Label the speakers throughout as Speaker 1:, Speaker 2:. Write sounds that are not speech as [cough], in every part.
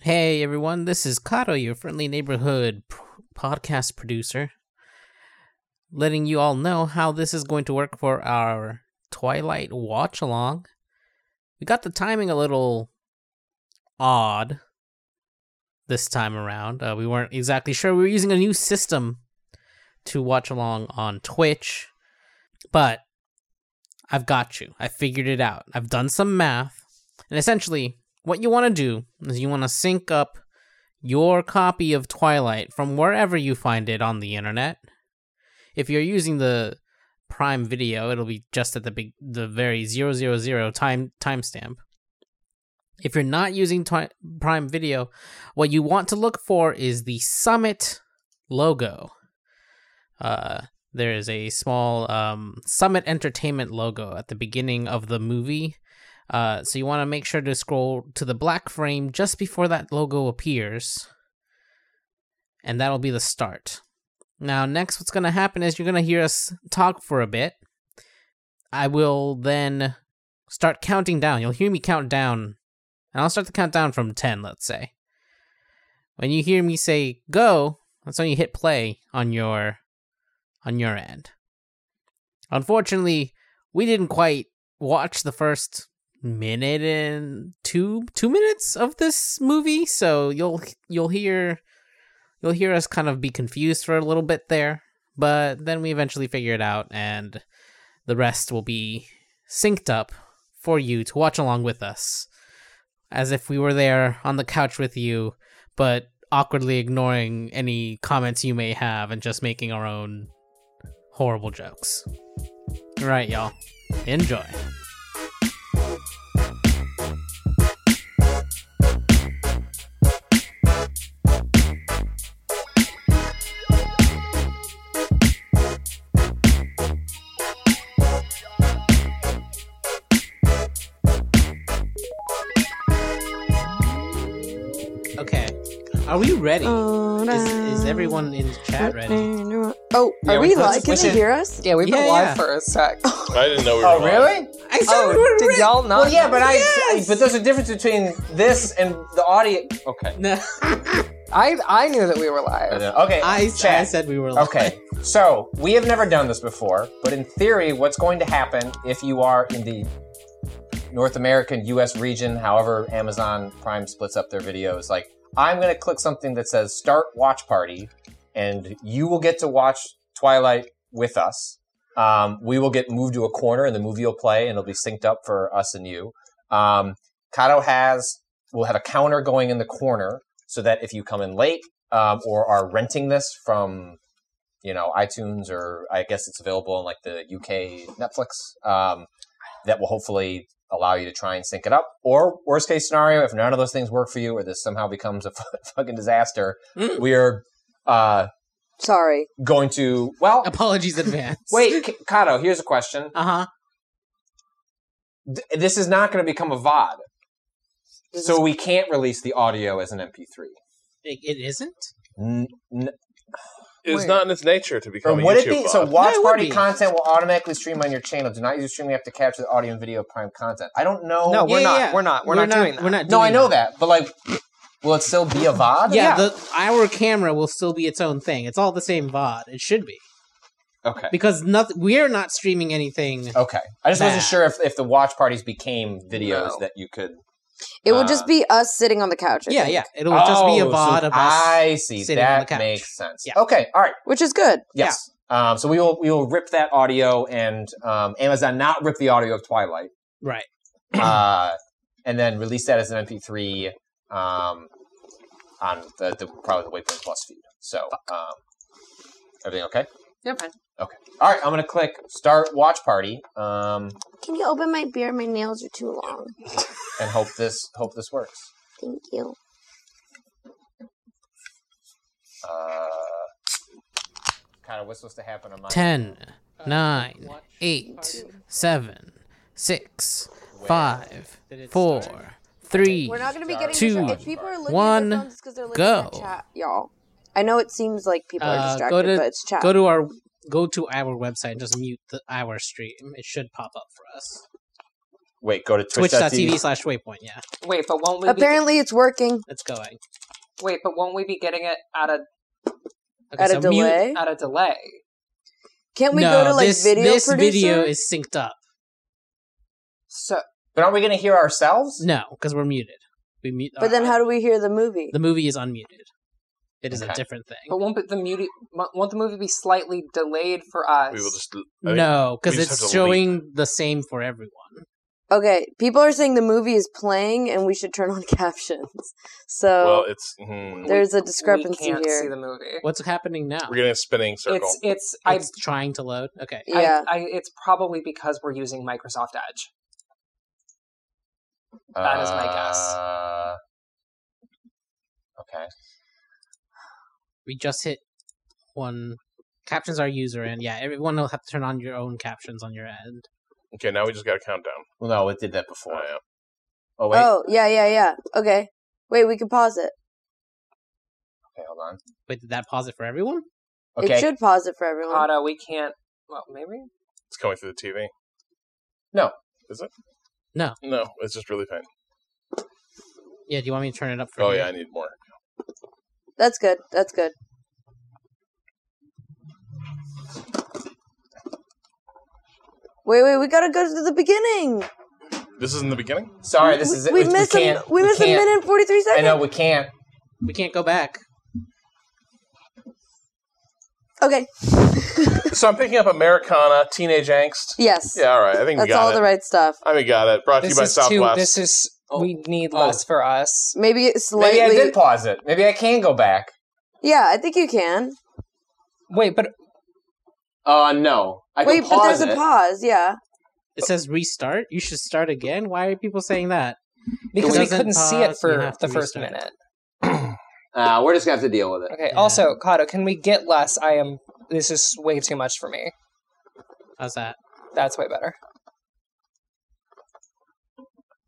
Speaker 1: Hey everyone, this is Kato, your friendly neighborhood p- podcast producer, letting you all know how this is going to work for our Twilight watch along. We got the timing a little odd this time around. Uh, we weren't exactly sure. We were using a new system to watch along on Twitch, but I've got you. I figured it out. I've done some math, and essentially, what you want to do is you want to sync up your copy of Twilight from wherever you find it on the internet. If you're using the Prime Video, it'll be just at the big, the very 000 time timestamp. If you're not using Twi- Prime Video, what you want to look for is the Summit logo. Uh, there is a small um, Summit Entertainment logo at the beginning of the movie. Uh, so you want to make sure to scroll to the black frame just before that logo appears. And that'll be the start. Now, next, what's going to happen is you're going to hear us talk for a bit. I will then start counting down. You'll hear me count down. And I'll start the countdown from 10, let's say. When you hear me say go, that's when you hit play on your on your end. Unfortunately, we didn't quite watch the first minute and two two minutes of this movie so you'll you'll hear you'll hear us kind of be confused for a little bit there but then we eventually figure it out and the rest will be synced up for you to watch along with us as if we were there on the couch with you but awkwardly ignoring any comments you may have and just making our own horrible jokes all right y'all enjoy Okay. Are we ready?
Speaker 2: Oh,
Speaker 1: Is, is everyone in the chat ready?
Speaker 3: Oh,
Speaker 2: Yeah,
Speaker 3: are
Speaker 2: we
Speaker 3: we
Speaker 2: put-
Speaker 3: live?
Speaker 2: we
Speaker 3: Can they
Speaker 2: should-
Speaker 3: hear us?
Speaker 2: Yeah, we've been
Speaker 1: Yeah,
Speaker 2: live
Speaker 1: yeah.
Speaker 2: for
Speaker 3: [laughs]
Speaker 2: a sec.
Speaker 4: I didn't know we were.
Speaker 5: Oh,
Speaker 4: live.
Speaker 5: really?
Speaker 1: I said
Speaker 2: Oh,
Speaker 1: we're
Speaker 2: did
Speaker 1: ready.
Speaker 2: y'all not?
Speaker 5: Well, yeah, but I, I.
Speaker 1: Yes!
Speaker 5: But there's a difference between this and the audio. Okay.
Speaker 1: No,
Speaker 2: I I knew that we were live.
Speaker 5: Okay.
Speaker 1: I, I
Speaker 5: chat.
Speaker 1: said we were. live.
Speaker 5: Okay. So we have never done this before, but in theory, what's going to happen if you are in the North American U.S. region, however Amazon Prime splits up their videos, like I'm going to click something that says "Start Watch Party," and you will get to watch Twilight with us. Um, we will get moved to a corner, and the movie will play, and it'll be synced up for us and you. Um, Kato has will have a counter going in the corner, so that if you come in late um, or are renting this from you know iTunes or I guess it's available in like the UK Netflix um, that will hopefully allow you to try and sync it up. Or worst case scenario, if none of those things work for you, or this somehow becomes a [laughs] fucking disaster,
Speaker 1: Mm.
Speaker 5: we are uh,
Speaker 3: Sorry.
Speaker 5: going to well
Speaker 1: [laughs] Apologies in advance.
Speaker 5: wait, K- Kato. Here's a question.
Speaker 1: Uh huh.
Speaker 5: Th- this is not going to become a VOD,
Speaker 3: This
Speaker 5: so we can't release the audio as an MP3.
Speaker 1: It, it isn't.
Speaker 5: N- n-
Speaker 4: It's
Speaker 2: Wait.
Speaker 4: not in its nature to
Speaker 5: or
Speaker 4: become a
Speaker 5: would
Speaker 4: YouTube
Speaker 5: it be?
Speaker 2: uh,
Speaker 5: So
Speaker 4: bot.
Speaker 5: watch
Speaker 1: No, it would
Speaker 5: party
Speaker 1: be.
Speaker 5: content will automatically stream on your channel. Do not use streaming app to capture the audio and video of Prime content. I don't know.
Speaker 2: No, we're
Speaker 1: Yeah,
Speaker 2: not.
Speaker 1: yeah.
Speaker 2: We're not. We're, not, doing that.
Speaker 1: We're not.
Speaker 5: No,
Speaker 1: doing
Speaker 5: I know that, but like, will it still be a VOD?
Speaker 1: Yeah, the our camera will still be its own thing. It's all the same VOD. It should be
Speaker 5: Okay.
Speaker 1: because nothing. We're not streaming anything.
Speaker 5: Okay. I just
Speaker 1: That.
Speaker 5: wasn't sure if, if the watch parties became videos
Speaker 2: No.
Speaker 5: that you could.
Speaker 3: It will
Speaker 5: uh,
Speaker 3: just be us sitting on the couch. I
Speaker 1: yeah,
Speaker 3: think,
Speaker 1: yeah. It'll just be a
Speaker 5: Oh, so
Speaker 1: VOD of us.
Speaker 5: I see.
Speaker 1: sitting on the
Speaker 5: That
Speaker 1: couch.
Speaker 5: makes sense.
Speaker 1: Yeah.
Speaker 5: Okay. All right.
Speaker 3: Which is good.
Speaker 5: Yes. Um, so we will we will rip that audio and um, Amazon not rip the audio of Twilight,
Speaker 1: Right.
Speaker 5: uh, and then release that as an MP3 um, on the, the probably the Waypoint Plus feed. So um, everything okay?
Speaker 2: You're fine.
Speaker 5: All right. I'm gonna click start watch party. Um,
Speaker 3: Can you open my beer? My nails are too long.
Speaker 5: [laughs] and hope this hope this works.
Speaker 3: Thank you.
Speaker 5: Uh, kind of what's supposed to happen on my
Speaker 1: Ten, nine, eight, seven, six, five, four, three.
Speaker 3: We're not going to be
Speaker 5: Sorry.
Speaker 3: getting.
Speaker 1: Two,
Speaker 3: if people are looking
Speaker 1: one,
Speaker 3: at their phones, it's because they're looking
Speaker 1: go.
Speaker 3: at chat, y'all. I know it seems like people
Speaker 1: Uh,
Speaker 3: are
Speaker 1: go
Speaker 3: distracted,
Speaker 1: to-
Speaker 3: but it's chat.
Speaker 1: go to our go to our website and just mute the our stream it should pop up for us
Speaker 5: Wait, go to
Speaker 1: Twitch.tv
Speaker 5: twitch.tv.
Speaker 1: slash waypoint. Yeah,
Speaker 2: Wait, but won't we?
Speaker 3: [laughs]
Speaker 2: Be,
Speaker 3: Apparently, it's working
Speaker 1: it's going.
Speaker 2: wait, but won't we be getting it at a
Speaker 1: Okay,
Speaker 3: at a
Speaker 1: mute-
Speaker 3: delay.
Speaker 2: at a delay?
Speaker 3: Can't we
Speaker 1: no,
Speaker 3: go to like
Speaker 1: this,
Speaker 3: video
Speaker 1: this
Speaker 3: producer?
Speaker 1: video is synced up.
Speaker 2: So
Speaker 5: But aren't we going to hear ourselves?
Speaker 1: No, because we're muted. We mute. uh,
Speaker 3: but then, how do we hear the movie?
Speaker 1: the movie is unmuted. It is a
Speaker 5: Okay.
Speaker 1: different
Speaker 4: Oh,
Speaker 1: thing.
Speaker 2: But won't but the movie won't the movie be slightly delayed for us?
Speaker 4: We will just. I mean,
Speaker 1: No,
Speaker 4: we
Speaker 1: because
Speaker 4: just have
Speaker 1: it's
Speaker 4: to leap.
Speaker 1: showing the same for everyone.
Speaker 3: Okay, people are saying the movie is playing and we should turn on [laughs] captions. So
Speaker 4: Well, it's
Speaker 5: Mm-hmm.
Speaker 4: mhm.
Speaker 3: there's a
Speaker 2: we
Speaker 3: discrepancy
Speaker 2: can't
Speaker 3: here.
Speaker 2: see the movie.
Speaker 1: What's happening now?
Speaker 4: we're getting a spinning circle.
Speaker 2: It's it's I,
Speaker 1: It's trying to load. Okay.
Speaker 3: yeah.
Speaker 2: I I it's probably because we're using Microsoft Edge. that is my guess.
Speaker 5: Uh, okay.
Speaker 1: We just hit one. Captions are user end. Yeah, everyone will have to turn on your own captions on your end.
Speaker 4: Okay, now we just got a countdown.
Speaker 5: Well, no, it did that
Speaker 4: Oh,
Speaker 5: before.
Speaker 4: yeah.
Speaker 5: Oh, wait.
Speaker 3: oh, yeah, yeah, yeah. Okay. Wait, we can pause it.
Speaker 5: Okay, hold on.
Speaker 1: Wait, did that pause it for everyone?
Speaker 3: It
Speaker 5: Okay.
Speaker 3: should pause it for everyone.
Speaker 2: Auto, we can't. Well, maybe.
Speaker 4: It's coming through the TV.
Speaker 5: No.
Speaker 4: Is it?
Speaker 1: No.
Speaker 4: No, it's just really faint.
Speaker 1: Yeah, do you want me to turn it up for
Speaker 4: Oh,
Speaker 1: you?
Speaker 4: yeah, I need more.
Speaker 3: That's good. That's good. Wait, wait, we gotta go to the beginning.
Speaker 4: This is in the beginning?
Speaker 5: Sorry, this is it.
Speaker 3: we,
Speaker 5: We,
Speaker 3: missed
Speaker 5: we
Speaker 3: a,
Speaker 5: can't.
Speaker 3: we missed a
Speaker 5: can't.
Speaker 3: minute and forty three
Speaker 5: I
Speaker 3: seconds.
Speaker 5: know, we can't.
Speaker 1: We can't go back.
Speaker 3: Okay.
Speaker 4: [laughs] so I'm picking up Americana, Teenage Angst.
Speaker 3: Yes.
Speaker 4: Yeah, all right. I think we
Speaker 3: That's
Speaker 4: got
Speaker 3: all
Speaker 4: it.
Speaker 3: the right stuff.
Speaker 4: I think we got it. Brought to you by Southwest.
Speaker 2: This is
Speaker 5: Oh.
Speaker 2: we need
Speaker 5: Oh.
Speaker 2: less for us.
Speaker 3: Maybe it's
Speaker 5: Maybe
Speaker 3: slightly.
Speaker 5: I did pause it. Maybe I can go back.
Speaker 3: yeah, I think you can.
Speaker 2: Wait, but
Speaker 5: Uh, no. I
Speaker 3: Wait,
Speaker 5: can
Speaker 3: but
Speaker 5: pause
Speaker 3: there's a
Speaker 5: it.
Speaker 3: pause. Yeah.
Speaker 1: It says restart. You should start again. Why are people saying that?
Speaker 2: because
Speaker 1: It
Speaker 2: we
Speaker 1: doesn't
Speaker 2: couldn't see it
Speaker 1: pause, you
Speaker 2: for
Speaker 1: have
Speaker 2: the
Speaker 1: to
Speaker 2: first
Speaker 1: restart.
Speaker 2: minute.
Speaker 5: Uh, we're just gonna have to deal with it.
Speaker 2: Okay.
Speaker 1: Yeah.
Speaker 2: Also, Kato, can we get less? I am. This is way too much for me.
Speaker 1: How's that?
Speaker 2: That's way better.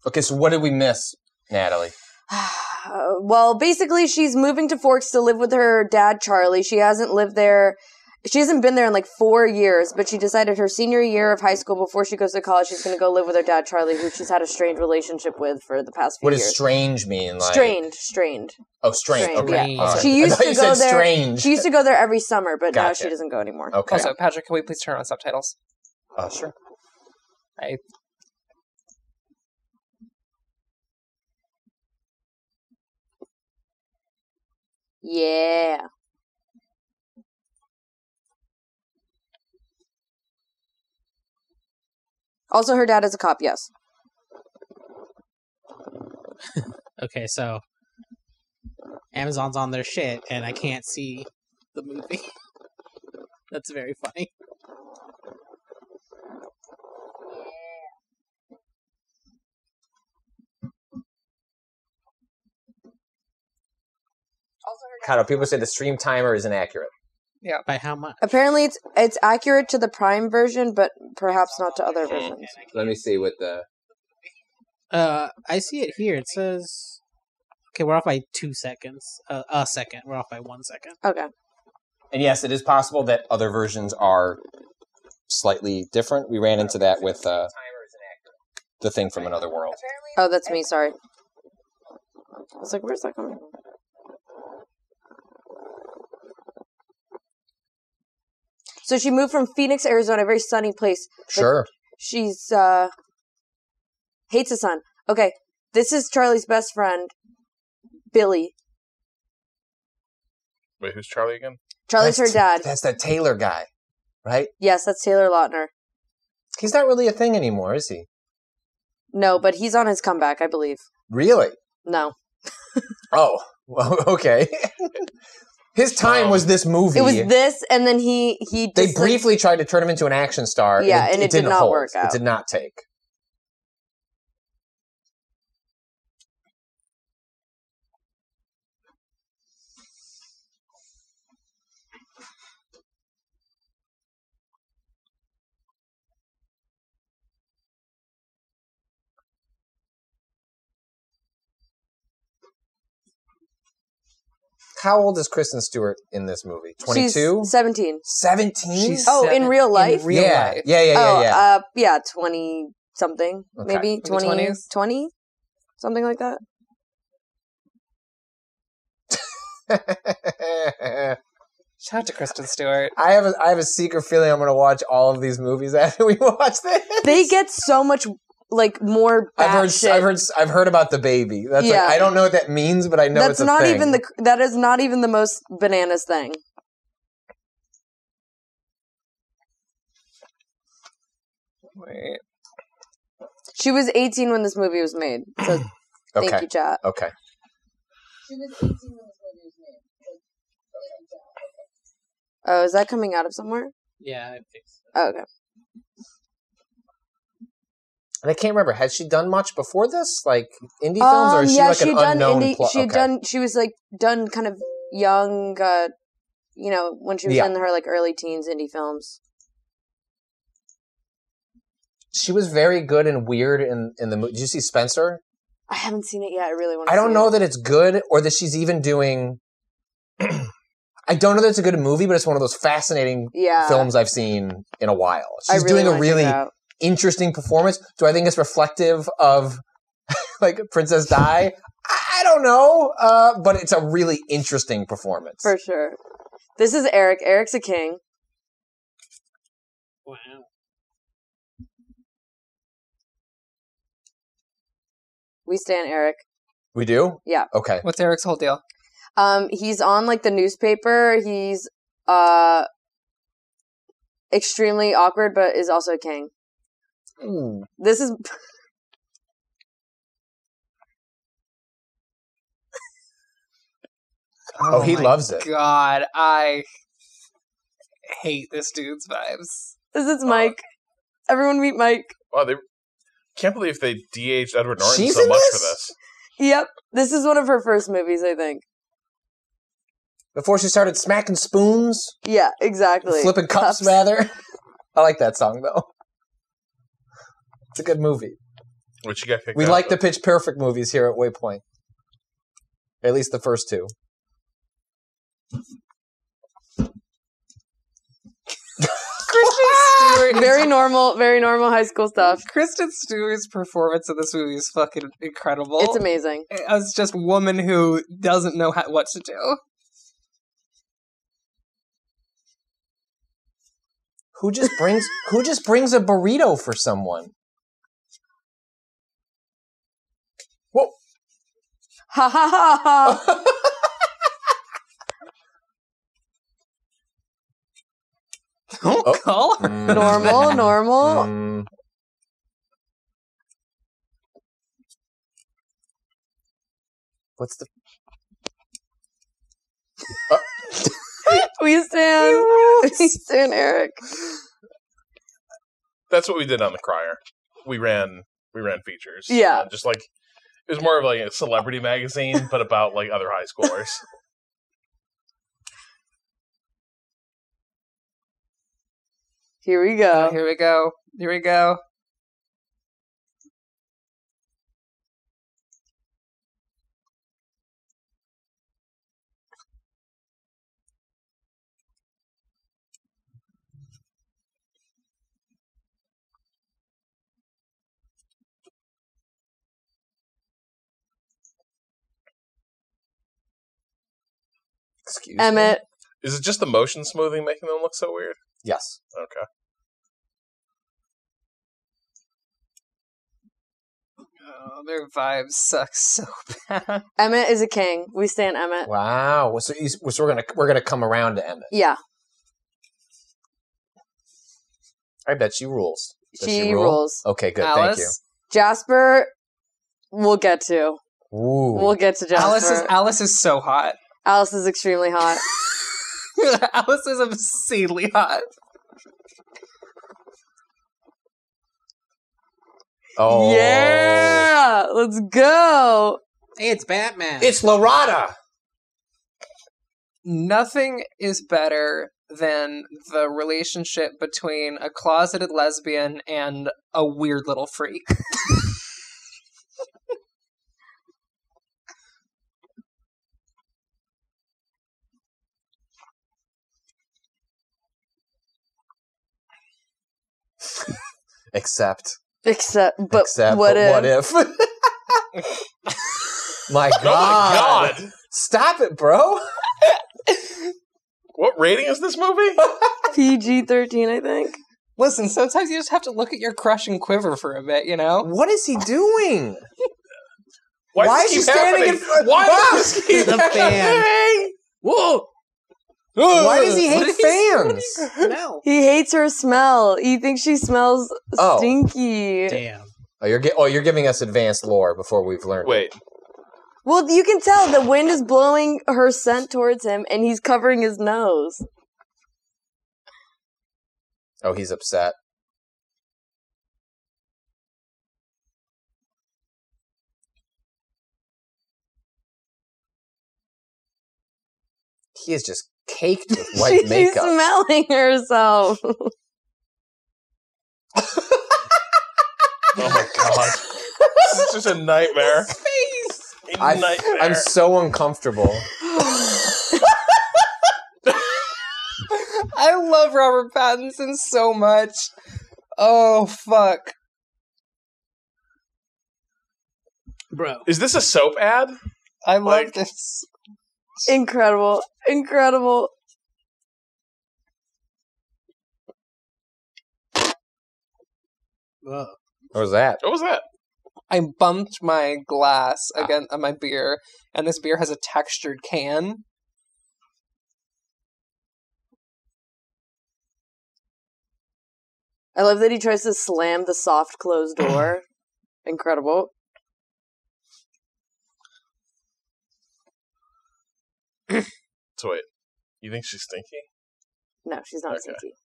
Speaker 5: Okay, so what did we miss, Natalie?
Speaker 3: [sighs] well, basically, she's moving to Forks to live with her dad, Charlie. She hasn't lived there. She hasn't been there in like four years, but she decided her senior year of high school before she goes to college, she's going to go live with her dad, Charlie, who she's had a strained relationship with for the past few
Speaker 5: What does
Speaker 3: years.
Speaker 5: strange mean? Like,
Speaker 3: strained, strained.
Speaker 5: Oh, strange.
Speaker 3: Strange,
Speaker 5: Okay.
Speaker 1: yeah.
Speaker 5: all right.
Speaker 3: She used
Speaker 5: I thought
Speaker 3: to
Speaker 5: you
Speaker 3: go
Speaker 5: said
Speaker 3: there-
Speaker 5: strange.
Speaker 3: She used to go there every summer, but now
Speaker 5: Gotcha.
Speaker 3: she doesn't go anymore.
Speaker 5: okay.
Speaker 2: Also, Patrick, can we please turn on subtitles?
Speaker 5: oh, sure.
Speaker 2: I
Speaker 3: Yeah. Also, her dad is a cop. Yes.
Speaker 1: Okay, so Amazon's on their shit, and I can't see the movie. [laughs] That's very funny.
Speaker 5: Kato, people say the stream timer is inaccurate.
Speaker 1: By how much?
Speaker 3: Apparently, it's it's accurate to the Prime version, but perhaps not to other versions.
Speaker 5: Let me see what the.
Speaker 1: Uh, I see it here. It says, "Okay, we're off by two seconds. Uh, a second. We're off by one second.
Speaker 3: Okay.
Speaker 5: And yes, it is possible that other versions are slightly different. We ran into that with uh, the thing from another world.
Speaker 3: Oh, that's me. Sorry. I was like, "Where's that coming from?" So she moved from Phoenix, Arizona, a very sunny place.
Speaker 5: Sure.
Speaker 3: She's uh hates the sun. Okay, this is Charlie's best friend, Billy.
Speaker 4: Wait, who's Charlie again?
Speaker 3: Charlie's her
Speaker 5: That's-
Speaker 3: dad.
Speaker 5: That's that Taylor guy, right?
Speaker 3: Yes, that's Taylor Lautner.
Speaker 5: He's not really a thing anymore, is he?
Speaker 3: No, but he's on his comeback, I believe.
Speaker 5: Really?
Speaker 3: No,
Speaker 5: Oh, [laughs] well, okay. [laughs] His time
Speaker 4: Um,
Speaker 5: was this movie.
Speaker 3: it was this, and then he he
Speaker 5: they
Speaker 3: just, like-
Speaker 5: briefly tried to turn him into an action star.
Speaker 3: Yeah, and it did not
Speaker 5: hold.
Speaker 3: work out.
Speaker 5: It did not take. How old is Kristen Stewart in this movie?
Speaker 3: she's
Speaker 5: 22?
Speaker 3: seventeen.
Speaker 5: 17?
Speaker 2: she's
Speaker 3: Oh, in
Speaker 2: seven-
Speaker 3: real life?
Speaker 2: In real
Speaker 5: yeah.
Speaker 2: life.
Speaker 5: yeah, yeah, yeah,
Speaker 3: oh,
Speaker 5: yeah.
Speaker 3: uh, yeah, twenty something,
Speaker 5: Okay.
Speaker 3: maybe
Speaker 2: The
Speaker 3: 20,
Speaker 2: 20s?
Speaker 3: 20, something like that. Oh, uh,
Speaker 2: Shout out to Kristen Stewart.
Speaker 5: [laughs] I have a, I have a secret feeling I'm going to watch all of these movies [laughs] after we watch this.
Speaker 3: They get so much like more.
Speaker 5: I've heard,
Speaker 3: bad shit.
Speaker 5: I've heard I've heard about the baby. That's
Speaker 3: Yeah.
Speaker 5: like, I don't know what that means, but I know
Speaker 3: That's
Speaker 5: it's a
Speaker 3: not
Speaker 5: thing.
Speaker 3: even the. That is not even the most bananas thing.
Speaker 2: Wait.
Speaker 3: She was 18 when this movie was made.
Speaker 5: [clears throat]
Speaker 3: So
Speaker 5: okay.
Speaker 3: thank you, chat.
Speaker 5: Okay.
Speaker 3: Oh, is that coming out of somewhere?
Speaker 1: Yeah, I fixed
Speaker 3: Oh, okay.
Speaker 5: And I can't remember. Had she done much before this, like indie films, or
Speaker 3: Um,
Speaker 5: is she
Speaker 3: yeah,
Speaker 5: like
Speaker 3: she
Speaker 5: an
Speaker 3: done
Speaker 5: unknown?
Speaker 3: indie.
Speaker 5: pl-
Speaker 3: she had
Speaker 5: okay.
Speaker 3: done. She was like done, kind of young. Uh, you know, when she was
Speaker 5: Yeah.
Speaker 3: in her like early teens, indie films.
Speaker 5: She was very good and weird in in the. mo- Did you see Spencer?
Speaker 3: I haven't seen it yet. I really want. to
Speaker 5: I don't know that it's good or that she's even doing. [clears throat] I don't know that it's a good movie, but it's one of those fascinating
Speaker 3: Yeah,
Speaker 5: films I've seen in a while.
Speaker 3: Uh, I
Speaker 5: She's
Speaker 3: really
Speaker 5: doing
Speaker 3: wanna
Speaker 5: a
Speaker 3: check
Speaker 5: really
Speaker 3: it out.
Speaker 5: interesting performance. Do I think it's reflective of [laughs] like Princess Di? I don't know, uh, but it's a really interesting performance.
Speaker 3: for sure. This is Eric. Eric's a king.
Speaker 1: Wow.
Speaker 3: We stand Eric.
Speaker 5: We do?
Speaker 3: Yeah.
Speaker 5: Okay.
Speaker 2: What's Eric's whole deal?
Speaker 3: Um, he's on like the newspaper. He's uh extremely awkward, but is also a king.
Speaker 5: Hmm.
Speaker 3: This is [laughs]
Speaker 5: Oh, he
Speaker 2: my
Speaker 5: loves it.
Speaker 2: God, I hate this dude's
Speaker 5: [laughs]
Speaker 2: vibes.
Speaker 3: this is Mike. Everyone meet Mike.
Speaker 4: Wow, they can't believe they de-aged Edward Norton
Speaker 5: She's
Speaker 4: so
Speaker 5: in
Speaker 4: much
Speaker 5: this?
Speaker 4: for this.
Speaker 3: Yep, this is one of her first movies, I think.
Speaker 5: Before she started smacking spoons,
Speaker 3: Yeah, exactly.
Speaker 5: flipping cups, rather. [laughs] I like that song though. It's a good movie.
Speaker 4: Which you got kicked
Speaker 5: We
Speaker 4: out
Speaker 5: like the
Speaker 4: of.
Speaker 5: Pitch Perfect movies here at Waypoint. At least the first two.
Speaker 2: Kristen Stewart. is-
Speaker 3: Very normal, very normal high school stuff.
Speaker 2: Kristen Stewart's performance in this movie is fucking incredible.
Speaker 3: It's amazing.
Speaker 2: As just a woman who doesn't know how, what to do.
Speaker 5: Who just
Speaker 3: [laughs]
Speaker 5: brings who just brings a burrito for someone? Whoa.
Speaker 3: Ha ha ha ha.
Speaker 5: [laughs]
Speaker 2: Don't
Speaker 5: [laughs] Oh.
Speaker 2: [laughs] call her.
Speaker 3: Normal, normal.
Speaker 5: Mm. What's the
Speaker 3: We [laughs] stand. We stand, Eric.
Speaker 4: That's what we did on the Crier. We ran we ran features.
Speaker 3: Yeah.
Speaker 4: Uh, just like it was more of like a celebrity magazine, but about like other high schoolers.
Speaker 5: [laughs]
Speaker 3: Here we
Speaker 2: Oh,
Speaker 3: go.
Speaker 2: here we go. Here we go.
Speaker 5: excuse? me?
Speaker 3: Emmett.
Speaker 4: Is it just the motion smoothing making them look so weird?
Speaker 5: Yes.
Speaker 4: Okay.
Speaker 2: Oh, their vibes suck so [laughs] bad.
Speaker 3: Emmett is a king. We stand Emmett.
Speaker 5: Wow. So, you- so we're gonna we're gonna come around to Emmett.
Speaker 3: Yeah,
Speaker 5: I bet she rules. Does
Speaker 3: she,
Speaker 5: rule?
Speaker 3: rules.
Speaker 5: Okay, good.
Speaker 2: Alice,
Speaker 3: Jasper, we'll get to.
Speaker 5: Thank you. Ooh.
Speaker 3: We'll get to Jasper.
Speaker 2: Alice is Alice is so hot.
Speaker 3: Alice is extremely
Speaker 5: [laughs]
Speaker 3: hot.
Speaker 2: [laughs] Alice is obscenely hot.
Speaker 5: oh.
Speaker 3: Yeah, let's go.
Speaker 1: Hey, it's Batman.
Speaker 5: It's Larada.
Speaker 2: Nothing is better than the relationship between a closeted lesbian and a weird little freak. [laughs]
Speaker 5: Except
Speaker 3: Except, but
Speaker 5: Except
Speaker 3: what
Speaker 5: but
Speaker 3: if?
Speaker 5: what if? my, God.
Speaker 4: Oh my god!
Speaker 5: Stop it, bro.
Speaker 4: What rating is this
Speaker 5: [laughs]
Speaker 4: movie?
Speaker 3: PG thirteen? I think.
Speaker 2: Listen, sometimes you just have to look at your crush and quiver for a bit, you know?
Speaker 5: What is he doing?
Speaker 4: Why,
Speaker 5: Why
Speaker 4: does
Speaker 5: is she
Speaker 4: this keep
Speaker 5: standing
Speaker 4: happening?
Speaker 5: in front-
Speaker 4: Why
Speaker 5: Wow.
Speaker 4: does this
Speaker 1: [laughs]
Speaker 4: keep
Speaker 1: The fan.
Speaker 4: happening? Whoa!
Speaker 5: Why does he hate
Speaker 2: What if he's-
Speaker 5: fans?
Speaker 2: [laughs] No.
Speaker 3: He hates her smell. He thinks she smells
Speaker 5: Oh.
Speaker 3: stinky.
Speaker 1: Damn.
Speaker 5: Oh, you're gi- oh, you're giving us advanced lore before we've learned.
Speaker 4: Wait,
Speaker 3: Well, you can tell the wind is blowing her scent towards him, and he's covering his nose.
Speaker 5: Oh, he's upset. He is just caked with
Speaker 3: [laughs]
Speaker 5: white
Speaker 3: She- she's
Speaker 5: makeup.
Speaker 3: smelling herself.
Speaker 4: Oh my god. this is just a nightmare. A
Speaker 5: I,
Speaker 4: nightmare.
Speaker 5: I'm so uncomfortable.
Speaker 2: [laughs] I love Robert Pattinson so much. Oh, fuck.
Speaker 1: Bro.
Speaker 4: is this a soap ad?
Speaker 2: I love
Speaker 4: Like-
Speaker 2: this.
Speaker 3: incredible, incredible.
Speaker 1: Ugh.
Speaker 5: What was that?
Speaker 4: What was that?
Speaker 2: I bumped my glass
Speaker 5: Ah.
Speaker 2: again on my beer, and this beer has a textured can.
Speaker 3: I love that he tries to slam the soft closed door. incredible.
Speaker 4: So wait, you think she's stinky?
Speaker 3: No, she's not
Speaker 4: Okay.
Speaker 3: stinky.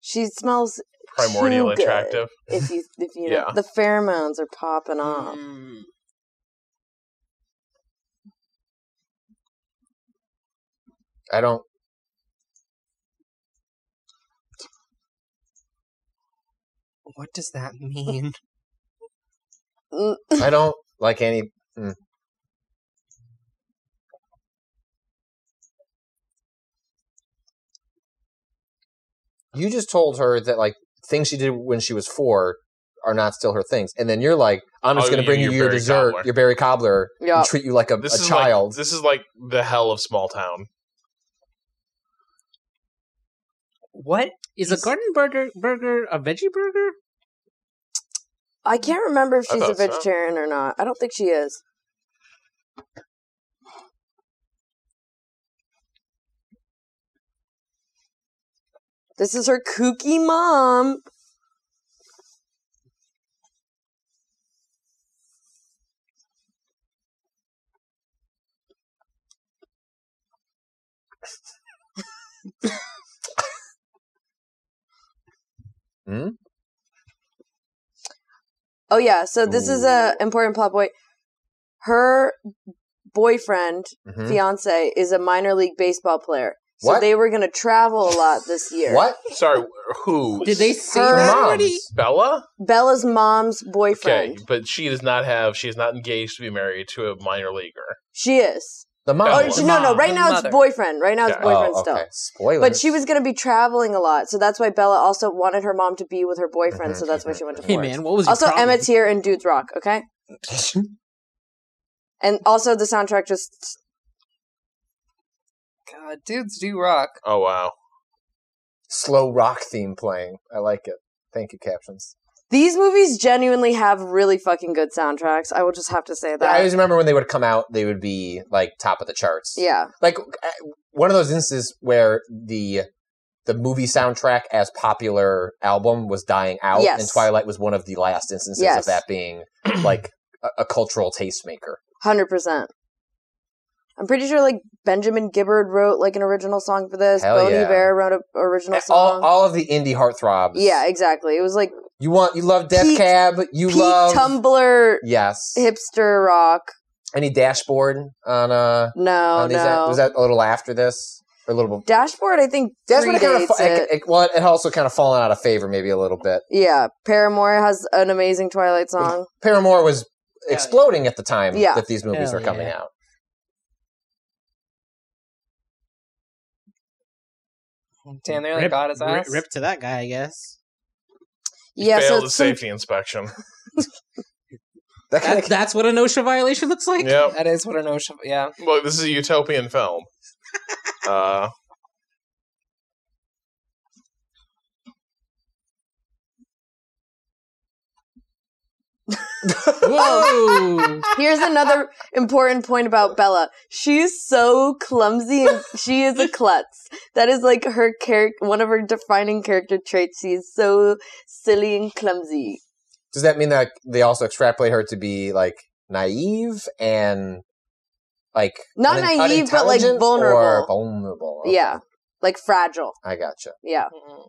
Speaker 3: She smells
Speaker 4: Primordial
Speaker 3: too good,
Speaker 4: attractive?
Speaker 3: If you, if you know,
Speaker 4: Yeah.
Speaker 3: the pheromones are popping off.
Speaker 2: Mm.
Speaker 5: I don't.
Speaker 2: What does that mean?
Speaker 3: Mm,
Speaker 5: I don't like any. mm. You just told her that like things she did when she was four are not still her things, and then you're like, "I'm just
Speaker 4: Oh,
Speaker 5: going to
Speaker 4: you-
Speaker 5: bring you
Speaker 4: your
Speaker 5: your
Speaker 4: berry
Speaker 5: dessert,
Speaker 4: cobbler.
Speaker 5: your berry cobbler,
Speaker 3: Yeah.
Speaker 5: and treat you like a,
Speaker 4: This
Speaker 5: a
Speaker 4: is
Speaker 5: child."
Speaker 4: Like, this is like the hell of small town.
Speaker 2: What?
Speaker 1: Is a garden burger burger a veggie burger?
Speaker 3: I can't remember if
Speaker 4: I
Speaker 3: she's a
Speaker 4: thought so.
Speaker 3: vegetarian or not. I don't think she is. This is her kooky mom.
Speaker 4: Hmm?
Speaker 3: Oh yeah, so this is a important plot point. Her boyfriend,
Speaker 5: Mhm.
Speaker 3: fiance, is a minor league baseball player. So
Speaker 5: What?
Speaker 3: they were gonna travel a lot
Speaker 5: [laughs]
Speaker 3: this year.
Speaker 5: What?
Speaker 4: Sorry, who?
Speaker 1: Did they say
Speaker 3: Her
Speaker 1: that
Speaker 5: moms.
Speaker 1: already?
Speaker 4: Bella?
Speaker 3: Bella's mom's boyfriend.
Speaker 4: Okay, but she does not have. She is not engaged to be married to a minor leaguer.
Speaker 3: She is.
Speaker 5: The mom.
Speaker 3: Oh,
Speaker 4: Bella's
Speaker 3: she- no, no.
Speaker 1: mom.
Speaker 3: Right
Speaker 2: The
Speaker 3: now
Speaker 2: mother.
Speaker 3: it's boyfriend. Right now it's
Speaker 4: Yeah.
Speaker 3: boyfriend
Speaker 5: Oh,
Speaker 3: still.
Speaker 5: okay. Spoilers.
Speaker 3: But she was going to be traveling a lot, so that's why Bella also wanted her mom to be with her boyfriend.
Speaker 5: Mhm,
Speaker 3: So that's why
Speaker 5: mhm,
Speaker 3: she went to
Speaker 5: mhm.
Speaker 1: Hey
Speaker 3: Florida.
Speaker 1: man, what was your
Speaker 3: also,
Speaker 1: problem?
Speaker 3: Emmett's here and Dudes Rock. Okay, and also the soundtrack just
Speaker 2: God, dudes do rock.
Speaker 4: Oh wow.
Speaker 5: [laughs] slow rock theme playing. I like it. Thank you, captions.
Speaker 3: these movies genuinely have really fucking good soundtracks. I will just have to say
Speaker 5: I
Speaker 3: that. Yeah,
Speaker 5: always remember when they would come out, they would be like top of the charts. like uh, one of those instances where the the movie soundtrack as popular album was dying out,
Speaker 3: Yes.
Speaker 5: and Twilight was one of the last instances
Speaker 3: Yes.
Speaker 5: of that
Speaker 3: [clears throat]
Speaker 5: being like a, a cultural tastemaker.
Speaker 3: hundred percent. I'm pretty sure like Benjamin Gibbard wrote like an original song for this.
Speaker 5: Hell
Speaker 3: Boney
Speaker 5: yeah.
Speaker 3: Bear wrote an original
Speaker 5: All,
Speaker 3: song.
Speaker 5: all of the indie heartthrobs.
Speaker 3: yeah, exactly. It was like
Speaker 5: you want you love Death
Speaker 3: Peak-
Speaker 5: Cab. You
Speaker 3: peak
Speaker 5: love
Speaker 3: Tumblr
Speaker 5: yes.
Speaker 3: hipster rock.
Speaker 5: Any dashboard on uh
Speaker 3: No,
Speaker 5: on these?
Speaker 3: Oh, no.
Speaker 5: Was that a little after this? Or a little.
Speaker 3: Dashboard, I think,
Speaker 5: Dashboard kind of
Speaker 3: predates it.
Speaker 5: well, it had also kind of fallen out of favor maybe a little bit.
Speaker 3: Yeah, Paramore has an amazing Twilight
Speaker 5: [laughs]
Speaker 3: song.
Speaker 5: Paramore was
Speaker 1: yeah.
Speaker 5: exploding at the time
Speaker 3: Yeah.
Speaker 5: that these movies
Speaker 1: Hell
Speaker 5: were coming
Speaker 1: yeah.
Speaker 5: out.
Speaker 2: Damn, they really got his
Speaker 1: ri-
Speaker 2: ass.
Speaker 1: [laughs] Rip to that guy, I guess.
Speaker 3: yeah, so
Speaker 4: Failed the
Speaker 3: it's some- [laughs]
Speaker 4: safety inspection.
Speaker 5: That kind
Speaker 1: That,
Speaker 5: of
Speaker 1: that's what an OSHA violation looks like.
Speaker 4: yep.
Speaker 2: That is what an OSHA. Yeah.
Speaker 4: Look, this is a
Speaker 3: [laughs]
Speaker 4: utopian film. Uh,
Speaker 1: Whoa!
Speaker 3: Here's another important point about Bella. She's so clumsy and she is a klutz. That is like her character, one of her defining character traits. She's so silly and clumsy.
Speaker 5: does that mean that they also extrapolate her to be like naive and like
Speaker 3: Not naive, but, like,
Speaker 5: unintelligent
Speaker 3: vulnerable.
Speaker 5: Or vulnerable. Okay,
Speaker 3: Yeah. Like fragile.
Speaker 5: I gotcha.
Speaker 3: Yeah.
Speaker 2: Mm-hmm.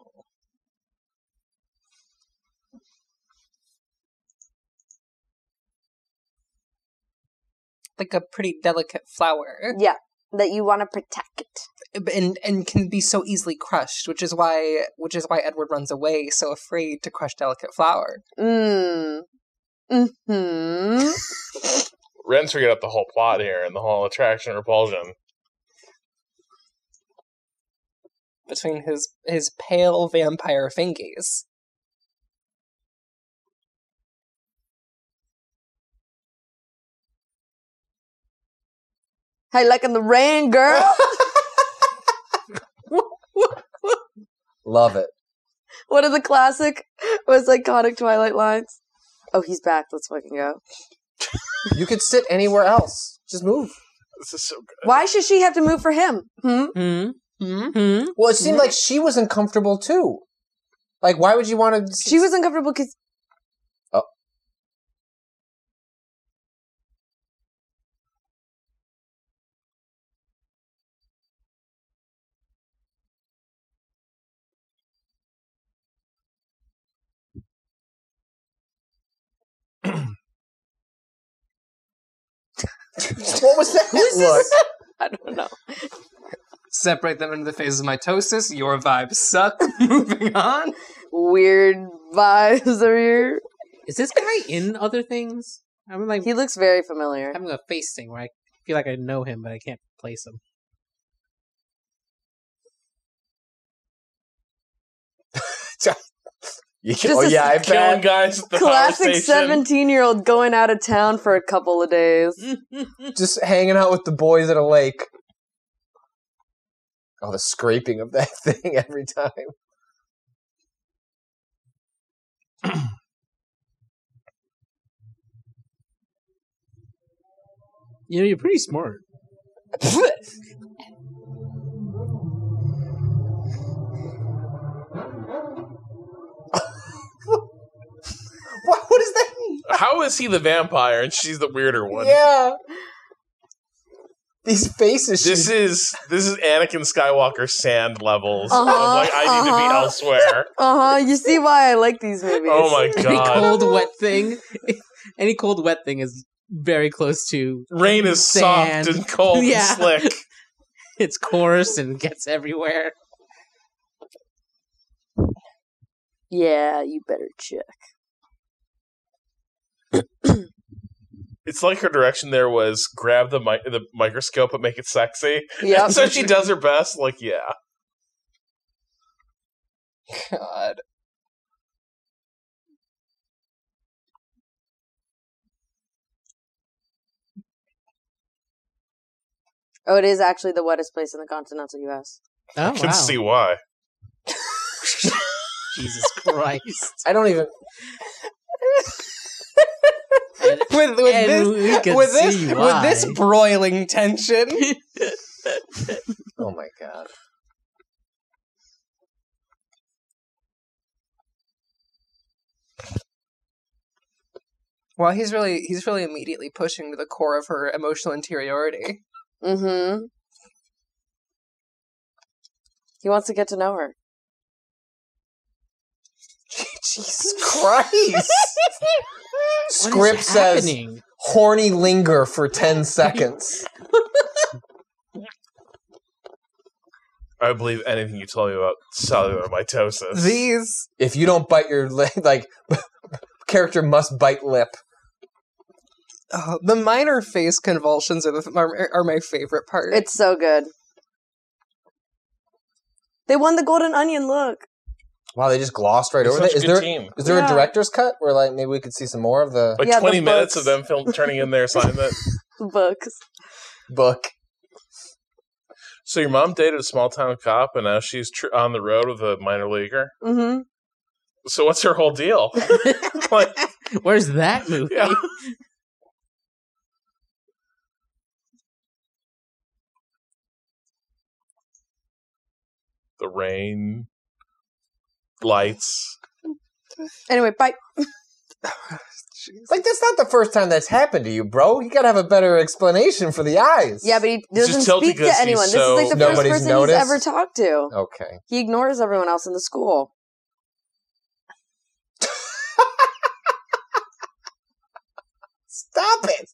Speaker 2: Like a pretty delicate flower,
Speaker 3: Yeah. That you want to protect.
Speaker 2: and and can be so easily crushed, which is why which is why Edward runs away so afraid to crush delicate flower.
Speaker 3: Mm. Mm-hmm.
Speaker 4: Ren's figured out the whole plot here and the whole attraction repulsion.
Speaker 2: between his his pale vampire fingies.
Speaker 3: How you liking the rain, girl? [laughs]
Speaker 5: Love it.
Speaker 3: One of the classic, most iconic Twilight lines. Oh, he's back. Let's fucking go.
Speaker 5: You could sit anywhere else. Just move.
Speaker 4: This is so good.
Speaker 3: Why should she have to move for him? Hmm?
Speaker 1: Hmm.
Speaker 2: Mm-hmm.
Speaker 1: Hmm.
Speaker 5: Well, it seemed like she was uncomfortable too. Like, why would you want to?
Speaker 3: She was uncomfortable because
Speaker 5: [laughs] What was that? look?
Speaker 3: I don't know.
Speaker 2: Separate them into the phases of mitosis. Your vibes suck. [laughs] Moving on.
Speaker 3: Weird vibes are here.
Speaker 1: Is this guy in other things? I'm like
Speaker 3: He looks very familiar.
Speaker 1: having a face thing where I feel like I know him, but I can't place him.
Speaker 5: You
Speaker 3: This
Speaker 5: oh
Speaker 3: is
Speaker 5: [laughs] yeah, I
Speaker 4: Killing
Speaker 5: bet.
Speaker 4: guys at the power
Speaker 3: Classic
Speaker 4: station.
Speaker 3: 17 year old going out of town for a couple of days.
Speaker 5: Just hanging out with the boys at a lake. Oh, the scraping of that [laughs] thing every time.
Speaker 1: you know, you're pretty smart.
Speaker 2: [laughs]
Speaker 5: What? What does that mean?
Speaker 4: How is he the vampire and she's the weirder one?
Speaker 5: Yeah. These faces.
Speaker 4: This
Speaker 5: This
Speaker 4: is this is Anakin Skywalker sand levels.
Speaker 3: Uh-huh,
Speaker 4: of, like I need to be
Speaker 3: uh-huh.
Speaker 4: elsewhere.
Speaker 3: Uh huh. You see why I like
Speaker 4: [laughs]
Speaker 3: these movies.
Speaker 4: Oh my
Speaker 3: [laughs]
Speaker 1: Any
Speaker 4: god.
Speaker 1: cold wet thing, [laughs] any cold wet thing is very close to
Speaker 4: Rain is
Speaker 1: Sand.
Speaker 4: soft and cold
Speaker 1: Yeah.
Speaker 4: and slick.
Speaker 1: [laughs] its course and gets everywhere.
Speaker 3: Yeah, you better check.
Speaker 4: It's like her direction there was grab the mi- the microscope but make it sexy.
Speaker 3: Yep.
Speaker 4: [laughs] so she does her best. Like yeah,
Speaker 2: God.
Speaker 3: Oh, it is actually the wettest place in the continental U.S.
Speaker 1: Oh
Speaker 4: I can
Speaker 1: wow!
Speaker 4: see why.
Speaker 1: Jesus Christ!
Speaker 5: I don't even.
Speaker 1: And-
Speaker 2: With
Speaker 1: and we can
Speaker 2: with this
Speaker 1: see
Speaker 2: with this
Speaker 1: why.
Speaker 2: broiling
Speaker 1: [laughs]
Speaker 2: tension.
Speaker 5: Oh my god.
Speaker 4: [laughs]
Speaker 2: well, he's really he's really immediately pushing to the core of her emotional interiority.
Speaker 3: Mm-hmm. He wants to get to know her.
Speaker 5: Jesus Christ.
Speaker 1: What is
Speaker 5: Script says
Speaker 1: happening?
Speaker 5: horny linger for 10 seconds.
Speaker 4: I believe anything you tell me about cellular mitosis.
Speaker 2: These
Speaker 5: If you don't bite your lip, [laughs] like, character must bite lip.
Speaker 2: oh, the minor face convulsions are the, are, are my favorite part.
Speaker 3: It's so good. They won the Golden Onion. Look.
Speaker 5: Wow, they just glossed right
Speaker 4: They're
Speaker 5: over
Speaker 4: such
Speaker 5: that. Is
Speaker 4: a good
Speaker 1: [laughs]
Speaker 5: there
Speaker 4: team.
Speaker 5: is there
Speaker 3: Yeah.
Speaker 5: a director's cut where like maybe we could see some more of the
Speaker 4: Like
Speaker 3: Yeah, the
Speaker 4: 20
Speaker 3: books.
Speaker 4: minutes of them film turning in their
Speaker 1: [laughs]
Speaker 4: assignment.
Speaker 3: books.
Speaker 5: book?
Speaker 4: so your mom dated a small town cop, and now she's tr- on the road with a minor leaguer.
Speaker 3: Mm-hmm.
Speaker 4: So what's her
Speaker 1: [laughs]
Speaker 4: whole deal? [laughs] like,
Speaker 1: Where's that movie?
Speaker 5: [laughs]
Speaker 4: yeah. the rain, lights.
Speaker 3: Anyway, bye.
Speaker 5: It's like that's not the first time that's happened to you, bro. You gotta have a better explanation for the eyes.
Speaker 3: Yeah, but he
Speaker 4: Just
Speaker 3: doesn't
Speaker 4: tell
Speaker 3: speak to
Speaker 4: because he's
Speaker 3: anyone.
Speaker 4: so-
Speaker 3: this is like the first
Speaker 5: Nobody's
Speaker 3: person
Speaker 5: noticed?
Speaker 3: he's ever talked to.
Speaker 5: okay.
Speaker 3: He ignores everyone else in the school.
Speaker 5: Stop it.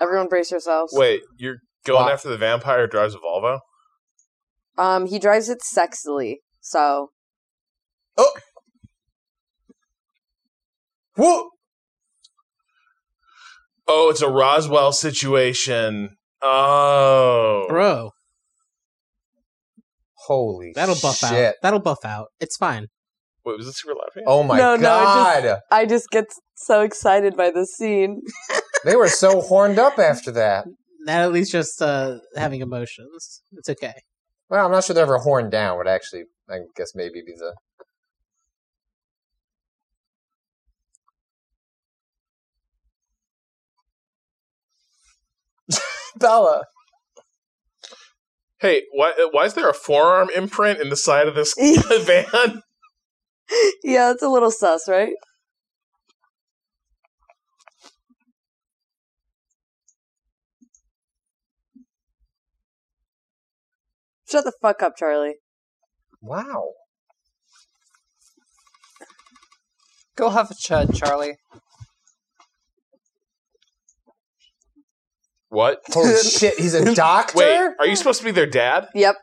Speaker 3: Everyone brace yourselves.
Speaker 4: Wait, you're going
Speaker 5: Wow.
Speaker 4: after the vampire who drives a Volvo?
Speaker 3: Um, he drives it sexily. So
Speaker 5: Whoa.
Speaker 4: Oh, it's a Roswell situation. Oh,
Speaker 1: Bro,
Speaker 5: Holy
Speaker 1: that'll buff
Speaker 5: shit.
Speaker 1: out. That'll buff out. It's fine.
Speaker 4: wait, was it super loud? for you?
Speaker 5: Oh my
Speaker 3: No, no, I
Speaker 5: god.
Speaker 3: just- I just get so excited by this scene. [laughs]
Speaker 5: They were so horned up after that.
Speaker 1: Natalie's just uh, having emotions. It's okay.
Speaker 5: Well, I'm not sure they're ever horned down would actually I guess maybe be the Bella.
Speaker 4: Hey, why why is there a forearm imprint in the side of this [laughs] van?
Speaker 3: yeah, it's a little sus, right? Shut the fuck up, Charlie.
Speaker 5: Wow.
Speaker 2: Go have a chud, Charlie.
Speaker 4: What?
Speaker 5: Holy shit, he's a doctor?
Speaker 4: Wait, are you supposed to be their dad?
Speaker 3: Yep,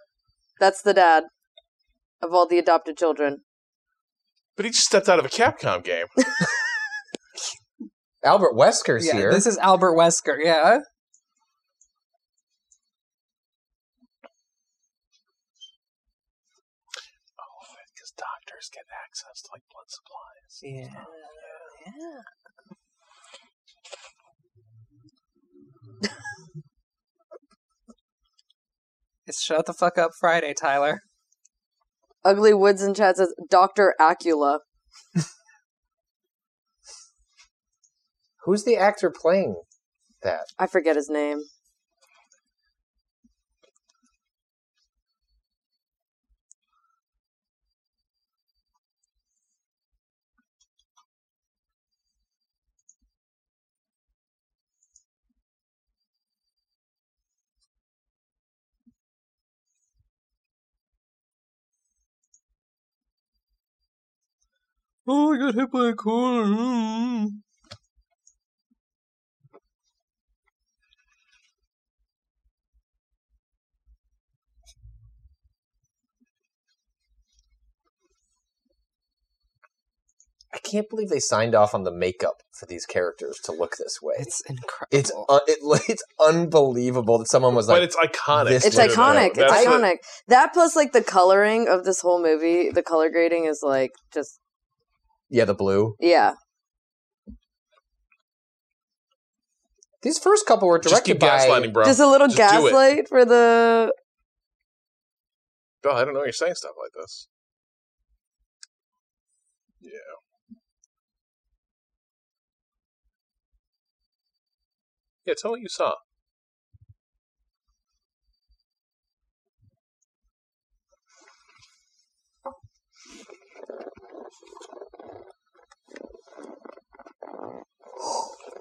Speaker 3: that's the dad of all the adopted children.
Speaker 4: But he just stepped out of a Capcom game.
Speaker 5: Albert Wesker's
Speaker 2: yeah,
Speaker 5: here.
Speaker 2: this is Albert Wesker. Yeah,
Speaker 4: Because doctors get access to like blood supplies.
Speaker 2: yeah. [laughs] It's shut the fuck up Friday, Tyler.
Speaker 3: Ugly Woods in chat says Doctor Acula.
Speaker 5: Who's the actor playing that?
Speaker 3: I forget his name.
Speaker 2: Oh, I got hit by a car.
Speaker 5: I can't believe they signed off on the makeup for these characters to look this way. It's
Speaker 2: It's incredible.
Speaker 5: it's uh, it, [laughs] it's unbelievable that someone was
Speaker 4: but
Speaker 5: like,
Speaker 4: it's iconic.
Speaker 5: this
Speaker 3: It's
Speaker 5: Look at
Speaker 3: iconic. It's
Speaker 4: That's the-
Speaker 3: iconic. That plus like the coloring of this whole movie, the color grading is like just
Speaker 5: yeah, the blue.
Speaker 3: yeah.
Speaker 5: These first couple were
Speaker 4: just
Speaker 5: directed
Speaker 4: keep
Speaker 5: by
Speaker 4: gaslighting, bro.
Speaker 3: Just a little
Speaker 4: Just do it.
Speaker 3: gaslight for the
Speaker 4: Bill, I don't know why you're saying stuff like this. Yeah. Yeah, tell what you saw.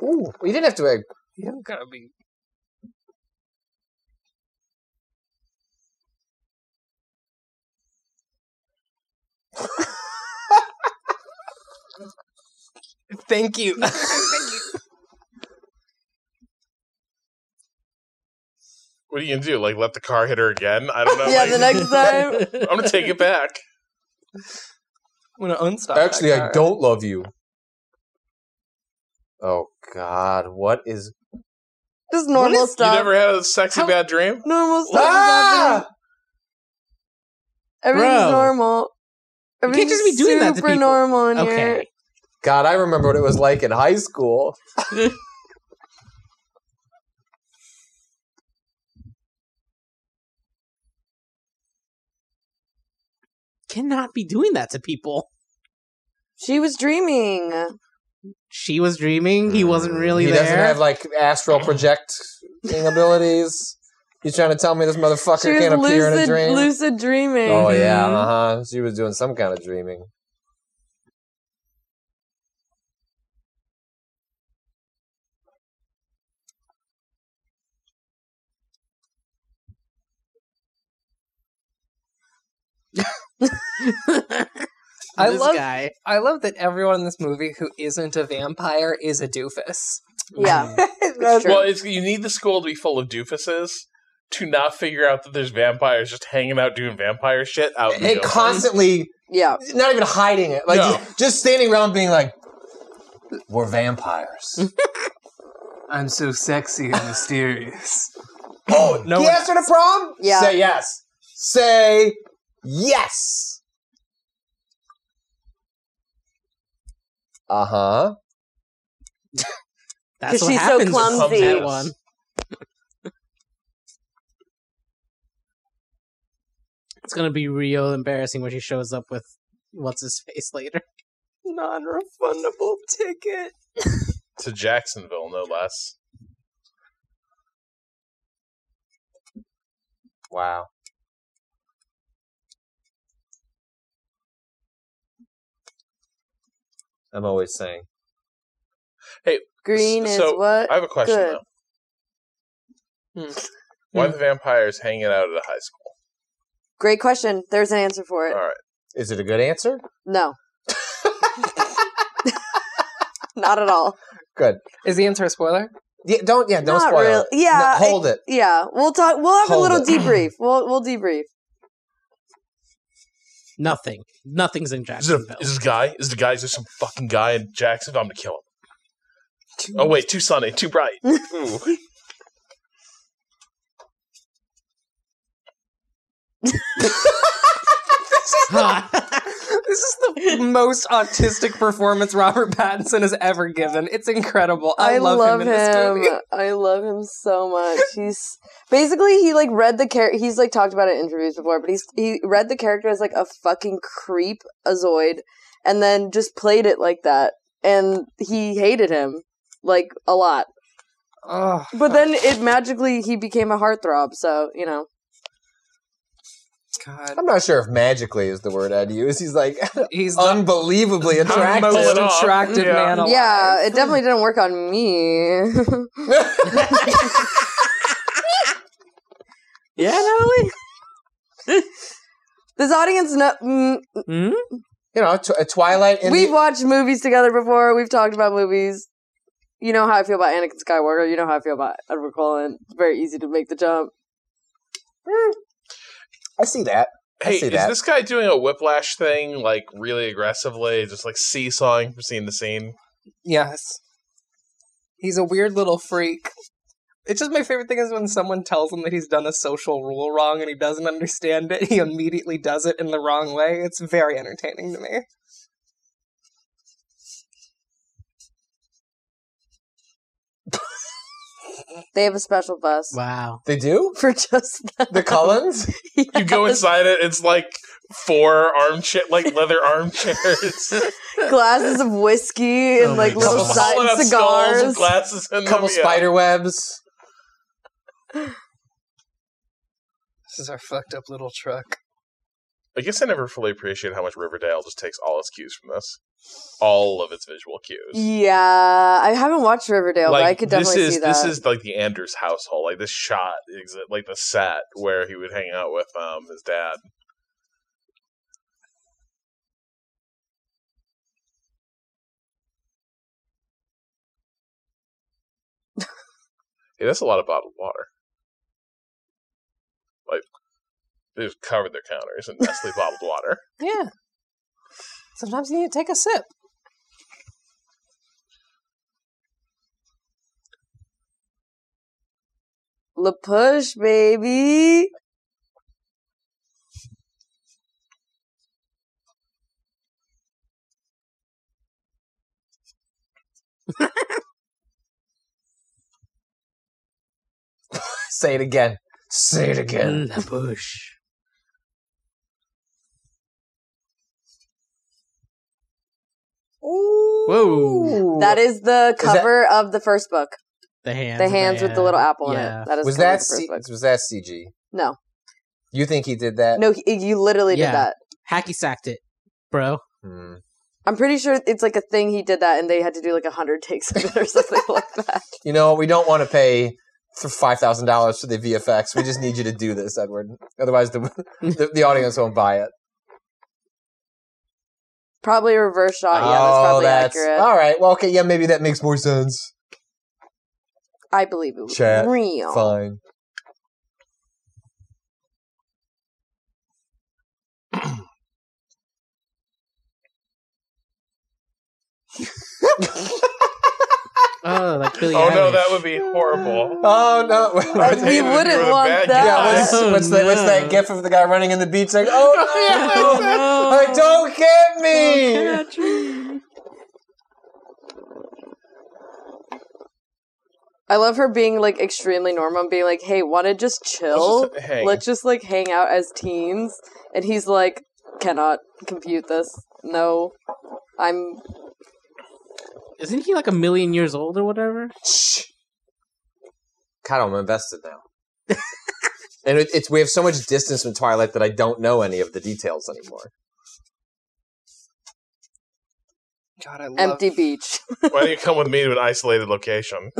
Speaker 5: Ooh, you didn't have to uh,
Speaker 2: You gotta be. [laughs] [laughs] Thank you.
Speaker 4: What are you gonna do? Like let the car hit her again?
Speaker 3: [laughs]
Speaker 4: I don't know.
Speaker 3: yeah
Speaker 4: like-
Speaker 3: the
Speaker 4: [laughs]
Speaker 3: next time.
Speaker 4: I'm gonna take it back.
Speaker 2: I'm gonna unstop. that
Speaker 5: Actually, I
Speaker 2: car.
Speaker 5: don't love you. Oh God, what is?
Speaker 3: Just [laughs] normal
Speaker 2: is- you
Speaker 3: stuff.
Speaker 4: You never had a sexy
Speaker 1: How-
Speaker 4: bad dream?
Speaker 3: normal stuff. is happening.
Speaker 5: Ah!
Speaker 3: Everything's
Speaker 1: Ah! Bro.
Speaker 3: normal.
Speaker 1: You can't just be doing that to
Speaker 3: super
Speaker 1: people.
Speaker 3: normal in here.
Speaker 1: Okay.
Speaker 5: God, I remember what it was like in high school.
Speaker 1: Cannot be doing that to people.
Speaker 3: She was dreaming.
Speaker 1: She was dreaming. He wasn't really
Speaker 5: Mm. he
Speaker 1: there.
Speaker 5: doesn't have like astral projecting abilities. He's trying to tell me this motherfucker
Speaker 3: She was
Speaker 5: can't appear in a
Speaker 3: lucid,
Speaker 5: dream.
Speaker 3: lucid dreaming.
Speaker 5: Oh [laughs] yeah,
Speaker 1: Mhm.
Speaker 5: uh huh. She was doing some kind of dreaming.
Speaker 2: I
Speaker 1: this
Speaker 2: love-
Speaker 1: guy.
Speaker 2: I love that everyone in this movie who isn't a vampire is a doofus.
Speaker 3: Yeah. [laughs] That's true.
Speaker 4: Well, it's, you need the school to be full of doofuses to not figure out that there's vampires just hanging out doing vampire shit out in the
Speaker 5: It
Speaker 4: open.
Speaker 5: constantly,
Speaker 3: yeah.
Speaker 5: not even hiding it, like
Speaker 4: No.
Speaker 5: just, just standing around being like,
Speaker 3: [laughs]
Speaker 5: "We're vampires."
Speaker 2: I'm so sexy and mysterious.
Speaker 5: oh,
Speaker 2: No one-
Speaker 5: yes or the prom?
Speaker 3: Yeah.
Speaker 5: Say yes. Say yes. Uh huh.
Speaker 3: Uh-huh.
Speaker 1: That's
Speaker 3: 'Cause
Speaker 1: what
Speaker 3: she's so
Speaker 1: happens.
Speaker 3: clumsy.
Speaker 1: That one. It's gonna be real embarrassing when she shows up with what's his face later.
Speaker 2: [laughs] Non-refundable ticket.
Speaker 4: to Jacksonville, no less.
Speaker 5: Wow. I'm always saying.
Speaker 3: Green
Speaker 4: So,
Speaker 3: is what?
Speaker 4: I have a question
Speaker 3: Good.
Speaker 4: though.
Speaker 2: Hmm.
Speaker 4: Why the vampires hanging out at a high school?
Speaker 3: Great question. There's an answer for it.
Speaker 4: All right.
Speaker 5: Is it a good answer? [laughs]
Speaker 3: No. [laughs] Not at all.
Speaker 5: Good.
Speaker 2: Is the answer a [laughs] spoiler?
Speaker 5: Yeah, don't yeah, don't
Speaker 3: Not
Speaker 5: spoil
Speaker 3: real-
Speaker 5: it.
Speaker 3: yeah,
Speaker 5: No, hold it.
Speaker 3: Yeah, we'll talk. We'll have
Speaker 5: Hold
Speaker 3: a little
Speaker 5: it. [laughs]
Speaker 3: debrief. We'll we'll debrief.
Speaker 1: Nothing. Nothing's in
Speaker 4: Is, it
Speaker 1: Jacksonville.
Speaker 4: a, is this a guy? Is the guy? Is there some fucking guy in Jacksonville? I'm gonna kill him. Oh wait, too sunny,
Speaker 3: [laughs]
Speaker 4: too bright. Ooh.
Speaker 2: This is the most autistic performance Robert Pattinson has ever given. It's incredible. I, love, him in this movie. [laughs]
Speaker 3: I love him so much. He's basically he like read the character. He's like talked about it in interviews before, but he's he read the character as like a fucking creep azoid, and then just played it like that. And he hated him like a lot.
Speaker 2: Oh,
Speaker 3: But then it magically he became a heartthrob. So you know,
Speaker 2: God.
Speaker 5: I'm not sure if magically is the word I'd use. He's like
Speaker 2: He's the
Speaker 5: unbelievably
Speaker 2: most
Speaker 5: attractive.
Speaker 4: Unbelievable. off.
Speaker 2: attractive
Speaker 4: Yeah.
Speaker 2: man alive.
Speaker 3: yeah, it definitely didn't work on me. [laughs]
Speaker 1: yeah, Natalie.
Speaker 3: this audience, no, mm,
Speaker 1: Hmm?
Speaker 5: you know, tw- a Twilight in
Speaker 3: we've
Speaker 5: the,
Speaker 3: watched movies together before. We've talked about movies. You know how I feel about Anakin Skywalker. You know how I feel about Edward Cullen. It's very easy to make the jump.
Speaker 5: I see that. I
Speaker 4: hey,
Speaker 5: see
Speaker 4: is
Speaker 5: that.
Speaker 4: this guy doing a whiplash thing like really aggressively, just like seesawing from scene to scene?
Speaker 2: Yes. He's a weird little freak. It's just my favorite thing is when someone tells him that he's done a social rule wrong and he doesn't understand it, he immediately does it in the wrong way. It's very entertaining to me.
Speaker 3: They have a special bus
Speaker 1: Wow.
Speaker 5: They do?
Speaker 3: [laughs] for just that. [laughs]
Speaker 5: The Cullens?
Speaker 3: Oh,
Speaker 4: You go inside it, it's like four armchair, like leather armchairs,
Speaker 3: [laughs] glasses of whiskey and
Speaker 1: Oh
Speaker 3: like
Speaker 1: my
Speaker 3: little
Speaker 4: Couple
Speaker 1: God.
Speaker 4: hollowed
Speaker 3: side
Speaker 4: out skulls with
Speaker 3: cigars.
Speaker 4: glasses, and
Speaker 5: couple spider webs.
Speaker 2: This is our fucked up little truck.
Speaker 4: I guess I never fully appreciate how much Riverdale just takes all its cues from this, all of its visual cues.
Speaker 3: Yeah, I haven't watched Riverdale, but I could definitely
Speaker 4: this is
Speaker 3: see that.
Speaker 4: this is like the Anders household, like this shot, is it- like the set where he would hang out with um his dad. hey, that's a lot of bottled water. Like they just covered their counters in Nestle bottled water.
Speaker 2: Yeah. Sometimes you need to take a sip.
Speaker 3: La Push, baby.
Speaker 5: Say it again. Say it again.
Speaker 1: La bush. Whoa.
Speaker 3: That is the cover of the first book.
Speaker 1: The hands.
Speaker 3: the hands with the little apple in
Speaker 1: Yeah.
Speaker 3: it. That is
Speaker 5: was
Speaker 3: the cover of the
Speaker 5: that
Speaker 3: first
Speaker 5: C-
Speaker 3: book.
Speaker 5: was that CG?
Speaker 3: No,
Speaker 5: You think he did that?
Speaker 3: no, he, you literally
Speaker 1: Yeah.
Speaker 3: did that.
Speaker 1: Hacky sacked it, bro.
Speaker 5: Hmm.
Speaker 3: I'm pretty sure it's like a thing he did that, and they had to do like a hundred takes of it or something
Speaker 5: [laughs]
Speaker 3: like that.
Speaker 5: You know, we don't want to pay for five thousand dollars for the VFX. We just need you to do this, Edward. Otherwise, the the, the audience won't buy it.
Speaker 3: Probably a reverse shot. Uh, Yeah, that's
Speaker 5: oh,
Speaker 3: probably
Speaker 5: that's
Speaker 3: accurate.
Speaker 5: all right. Well, okay, yeah, maybe that makes more sense.
Speaker 3: I believe it was
Speaker 5: Chat.
Speaker 3: real.
Speaker 5: Fine.
Speaker 1: Oh, like Billy
Speaker 4: Oh no,
Speaker 1: Eilish.
Speaker 4: that
Speaker 3: [laughs]
Speaker 4: would be horrible.
Speaker 5: Oh
Speaker 3: But
Speaker 5: no. [laughs]
Speaker 3: we
Speaker 4: David,
Speaker 3: wouldn't
Speaker 4: you're a
Speaker 3: want
Speaker 4: bad
Speaker 3: that.
Speaker 5: Yeah, what's,
Speaker 1: Oh,
Speaker 5: what's, that, what's
Speaker 1: no.
Speaker 5: that gif of the guy running in the beach like, [laughs] oh, no.
Speaker 1: Oh, [laughs]
Speaker 5: like, don't get
Speaker 3: Oh,
Speaker 5: me! [laughs]
Speaker 3: I love her being like extremely normal and being like, "Hey, want to just chill?
Speaker 4: Let's just hang."
Speaker 3: Let's just like hang out as teens." And he's like, "Cannot compute this. No, I'm
Speaker 1: Isn't he like a million years old or whatever?
Speaker 5: God, I'm invested now. and it, it's we have so much distance from Twilight that I don't know any of the details anymore.
Speaker 2: God, I love
Speaker 3: empty beach."
Speaker 4: [laughs] Why don't you come with me to an
Speaker 3: [laughs]
Speaker 4: isolated location?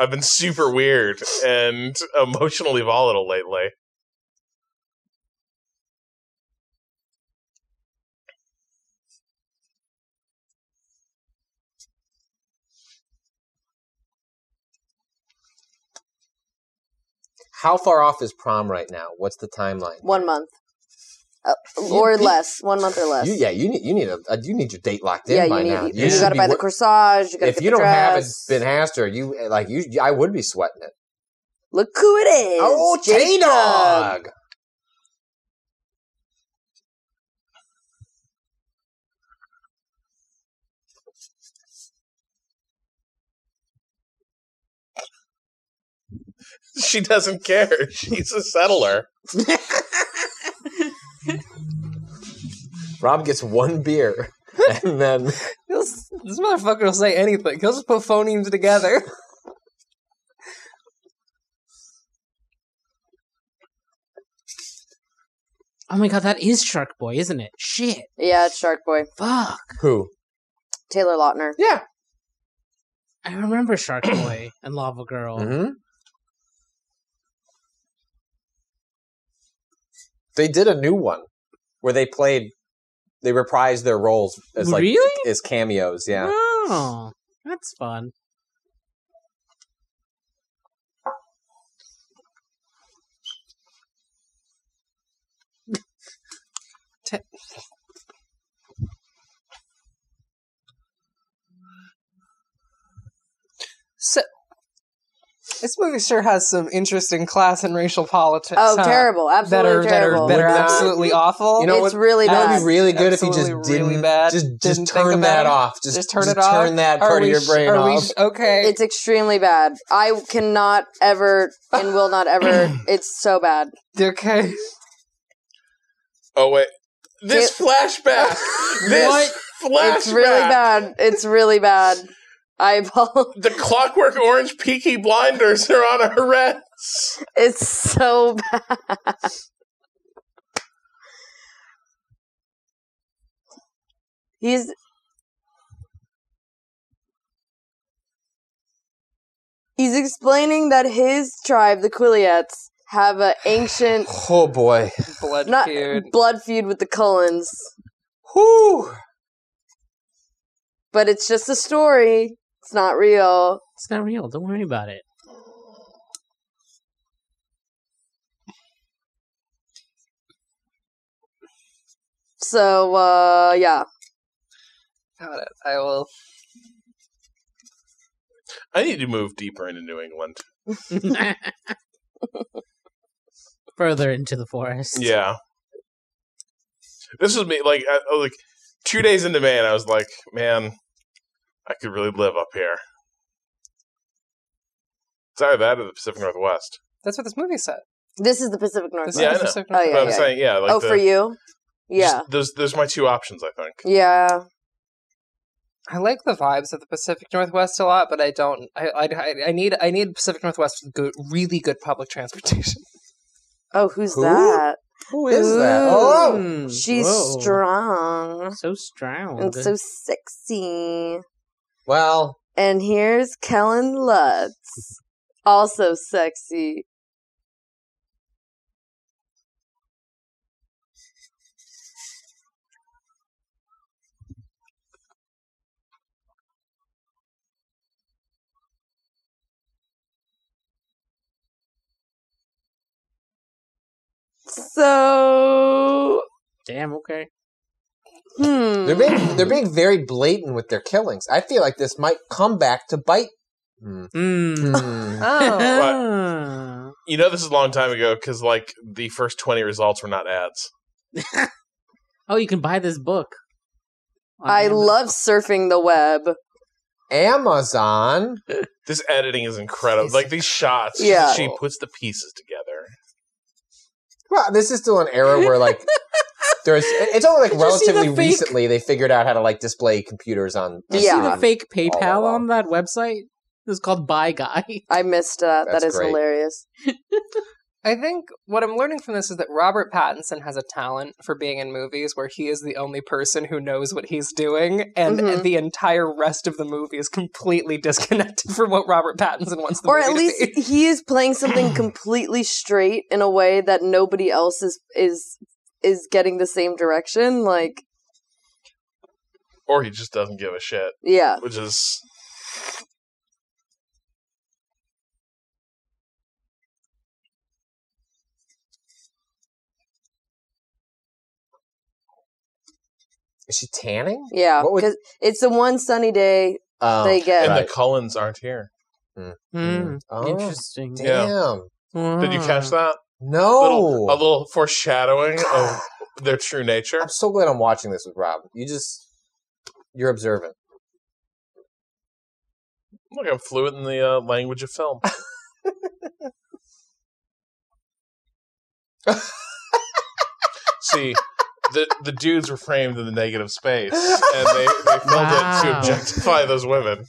Speaker 4: I've been super weird and emotionally volatile lately. [laughs]
Speaker 5: How far off is prom right now? What's the timeline?
Speaker 3: One month, uh, or less. One month or less.
Speaker 5: You, yeah, you need you need a uh, you need your date locked in
Speaker 3: yeah,
Speaker 5: by
Speaker 3: you need.
Speaker 5: now.
Speaker 3: You,
Speaker 5: should
Speaker 3: gotta
Speaker 5: be
Speaker 3: buy the
Speaker 5: wor-
Speaker 3: corsage. You gotta
Speaker 5: If
Speaker 3: get
Speaker 5: you
Speaker 3: the
Speaker 5: don't have it
Speaker 3: dress.
Speaker 5: been asked or you like you, I would be sweating it.
Speaker 3: look who it is.
Speaker 5: Oh, J
Speaker 3: Jacob.
Speaker 5: Dog.
Speaker 4: She doesn't care. [laughs] She's a settler.
Speaker 5: Rob gets one beer, [laughs] and then
Speaker 2: He'll s- this motherfucker will say anything. He'll just put phonemes together.
Speaker 1: Oh my god, that is Shark Boy, isn't it? Shit,
Speaker 3: Yeah, it's Shark Boy.
Speaker 1: fuck.
Speaker 5: who?
Speaker 3: Taylor Lautner.
Speaker 5: Yeah.
Speaker 1: I remember [coughs] Shark Boy and Lava Girl.
Speaker 2: Um,
Speaker 5: Mm-hmm. They did a new one where they played, they reprised their roles as like
Speaker 1: really?
Speaker 5: as cameos. Yeah,
Speaker 1: Oh, that's fun.
Speaker 2: So this movie sure has some interesting class and racial politics.
Speaker 3: Oh,
Speaker 2: huh?
Speaker 3: terrible!
Speaker 2: That
Speaker 3: Absolutely
Speaker 2: are that
Speaker 3: terrible.
Speaker 2: are that are
Speaker 5: Would not-
Speaker 2: absolutely awful.
Speaker 5: You know
Speaker 3: it's
Speaker 5: what-
Speaker 3: really
Speaker 5: that
Speaker 3: bad.
Speaker 5: would be really good if you just
Speaker 2: Absolutely
Speaker 5: didn't
Speaker 2: really bad.
Speaker 5: just just
Speaker 2: Didn't think
Speaker 5: turn that
Speaker 2: about it.
Speaker 5: off. Just,
Speaker 2: just turn
Speaker 5: just
Speaker 2: it off.
Speaker 5: Turn that
Speaker 2: Are
Speaker 5: part of
Speaker 2: we
Speaker 5: your
Speaker 2: sh-
Speaker 5: brain
Speaker 2: are we
Speaker 5: off.
Speaker 2: sh- okay.
Speaker 3: it's extremely bad. I cannot ever and will not
Speaker 5: [clears throat]
Speaker 3: ever. It's so bad.
Speaker 2: okay.
Speaker 4: Oh wait. This
Speaker 3: [laughs]
Speaker 4: flashback. This flashback.
Speaker 3: It's really bad. It's really bad. I apologize.
Speaker 4: The Clockwork Orange Peaky Blinders are on our [laughs] reds.
Speaker 3: It's so [laughs] bad. He's He's explaining that his tribe, the Quileates, have an
Speaker 4: [sighs]
Speaker 3: ancient
Speaker 5: Oh boy.
Speaker 2: [laughs] Blood
Speaker 3: not
Speaker 2: feud.
Speaker 3: blood feud with the Cullens,
Speaker 5: Whew.
Speaker 3: but it's just a story. It's not real.
Speaker 1: It's not real. Don't worry about it. [laughs]
Speaker 3: So uh yeah.
Speaker 2: Got it. I will.
Speaker 4: I need to move deeper into New England.
Speaker 1: Further into the forest.
Speaker 4: Yeah. This was me. Like, I, I was like two days into Maine, I was like, man, I could really live up here. It's either that or the Pacific Northwest.
Speaker 2: That's what this movie said.
Speaker 3: This is the Pacific
Speaker 2: This
Speaker 3: Northwest.
Speaker 4: Yeah, I
Speaker 2: is
Speaker 4: know.
Speaker 2: Pacific
Speaker 3: Oh, yeah,
Speaker 4: But I'm
Speaker 2: Northwest.
Speaker 4: saying, yeah, like
Speaker 3: oh,
Speaker 4: the,
Speaker 3: for you?
Speaker 4: just-
Speaker 3: Yeah.
Speaker 4: those those are my two options. I think.
Speaker 3: Yeah.
Speaker 2: I like the vibes of the Pacific Northwest a lot, but I don't. I I, I- I need I need Pacific Northwest with good, really good public transportation. [laughs]
Speaker 3: Oh, who's
Speaker 5: Who?
Speaker 3: that?
Speaker 5: Who is that?
Speaker 3: Ooh.
Speaker 5: Oh,
Speaker 1: Mm,
Speaker 3: She's
Speaker 1: whoa.
Speaker 3: strong
Speaker 1: So strong.
Speaker 3: and so sexy.
Speaker 5: well,
Speaker 3: And here's Kellen Lutz, also sexy. So,
Speaker 1: Damn. Okay.
Speaker 3: hmm.
Speaker 5: they're
Speaker 2: Mm.
Speaker 5: being they're being very blatant with their killings. I feel like this might come back to bite. Hmm.
Speaker 1: Mm.
Speaker 5: Hmm.
Speaker 1: [laughs]
Speaker 2: Oh,
Speaker 1: Ah.
Speaker 4: You know, this is a long time ago because like the first twenty results were not ads.
Speaker 1: oh, you can buy this book. on
Speaker 3: I
Speaker 1: Amazon.
Speaker 3: love surfing the web.
Speaker 5: Amazon.
Speaker 4: This editing is incredible.
Speaker 1: Jeez.
Speaker 4: Like these shots,
Speaker 3: Yeah.
Speaker 4: she puts the pieces together.
Speaker 5: Well, this is still an era
Speaker 1: [laughs]
Speaker 5: where like there's it's only like
Speaker 1: Did you see the
Speaker 5: relatively
Speaker 1: fake-
Speaker 5: recently they figured out how to like display computers on.
Speaker 1: Did
Speaker 3: Yeah.
Speaker 1: you see the fake PayPal
Speaker 5: wow.
Speaker 1: on that website? It was called Buy Guy.
Speaker 3: I missed that.
Speaker 5: That's
Speaker 3: that is
Speaker 5: great.
Speaker 3: hilarious.
Speaker 2: I think what I'm learning from this is that Robert Pattinson has a talent for being in movies where he is the only person who knows what he's doing, and
Speaker 3: Mhm.
Speaker 2: the entire rest of the movie is completely disconnected [laughs] from what Robert Pattinson wants the
Speaker 3: or at
Speaker 2: movie to
Speaker 3: least
Speaker 2: be.
Speaker 3: he is playing something completely straight in a way that nobody else is is is getting the same direction like
Speaker 4: Or he just doesn't give a shit,
Speaker 3: yeah
Speaker 4: which is
Speaker 5: Is she tanning?
Speaker 3: yeah
Speaker 5: What was-
Speaker 3: because it's the one sunny day
Speaker 5: Oh,
Speaker 3: they get
Speaker 4: and
Speaker 5: Right.
Speaker 4: the Cullens aren't here.
Speaker 1: Hmm.
Speaker 5: Oh,
Speaker 1: Interesting.
Speaker 5: Damn.
Speaker 4: Did you catch
Speaker 3: Mm.
Speaker 4: that?
Speaker 5: No.
Speaker 4: Little,
Speaker 2: Oh.
Speaker 4: oh. a little foreshadowing of their true nature.
Speaker 5: I'm so glad I'm watching this with Rob. You just you're observant.
Speaker 4: Look, I'm fluent in the uh, language of film.
Speaker 2: [laughs]
Speaker 4: See, the the dudes were framed in the negative space, and
Speaker 2: [laughs]
Speaker 4: they, they filled it to
Speaker 1: Wow.
Speaker 4: objectify those women.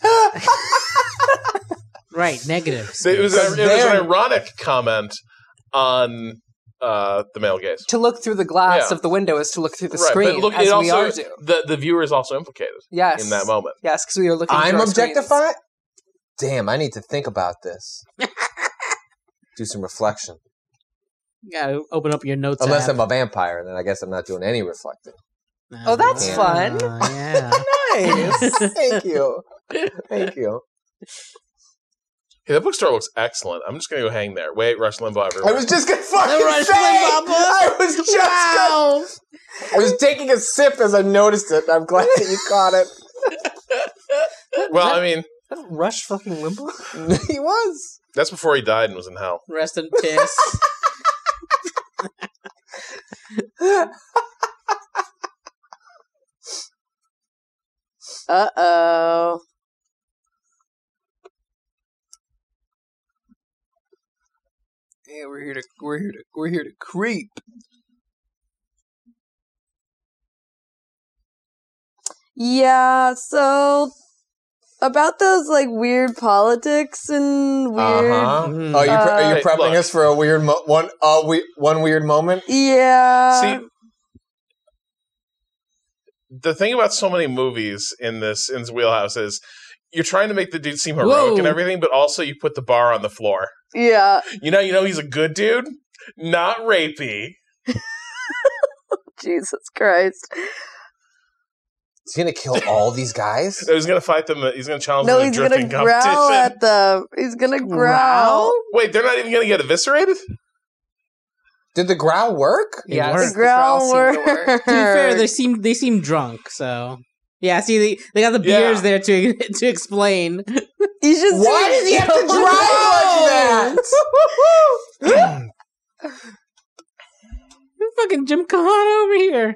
Speaker 1: Right. Negative.
Speaker 4: It was, a- it was
Speaker 5: They're-
Speaker 4: an ironic comment on uh, the male gaze.
Speaker 2: to look through the glass
Speaker 4: Yeah.
Speaker 2: of the window is to look through the
Speaker 4: Right,
Speaker 2: screen,
Speaker 4: but look,
Speaker 2: as
Speaker 4: it
Speaker 2: we
Speaker 4: also
Speaker 2: are do.
Speaker 4: the the viewer is also implicated
Speaker 2: Yes,
Speaker 4: in that moment.
Speaker 2: Yes, because we are looking.
Speaker 5: I'm
Speaker 2: through our screens.
Speaker 5: objectified. Damn, I need to think about
Speaker 1: [laughs]
Speaker 5: this. Do some reflection.
Speaker 1: You gotta open up your notes.
Speaker 5: Unless
Speaker 1: app.
Speaker 5: I'm a vampire, then I guess I'm not doing any reflecting.
Speaker 2: Oh, that's fun.
Speaker 1: [laughs] Yeah.
Speaker 5: Nice. [laughs]
Speaker 1: [laughs]
Speaker 5: Thank you. Thank you.
Speaker 4: Hey, that bookstore looks excellent. I'm just gonna go hang there. Wait, Rush Limbaugh.
Speaker 5: I
Speaker 4: Everywhere.
Speaker 5: was just gonna fucking
Speaker 1: The Russian
Speaker 5: say. it!
Speaker 1: bubble.
Speaker 5: I was just
Speaker 1: wow.
Speaker 5: gonna, I was taking a sip as I noticed it. I'm glad that you caught it.
Speaker 4: well, I mean,
Speaker 2: That Rush fucking
Speaker 5: [laughs]
Speaker 2: Limbaugh.
Speaker 5: he was.
Speaker 4: that's before he died and was in hell.
Speaker 1: Rest in
Speaker 2: [laughs]
Speaker 1: piss.
Speaker 3: uh-oh
Speaker 2: Yeah, we're here to we're here to we're here to creep.
Speaker 3: yeah so about those like weird politics and weird
Speaker 5: Uh-huh.
Speaker 1: Mm.
Speaker 5: Oh, you pre- are
Speaker 4: Uh,
Speaker 5: you prepping
Speaker 4: Look.
Speaker 5: us for a weird mo- one? Uh, we- one weird moment.
Speaker 3: yeah
Speaker 4: See, the thing about so many movies in this in this wheelhouse is you're trying to make the dude seem heroic
Speaker 1: Whoa.
Speaker 4: and everything, but also you put the bar on the floor.
Speaker 3: yeah
Speaker 4: You know, you know he's a good dude, not rapey.
Speaker 3: jesus christ
Speaker 5: He's gonna kill all these guys.
Speaker 4: So he's gonna fight them. He's gonna challenge
Speaker 3: no
Speaker 4: them
Speaker 3: he's
Speaker 4: in a
Speaker 3: gonna
Speaker 4: drifting
Speaker 3: growl
Speaker 4: competition.
Speaker 3: at them he's gonna growl
Speaker 1: Growl?
Speaker 4: Wait, they're not even gonna get eviscerated.
Speaker 5: [laughs] Did the growl work?
Speaker 1: It
Speaker 2: Yes,
Speaker 1: worked.
Speaker 3: the
Speaker 1: The
Speaker 3: growl
Speaker 2: seemed to work. [laughs]
Speaker 3: work
Speaker 1: To be fair, they seem they seem drunk. So yeah, see they, they got the
Speaker 4: Yeah.
Speaker 1: beers there to [laughs] to explain.
Speaker 3: He's just
Speaker 5: Why
Speaker 3: doing-
Speaker 5: does he have
Speaker 1: [laughs]
Speaker 3: [laughs]
Speaker 5: to growl like that?
Speaker 1: [laughs] Fucking Jim Kahn over here.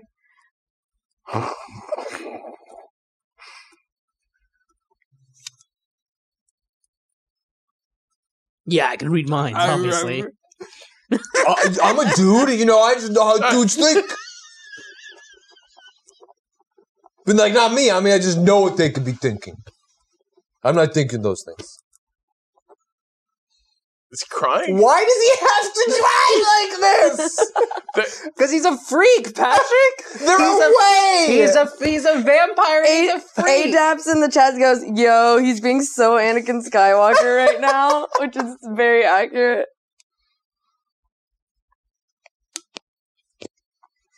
Speaker 1: Yeah, I can read minds,
Speaker 2: I- I-
Speaker 1: obviously.
Speaker 5: I, Uh, I'm a dude, you know. I just know [laughs] how dudes think. But like, not me. I mean, I just know what they could be thinking. I'm not thinking those things.
Speaker 4: Is he crying?
Speaker 5: Why does he have to try like this?
Speaker 2: Because he's a freak, [laughs] Patrick.
Speaker 5: They're
Speaker 2: He's a-
Speaker 5: away.
Speaker 2: he's a he's a vampire. He's a freak.
Speaker 3: Adapts in the chat goes, "Yo, he's being so Anakin Skywalker right now," [laughs] which is very accurate.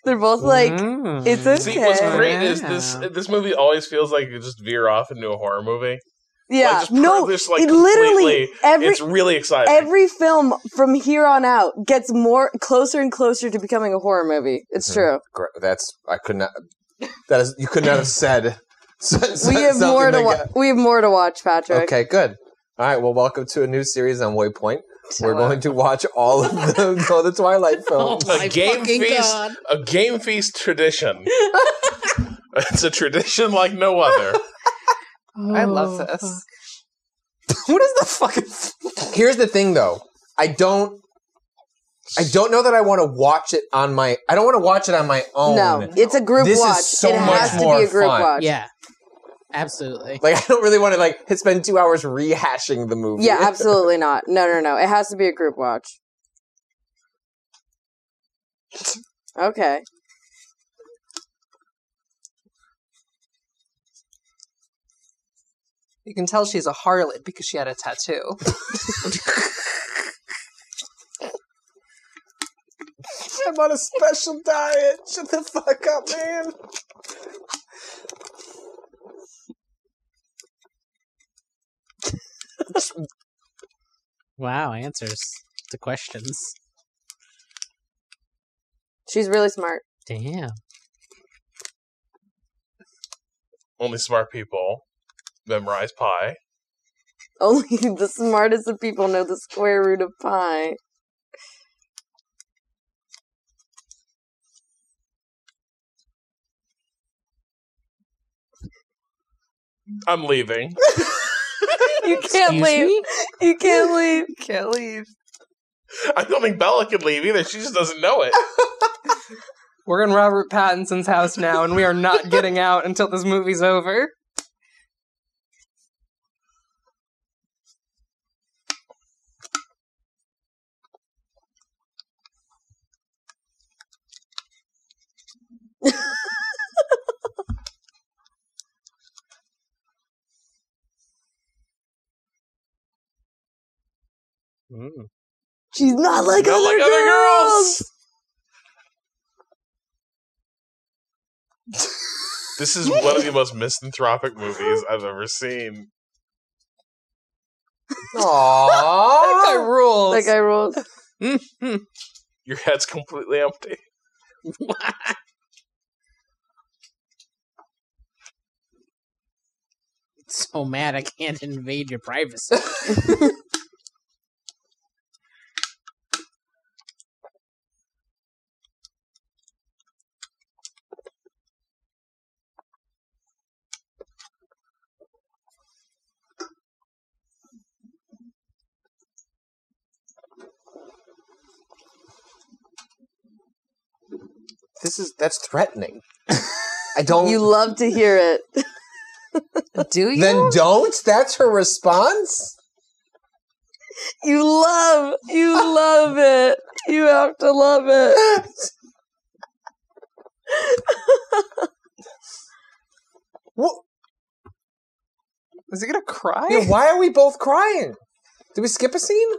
Speaker 3: They're both like,
Speaker 1: Mm.
Speaker 3: it's a-
Speaker 4: See, what's
Speaker 3: Okay.
Speaker 4: great is this this movie always feels like you just veer off into a horror movie.
Speaker 3: "Yeah,
Speaker 4: Like, just
Speaker 3: no,
Speaker 4: purpose, like,
Speaker 3: it literally
Speaker 4: completely-
Speaker 3: every
Speaker 4: it's really exciting.
Speaker 3: every film from here on out gets more closer and closer to becoming a horror movie. It's
Speaker 5: Mhm.
Speaker 3: true.
Speaker 5: Gr- That's I could not. That is you could not have said. [laughs] so- so-
Speaker 3: We have
Speaker 5: something
Speaker 3: more to
Speaker 5: that
Speaker 3: wa-
Speaker 5: got-
Speaker 3: we have more to watch, Patrick.
Speaker 5: Okay, good. All right. Well, welcome to a new series on Waypoint. We're
Speaker 3: Chill out.
Speaker 5: going to watch all of the, [laughs] all the Twilight [laughs] films.
Speaker 4: a game feast, a game feast
Speaker 3: [laughs]
Speaker 4: tradition. it's a tradition like no other.
Speaker 2: I love
Speaker 1: Oh, fuck.
Speaker 2: this. [laughs] what is the fucking?
Speaker 5: Here's the thing, though. I don't. I don't know that I want to watch it on my. I don't want to watch it on my own.
Speaker 3: No, it's a group
Speaker 5: This is
Speaker 3: watch.
Speaker 5: so
Speaker 3: it has
Speaker 5: much
Speaker 3: to
Speaker 5: more
Speaker 3: be a group
Speaker 5: fun.
Speaker 3: watch.
Speaker 1: Yeah, absolutely.
Speaker 5: Like I don't really want to like spend two hours rehashing the movie.
Speaker 3: Yeah, absolutely not. No, no, no. It has to be a group watch. Okay.
Speaker 2: You can tell she's a harlot because she had a [laughs] tattoo.
Speaker 5: I'm on a special diet.
Speaker 2: [laughs]
Speaker 5: Shut the fuck up, man.
Speaker 1: Wow, answers to questions.
Speaker 3: She's really smart. [laughs]
Speaker 1: Damn.
Speaker 4: Only smart people memorize pi.
Speaker 3: Only the smartest of people know the square root of pi.
Speaker 4: I'm leaving.
Speaker 2: [laughs]
Speaker 3: You can't
Speaker 1: Excuse
Speaker 3: leave.
Speaker 1: me?
Speaker 3: You can't leave.
Speaker 2: Can't leave.
Speaker 4: I don't think Bella can leave either. She just doesn't know it.
Speaker 2: We're in Robert Pattinson's house now, and we are [laughs] not getting out until this movie's over.
Speaker 1: Mm.
Speaker 3: She's not [laughs] like,
Speaker 4: Not
Speaker 3: other,
Speaker 4: like
Speaker 3: girls.
Speaker 4: other girls. This is one of the most misanthropic movies I've ever seen.
Speaker 5: [laughs]
Speaker 2: That [gasps] guy
Speaker 5: Aww.
Speaker 3: That
Speaker 2: rules.
Speaker 3: guy rules.
Speaker 4: Your head's completely empty.
Speaker 1: so mad [laughs] I can't invade your privacy.
Speaker 5: This is that's threatening. I don't.
Speaker 3: You love to hear it.
Speaker 2: Do you?
Speaker 5: then don't. That's her response.
Speaker 3: You love. You love it. You have to love it.
Speaker 5: What?
Speaker 2: is he gonna cry?
Speaker 5: Yeah, why are we both crying? Did we skip a scene?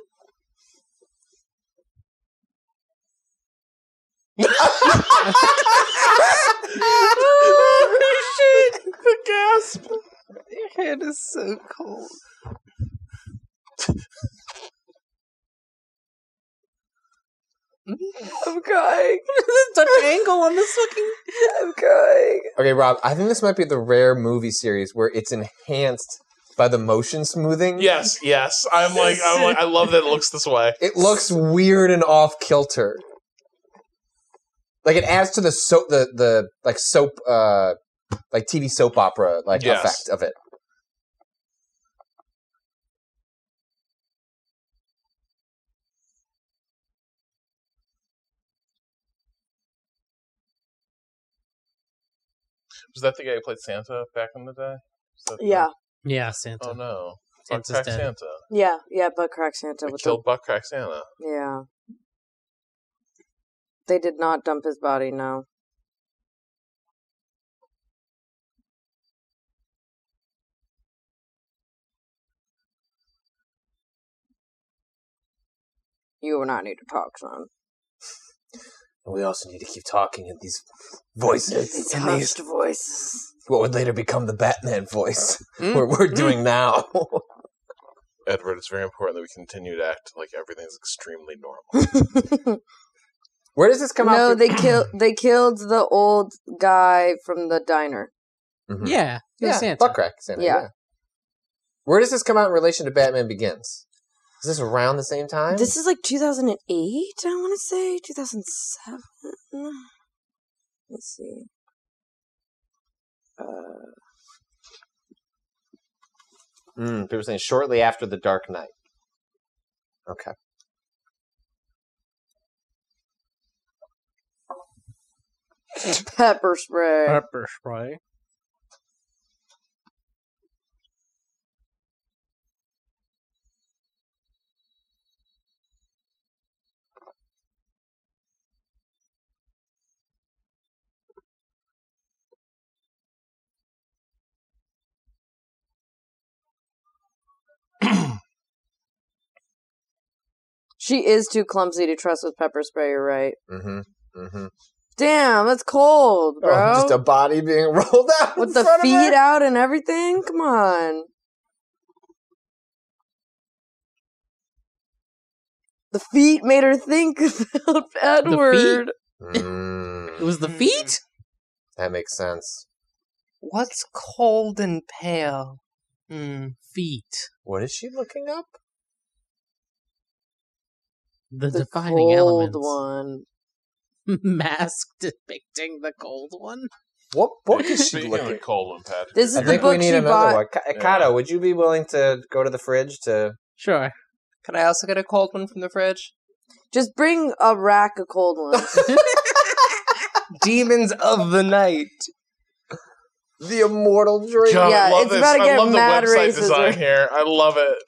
Speaker 2: the gasp. [laughs] Your hand is so cold.
Speaker 3: I'm crying.
Speaker 2: Such angle on this fucking.
Speaker 3: [laughs] I'm crying.
Speaker 5: Okay, Rob, I think this might be the rare movie series where it's enhanced by the motion smoothing.
Speaker 4: Yes, yes. I'm like, I'm like, I love that it looks this way.
Speaker 5: It looks weird and off kilter. Like it adds to the soap the the like soap uh like TV soap opera like
Speaker 4: Yes.
Speaker 5: effect of it.
Speaker 4: Was that the guy who played Santa back in the day? Is that the-
Speaker 3: Yeah,
Speaker 1: Yeah, Santa.
Speaker 4: oh no. Buck
Speaker 1: Santa's
Speaker 4: crack
Speaker 1: dead.
Speaker 4: Santa.
Speaker 3: yeah, yeah. Butt crack Santa
Speaker 4: They
Speaker 3: with the
Speaker 4: killed Buck crack Santa.
Speaker 3: yeah. They did not dump his body. No. You will not need to talk, son.
Speaker 5: And we also need to keep talking in these voices. in these,
Speaker 3: Hushed [laughs] voices.
Speaker 5: what would later become the Batman voice. [laughs]
Speaker 2: Mm.
Speaker 5: What we're doing now. [laughs]
Speaker 4: Edward, it's very important that we continue to act like everything's extremely normal.
Speaker 5: Where does this come
Speaker 3: no, [clears throat]
Speaker 5: out?
Speaker 3: they killed. They killed the old guy from the diner.
Speaker 5: Mhm.
Speaker 1: Yeah, it was
Speaker 5: [clears throat] Yeah,
Speaker 1: Santa.
Speaker 5: Buckrack Santa.
Speaker 3: Mm-hmm. Yeah.
Speaker 5: Yeah. Where does this come out in relation to Batman Begins? Is this around the same time?
Speaker 3: This is like 2008. I want to say 2007. Let's see. Uh,
Speaker 5: Mm, people saying shortly after the Dark Knight. Okay.
Speaker 3: pepper spray.
Speaker 1: Pepper spray.
Speaker 3: She is too clumsy to trust with pepper spray. You're right.
Speaker 5: Mm-hmm. Mm-hmm.
Speaker 3: Damn, that's cold, bro.
Speaker 5: Oh, just a body being [laughs] rolled out in
Speaker 3: with the
Speaker 5: front of her?
Speaker 3: feet out and everything. Come on. The feet made her think [laughs] about Edward.
Speaker 1: It
Speaker 5: Mm,
Speaker 1: was
Speaker 3: Mm-hmm.
Speaker 1: the feet?
Speaker 5: that makes sense.
Speaker 2: What's cold and pale? Mm.
Speaker 1: Feet.
Speaker 5: What is she looking up?
Speaker 1: The,
Speaker 3: The
Speaker 1: defining
Speaker 3: cold
Speaker 1: elements.
Speaker 3: one.
Speaker 1: [laughs] Mask depicting the cold one.
Speaker 5: What book [laughs] is she
Speaker 4: [laughs] Speaking
Speaker 5: looking?
Speaker 4: of Colin Patrick,
Speaker 3: This
Speaker 5: I
Speaker 3: is the
Speaker 5: think we
Speaker 3: book
Speaker 5: need
Speaker 3: she
Speaker 5: another
Speaker 3: bought.
Speaker 5: one. Ka-
Speaker 4: Yeah.
Speaker 5: Kato, would you be willing to go to the fridge to?
Speaker 1: Sure.
Speaker 2: Could I also get a cold one from the fridge?
Speaker 3: Just bring a rack of
Speaker 5: [laughs]
Speaker 3: cold ones.
Speaker 2: Demons of the night.
Speaker 5: The immortal drink.
Speaker 4: God,
Speaker 3: Yeah,
Speaker 4: I love
Speaker 3: it's
Speaker 4: this.
Speaker 3: about to
Speaker 4: I
Speaker 3: get
Speaker 4: love the
Speaker 3: mad
Speaker 4: website
Speaker 3: racism.
Speaker 4: design here. I love it.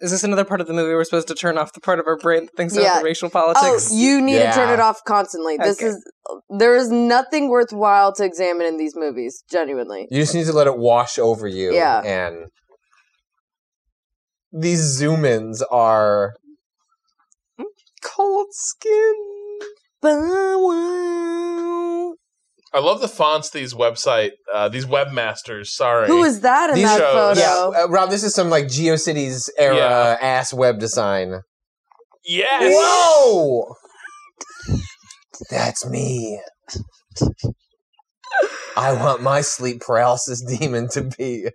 Speaker 2: Is this another part of the movie we're supposed to turn off the part of our brain that thinks
Speaker 3: Yeah.
Speaker 2: about the racial
Speaker 3: oh,
Speaker 2: politics?
Speaker 3: you need to turn
Speaker 5: Yeah.
Speaker 3: it off constantly. This
Speaker 2: Okay.
Speaker 3: is there is nothing worthwhile to examine in these movies. Genuinely,
Speaker 5: You just need to let it wash over you.
Speaker 3: Yeah.
Speaker 5: And these zoom-ins are
Speaker 2: Cold skin.
Speaker 3: Bow-wow.
Speaker 4: I love the fonts these website, uh, these webmasters. Sorry,
Speaker 3: who is that in
Speaker 4: These
Speaker 3: that
Speaker 4: shows-
Speaker 3: photo?
Speaker 5: yeah, uh, Rob. This is some like GeoCities era
Speaker 4: Yeah.
Speaker 5: ass web design.
Speaker 4: yes.
Speaker 5: Whoa! That's me. I want my sleep paralysis demon to be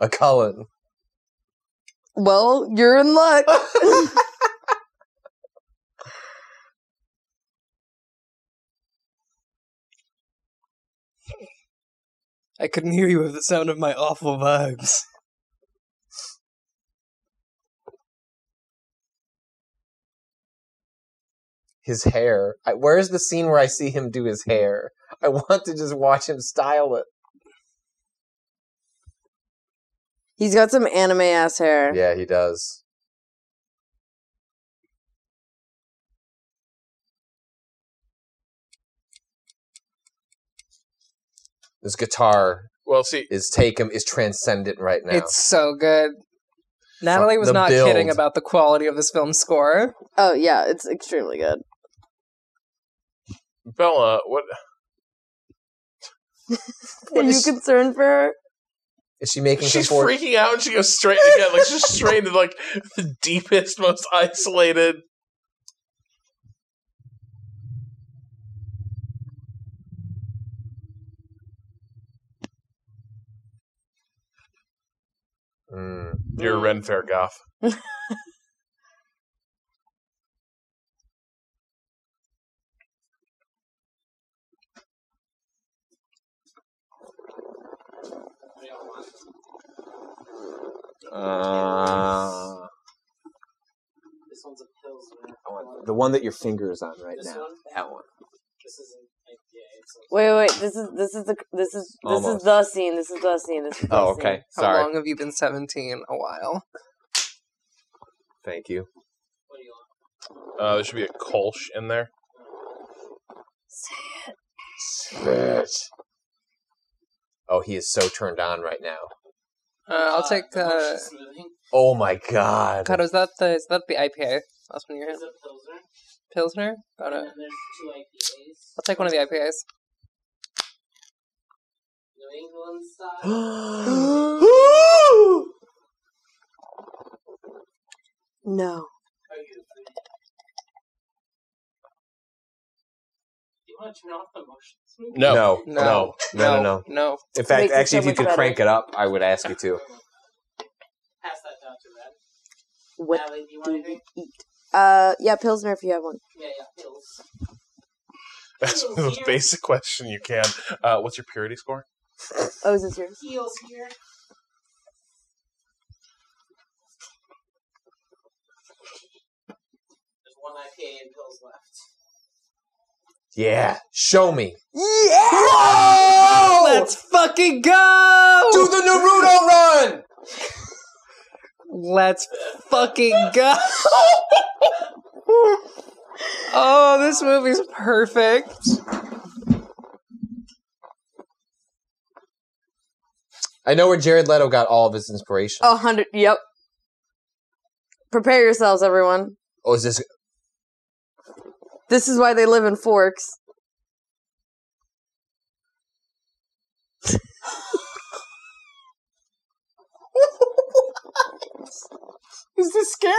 Speaker 5: a Cullen.
Speaker 3: Well, you're in
Speaker 5: [laughs]
Speaker 3: luck.
Speaker 2: I couldn't hear you with the sound of my awful vibes.
Speaker 5: His hair. I, where's the scene where I see him do his hair? I want to just watch him style it.
Speaker 3: He's got some anime ass hair.
Speaker 5: Yeah, he does. This guitar
Speaker 4: Well, see,
Speaker 5: is taken is transcendent right now.
Speaker 2: It's so good. Natalie was
Speaker 5: the
Speaker 2: not
Speaker 5: build.
Speaker 2: kidding about the quality of this film score.
Speaker 3: Oh yeah, it's extremely good.
Speaker 4: Bella, what?
Speaker 3: Are you
Speaker 5: is-
Speaker 3: concerned for her?
Speaker 5: Is she making
Speaker 4: She's
Speaker 5: some form-
Speaker 4: freaking out, and she goes straight again, like she's straight into like the deepest, most isolated.
Speaker 5: Mm.
Speaker 4: You're a Ren Fair goth.
Speaker 5: Uh, the one that your finger is on right now. That one.
Speaker 3: Wait, wait, wait. This is this is the this is this is
Speaker 5: Almost.
Speaker 3: the scene. This is the scene. This is the
Speaker 5: Oh,
Speaker 3: scene.
Speaker 5: okay.
Speaker 2: How
Speaker 5: Sorry.
Speaker 2: long have you been 17? A while.
Speaker 5: Thank you.
Speaker 4: Uh, there should be a Kolsch in there.
Speaker 5: Oh, he is so turned on right now.
Speaker 2: Uh, I'll take. Uh,
Speaker 5: Oh my god.
Speaker 2: God, is that the is that the IPA? Last one you had. Pilsner. Got it. I'll take one of the IPAs.
Speaker 3: No.
Speaker 4: No.
Speaker 5: No.
Speaker 2: No.
Speaker 5: No. No. No. no.
Speaker 2: No.
Speaker 5: In fact,
Speaker 3: Makes it
Speaker 5: actually,
Speaker 3: so
Speaker 5: if you
Speaker 3: much
Speaker 5: could
Speaker 3: better.
Speaker 5: crank it up, I would ask you to.
Speaker 3: What do you eat? Uh, yeah, Pilsner if you have one.
Speaker 4: [laughs] That's the most basic question you can. Uh, what's your purity score?
Speaker 3: Oh, is this yours?
Speaker 5: Yeah. Show me.
Speaker 2: Let's fucking go!
Speaker 5: Do the Naruto run.
Speaker 2: Let's fucking go! [laughs] oh, this movie's perfect.
Speaker 5: I know where Jared Leto got all of his inspiration.
Speaker 3: A hundred. Yep. Prepare yourselves, everyone.
Speaker 5: Oh, is this?
Speaker 3: This is why they live in forks. [laughs]
Speaker 2: Is this scary?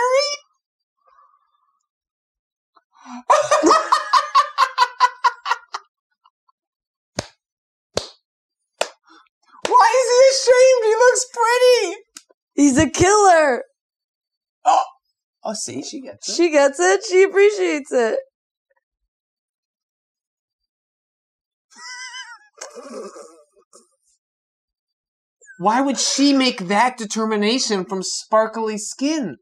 Speaker 2: Why is he ashamed? He looks pretty.
Speaker 3: He's a killer.
Speaker 5: Oh, see, she gets
Speaker 3: She gets it. She appreciates it.
Speaker 6: Why would she make that determination from sparkly skin?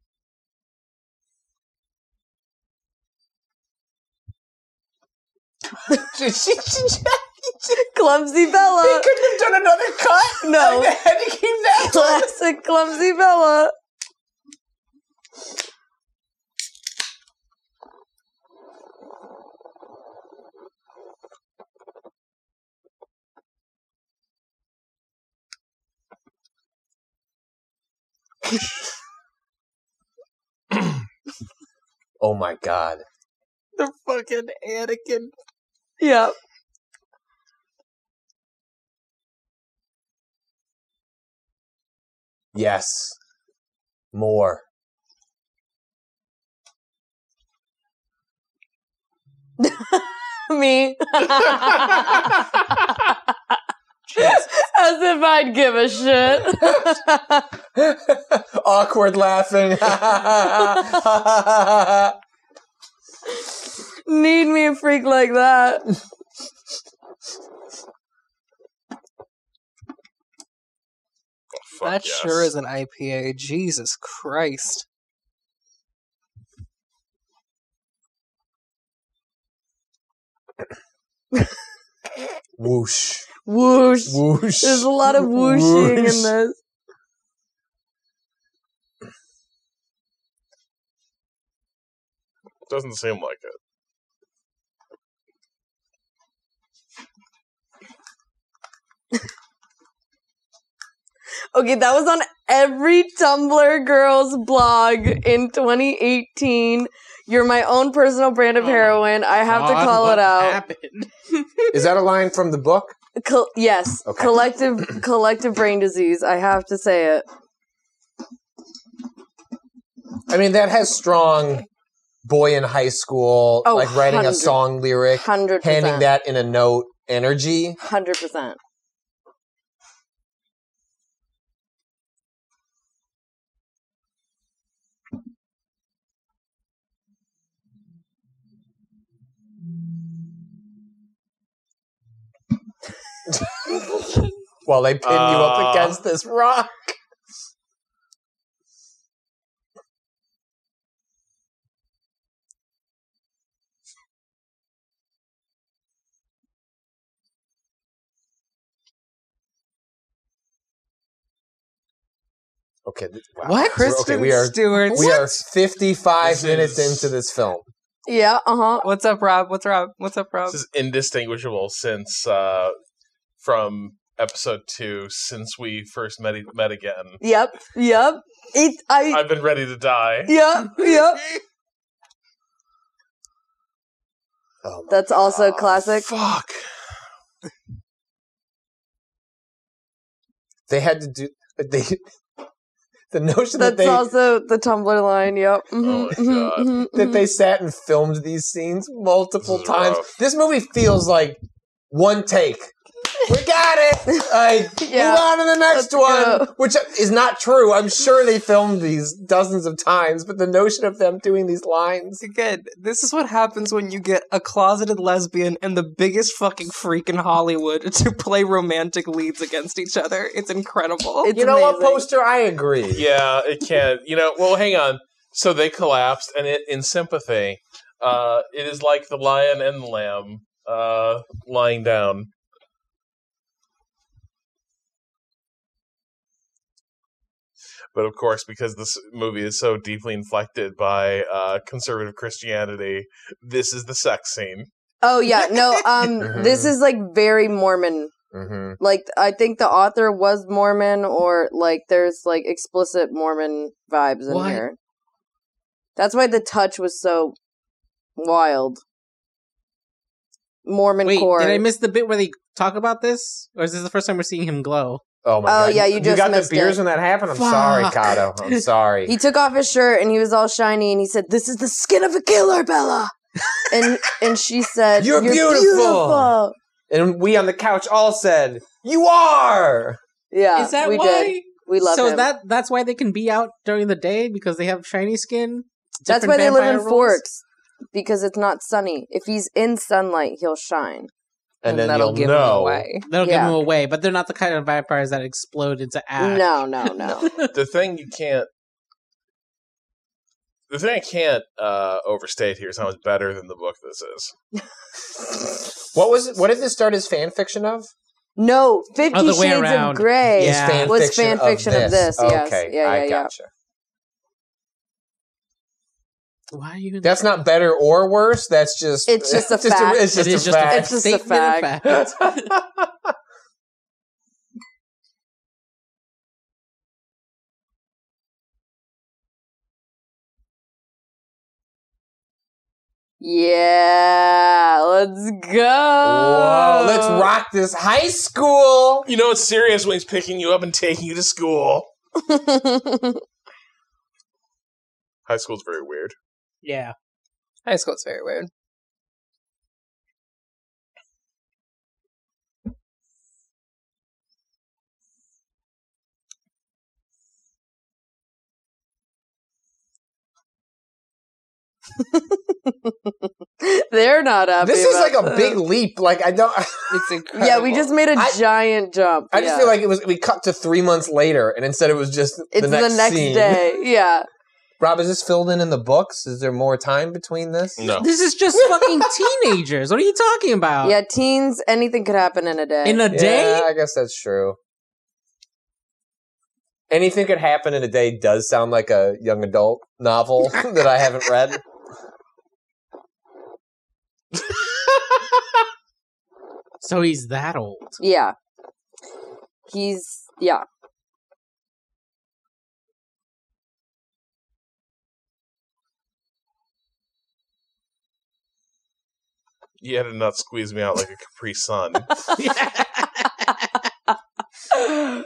Speaker 2: She, she, she, she-
Speaker 3: Clumsy Bella.
Speaker 2: couldn't have done another cut.
Speaker 3: No.
Speaker 2: I had to keep that.
Speaker 3: Classic Clumsy Bella.
Speaker 5: Oh my god.
Speaker 2: The fucking Anakin.
Speaker 3: Yep.
Speaker 5: Yes. More. [laughs]
Speaker 6: [laughs]
Speaker 3: Me. As if I'd give a
Speaker 6: [laughs]
Speaker 3: shit.
Speaker 5: Awkward laughing. [laughs]
Speaker 3: Need me a freak like that.
Speaker 4: Fuck
Speaker 2: that
Speaker 4: yes.
Speaker 2: sure is an IPA. Jesus Christ.
Speaker 5: whoosh.
Speaker 3: Whoosh.
Speaker 5: Whoosh.
Speaker 3: There's a lot of whooshing in
Speaker 5: Whoosh.
Speaker 3: this.
Speaker 4: Doesn't seem like it.
Speaker 3: Okay, that was on every Tumblr girls blog in 2018. You're my own personal brand of
Speaker 6: Oh my
Speaker 3: heroin. I have to
Speaker 6: God,
Speaker 3: call it
Speaker 6: what
Speaker 3: out.
Speaker 6: Happened?
Speaker 5: Is that a line from the book?
Speaker 3: Col- yes,
Speaker 5: Okay.
Speaker 3: collective collective brain disease. I have to say it.
Speaker 5: I mean, that has strong boy in high school,
Speaker 3: Oh,
Speaker 5: like writing a
Speaker 3: 100.
Speaker 5: song lyric,
Speaker 3: Hundred
Speaker 5: handing
Speaker 3: percent.
Speaker 5: that in a note energy.
Speaker 3: Hundred percent.
Speaker 5: while they pin you
Speaker 4: Uh.
Speaker 5: up against this rock. Okay. th- wow.
Speaker 2: What?
Speaker 5: We're- okay,
Speaker 2: Kristen
Speaker 5: we are
Speaker 2: Stewart.
Speaker 5: we are 55
Speaker 4: This
Speaker 5: minutes
Speaker 4: is-
Speaker 5: into this film.
Speaker 3: Yeah, uh huh.
Speaker 2: What's up, Rob? What's Rob? What's up, Rob?
Speaker 4: This is indistinguishable since uh, from episode two, since we first met, e, met again.
Speaker 3: Yep, yep. It, I,
Speaker 4: [laughs] I've been ready to die.
Speaker 3: yep, yep.
Speaker 5: Oh, my-
Speaker 3: That's also a classic.
Speaker 4: Ah, Fuck.
Speaker 5: they had to do they [laughs] the notion that
Speaker 3: That's
Speaker 5: they
Speaker 3: also the Tumblr line. Yep. Mhm,
Speaker 4: Oh my
Speaker 3: mhm,
Speaker 4: God.
Speaker 3: mhm,
Speaker 5: that
Speaker 3: mhm.
Speaker 5: they sat and filmed these scenes multiple
Speaker 4: This is
Speaker 5: times.
Speaker 4: rough.
Speaker 5: This movie feels like one take. We
Speaker 3: [laughs]
Speaker 5: got it. Like
Speaker 3: mm-hmm. Yeah.
Speaker 5: move on to the
Speaker 3: Let's
Speaker 5: next one,
Speaker 3: go.
Speaker 5: which is not true. I'm sure they filmed these dozens of times, but the notion of them doing these lines.
Speaker 2: Again, this is what happens when you get a closeted lesbian and the biggest fucking freak in Hollywood [laughs] to play romantic leads against each other. It's incredible.
Speaker 3: It's
Speaker 5: you know what,
Speaker 3: amazing.
Speaker 5: poster? I agree.
Speaker 4: Yeah, it can. You know, well, hang on. So they collapsed, and it, in sympathy, uh, it is like the lion and the lamb uh, lying down. But of course, because this movie is so deeply inflected by uh, conservative Christianity, this is the sex scene.
Speaker 3: Oh yeah, no. Um,
Speaker 4: [laughs]
Speaker 3: this is like very Mormon.
Speaker 5: Mm-hmm.
Speaker 3: Like I think the author was Mormon, or like there's like explicit Mormon vibes in
Speaker 7: What?
Speaker 3: here. That's why the touch was so wild. Mormon
Speaker 1: Wait,
Speaker 3: core.
Speaker 1: did I miss the bit where they talk about this, or is this the first time we're seeing him glow?
Speaker 5: Oh my
Speaker 3: Oh,
Speaker 5: god!
Speaker 3: yeah, you just
Speaker 5: got the
Speaker 3: missed
Speaker 5: beers
Speaker 3: it.
Speaker 5: when that happened. I'm sorry,
Speaker 1: Fuck.
Speaker 3: [laughs]
Speaker 5: Kato. I'm sorry.
Speaker 3: He took off his shirt and he was all shiny and he said, "This is the skin of a
Speaker 1: [laughs]
Speaker 3: killer, Bella." and and she said,
Speaker 5: You're beautiful."
Speaker 3: beautiful."
Speaker 5: and we on the couch all said, "You are."
Speaker 3: Yeah,
Speaker 1: is that
Speaker 3: we
Speaker 1: why?
Speaker 3: did. We love
Speaker 1: so
Speaker 3: him.
Speaker 1: that that's why they can be out during the day because they have shiny skin.
Speaker 3: That's
Speaker 1: Different
Speaker 3: why they live
Speaker 1: vampire
Speaker 3: in
Speaker 1: rules?
Speaker 3: forks because it's not sunny. If he's in sunlight, he'll shine.
Speaker 5: And, then
Speaker 2: that'll
Speaker 5: you'll
Speaker 2: give
Speaker 5: know.
Speaker 2: him away.
Speaker 1: That'll
Speaker 3: Yeah.
Speaker 1: give them away, but they're not the kind of vampires that explode into ash.
Speaker 3: No, no,
Speaker 5: [laughs]
Speaker 3: no.
Speaker 4: the thing you can't the thing I can't uh, overstate here is how much better than the book this is.
Speaker 5: What was? What did this start as fan fiction of?
Speaker 3: no,
Speaker 1: Other
Speaker 3: Fifty
Speaker 1: way
Speaker 3: Shades
Speaker 1: around.
Speaker 3: of Grey.
Speaker 1: Yeah.
Speaker 5: It's fan
Speaker 3: Was
Speaker 5: fiction
Speaker 3: fan fiction of this, yes.
Speaker 5: Okay,
Speaker 3: Yeah, yeah,
Speaker 5: I
Speaker 3: yeah.
Speaker 5: gotcha.
Speaker 1: Why are you? in
Speaker 5: That's
Speaker 1: there?
Speaker 5: not better or worse. That's just.
Speaker 3: It's
Speaker 5: [laughs]
Speaker 3: just a fact.
Speaker 5: it's just
Speaker 1: It is
Speaker 5: a fact.
Speaker 3: It's just a
Speaker 1: statement of
Speaker 3: fact.
Speaker 1: fact.
Speaker 3: Yeah, let's go.
Speaker 5: Whoa! Let's rock this high school.
Speaker 4: You know it's serious when he's picking you up and taking you to school. High school's very weird.
Speaker 1: Yeah.
Speaker 2: High school's very weird.
Speaker 3: They're not up.
Speaker 5: This is like a big leap. Like I don't. [laughs]
Speaker 2: It's
Speaker 3: [laughs]
Speaker 2: incredible.
Speaker 3: Yeah, we just made a
Speaker 5: I-
Speaker 3: giant jump.
Speaker 5: I just
Speaker 3: Yeah.
Speaker 5: feel like it was. We cut to three months later, and instead it was just
Speaker 3: it's
Speaker 5: the next, scene.
Speaker 3: day. [laughs] Yeah.
Speaker 5: Rob, is this filled in in the books? Is there more time between this?
Speaker 1: [laughs]
Speaker 4: No.
Speaker 1: This is just
Speaker 3: [laughs]
Speaker 1: fucking teenagers. What are you talking
Speaker 5: Uh,
Speaker 1: about?
Speaker 3: Yeah, teens, anything could happen in a day.
Speaker 1: In a day?
Speaker 5: Yeah, I guess that's true. Anything could happen in a day does sound like a young adult novel [laughs] that I haven't read.
Speaker 1: So he's that old.
Speaker 3: yeah. He's yeah.
Speaker 4: You had to not squeeze me out like a Capri Sun. [laughs]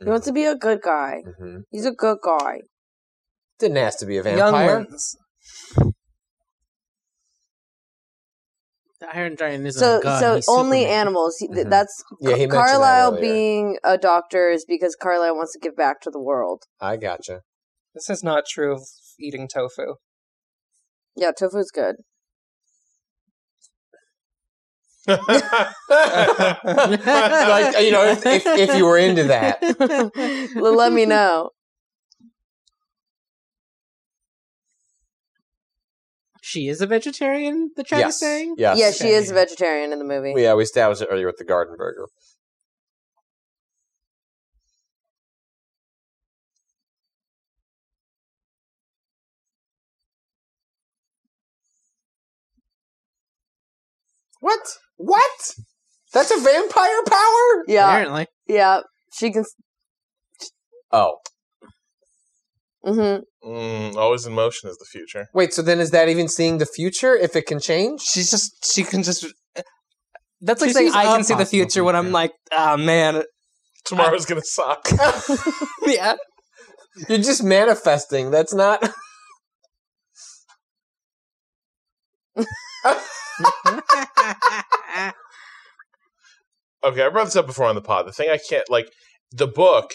Speaker 5: Mm.
Speaker 3: He wants to be a good guy.
Speaker 5: Mm-hmm.
Speaker 3: He's a good guy.
Speaker 5: Didn't have to be a
Speaker 2: young
Speaker 5: vampire.
Speaker 2: ones.
Speaker 1: The Iron Giant isn't
Speaker 3: So,
Speaker 1: a god.
Speaker 3: so
Speaker 1: he's
Speaker 3: only
Speaker 1: Superman.
Speaker 3: animals. He, th
Speaker 8: Mhm.
Speaker 3: That's
Speaker 5: Yeah, Mm-hmm. he mentioned that
Speaker 3: Carlisle
Speaker 5: earlier.
Speaker 3: being a doctor is because Carlisle wants to give back to the world.
Speaker 5: I gotcha. [laughs]
Speaker 2: This is not true of eating tofu.
Speaker 3: Yeah, tofu's good.
Speaker 5: like you know, if, if, if you were
Speaker 3: [laughs]
Speaker 5: into that,
Speaker 1: [laughs]
Speaker 3: L- Let
Speaker 5: [laughs]
Speaker 3: me know.
Speaker 1: She is a vegetarian. The chat is
Speaker 5: yes,
Speaker 1: saying.
Speaker 5: yes,
Speaker 3: yeah, she is a vegetarian in the movie.
Speaker 5: Yeah, we established it earlier with the garden burger. What? What? That's a vampire power?
Speaker 3: Yeah,
Speaker 1: Apparently,
Speaker 3: yeah. She can.
Speaker 5: Oh.
Speaker 3: hmm
Speaker 4: Mm, always in motion is the future.
Speaker 5: Wait, so then is that even seeing the future if it can change?
Speaker 2: She's just she can just. That's like
Speaker 1: She
Speaker 2: saying
Speaker 1: sees
Speaker 2: I
Speaker 1: a
Speaker 2: can see the
Speaker 1: possible
Speaker 2: future when I'm
Speaker 1: future.
Speaker 2: like, ah man, [laughs]
Speaker 4: Tomorrow's gonna suck.
Speaker 2: yeah.
Speaker 5: You're just manifesting. That's not. [laughs]
Speaker 4: okay, I brought this up before on the pod. The thing I can't like the book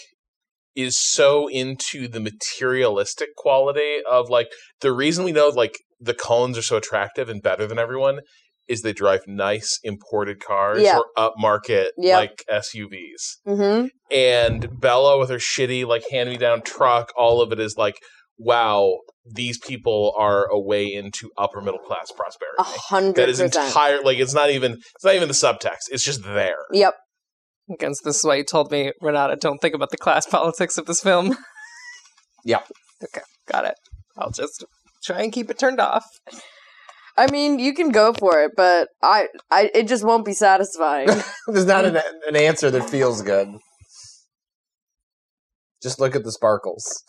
Speaker 4: is so into the materialistic quality of like the reason we know like the Collins are so attractive and better than everyone is they drive nice imported cars
Speaker 3: Yeah.
Speaker 4: or upmarket
Speaker 3: Yep.
Speaker 4: like SUVs.
Speaker 3: hmm
Speaker 4: and Bella with her shitty like hand me down truck, all of it is like, wow, these people are a way into upper middle class
Speaker 3: A
Speaker 4: prosperity.
Speaker 3: hundred
Speaker 4: That is
Speaker 3: percent.
Speaker 4: entire like it's not even it's not even the subtext. It's just there.
Speaker 3: Yep.
Speaker 2: Against this way, you told me Renata, don't think about the class [laughs] politics of this film.
Speaker 5: Yeah.
Speaker 2: Okay, got it. I'll just try and keep it turned off.
Speaker 3: I mean, you can go for it, but I, I, it just won't be satisfying.
Speaker 5: There's not an, an answer that feels good. Just look at the sparkles.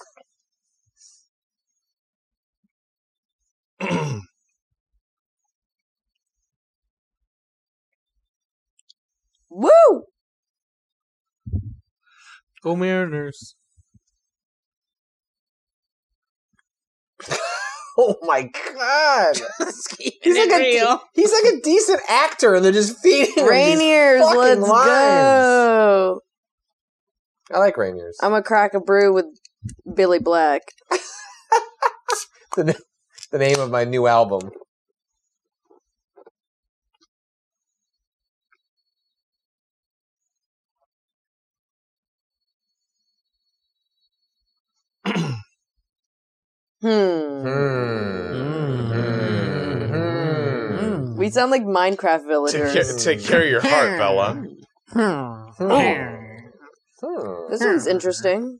Speaker 3: Woo!
Speaker 1: go Mariners.
Speaker 5: [laughs] Oh my god! [laughs] he's
Speaker 1: it
Speaker 5: like a de-
Speaker 1: real.
Speaker 5: he's like a decent actor, and they're just feeding him these-
Speaker 3: Rainiers,
Speaker 5: fucking
Speaker 3: let's
Speaker 5: lines.
Speaker 3: go.
Speaker 5: I like Rainier's.
Speaker 3: I'm gonna crack a brew with Billy Black.
Speaker 5: the name of my new album.
Speaker 3: Hmm.
Speaker 5: Mm-hmm. Hmm.
Speaker 1: Mm.
Speaker 3: We sound like Minecraft
Speaker 4: Take
Speaker 3: villagers.
Speaker 4: care, take care of your heart, Bella.
Speaker 1: Hmm.
Speaker 5: Hmm.
Speaker 3: This one's interesting.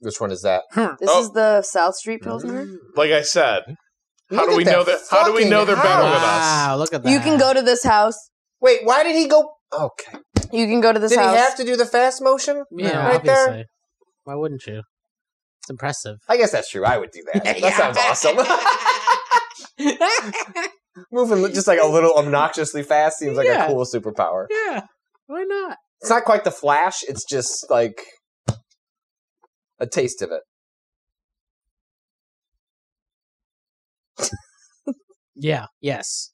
Speaker 5: Which one is that?
Speaker 3: This
Speaker 4: Oh.
Speaker 3: is the South Street Pilsner.
Speaker 4: Like I said, how
Speaker 5: Look
Speaker 4: do we
Speaker 5: at
Speaker 4: know
Speaker 5: that
Speaker 4: that? How do we
Speaker 5: fucking
Speaker 4: know they're better
Speaker 5: house.
Speaker 4: than us?
Speaker 1: Oh. Wow, look at that.
Speaker 3: You can go to this house.
Speaker 5: Wait, why did he go? Okay,
Speaker 3: You can go to this
Speaker 5: did
Speaker 3: house.
Speaker 5: he have to do the fast motion?
Speaker 1: Yeah,
Speaker 5: right
Speaker 1: obviously.
Speaker 5: there.
Speaker 1: Why wouldn't you? It's impressive.
Speaker 5: I guess that's true. I would [laughs] do that. That sounds awesome. [laughs] Moving just like a little obnoxiously fast seems like
Speaker 1: Yeah.
Speaker 5: a cool superpower.
Speaker 1: Yeah. Why not?
Speaker 5: It's not quite the Flash. It's just like a taste of it.
Speaker 1: Yeah. Yes.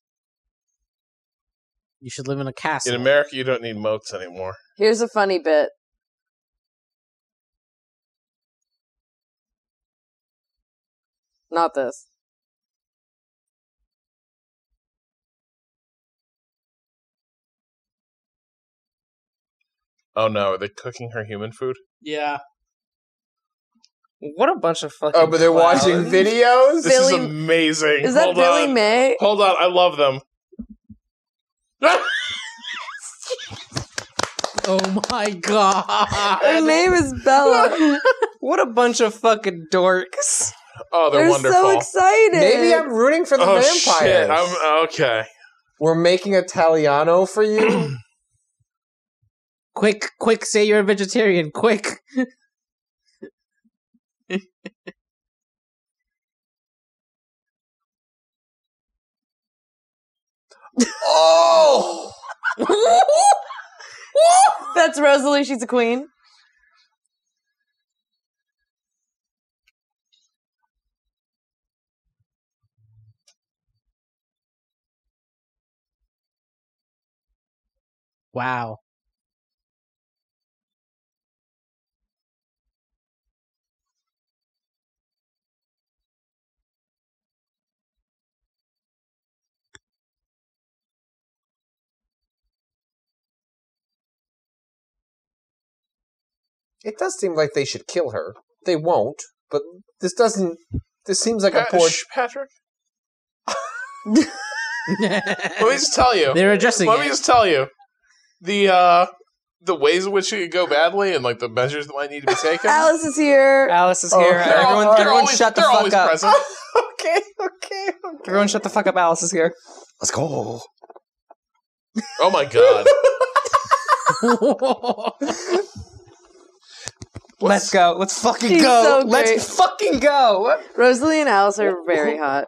Speaker 1: You should live in a castle.
Speaker 4: In America, you don't need moats anymore.
Speaker 3: Here's a funny bit. Not this.
Speaker 4: Oh no, are they cooking her human food?
Speaker 1: yeah.
Speaker 2: What a bunch of fucking.
Speaker 5: Oh, but they're
Speaker 2: clowns.
Speaker 5: watching videos.
Speaker 4: This
Speaker 3: Billy-
Speaker 4: is amazing.
Speaker 3: Is that
Speaker 4: Hold
Speaker 3: Billy
Speaker 4: on.
Speaker 3: May?
Speaker 4: Hold on, I love them.
Speaker 1: Oh my
Speaker 3: [laughs]
Speaker 1: god.
Speaker 3: Her name is
Speaker 4: [laughs]
Speaker 3: Bella.
Speaker 2: What a bunch of fucking dorks.
Speaker 4: oh, they're,
Speaker 3: They're
Speaker 4: wonderful.
Speaker 3: so excited.
Speaker 5: Maybe I'm rooting for the
Speaker 4: oh
Speaker 5: vampires.
Speaker 4: shit! I'm okay.
Speaker 5: We're making Italiano for you.
Speaker 1: quick, quick, say you're a vegetarian. Quick.
Speaker 5: oh,
Speaker 3: [laughs]
Speaker 4: [laughs]
Speaker 3: That's Rosalie. She's a queen.
Speaker 1: Wow.
Speaker 5: It does seem like they should kill her. They won't, but this doesn't. This seems like a
Speaker 4: Pat-
Speaker 5: poor.
Speaker 4: Shh, Uh, Patrick,
Speaker 1: [laughs]
Speaker 4: let me just
Speaker 5: [laughs]
Speaker 4: tell you.
Speaker 1: They're adjusting
Speaker 4: Let me
Speaker 1: it.
Speaker 4: just tell you, the uh, the ways in which it could go badly and like the measures that might need to be taken.
Speaker 5: [laughs]
Speaker 3: Alice is here.
Speaker 2: Alice is
Speaker 5: Oh,
Speaker 2: here.
Speaker 5: they're
Speaker 2: everyone,
Speaker 5: all-
Speaker 2: everyone
Speaker 4: always,
Speaker 2: shut the
Speaker 4: they're
Speaker 2: fuck
Speaker 4: always
Speaker 2: up. [laughs]
Speaker 4: present.
Speaker 5: okay, okay, okay.
Speaker 2: Everyone, shut the fuck up. Alice is here.
Speaker 5: Let's go.
Speaker 4: Oh my god!
Speaker 2: [laughs] Let's go. Let's fucking
Speaker 3: She's
Speaker 2: go.
Speaker 3: so great.
Speaker 2: Let's fucking go.
Speaker 3: Rosalie and Alice are very hot.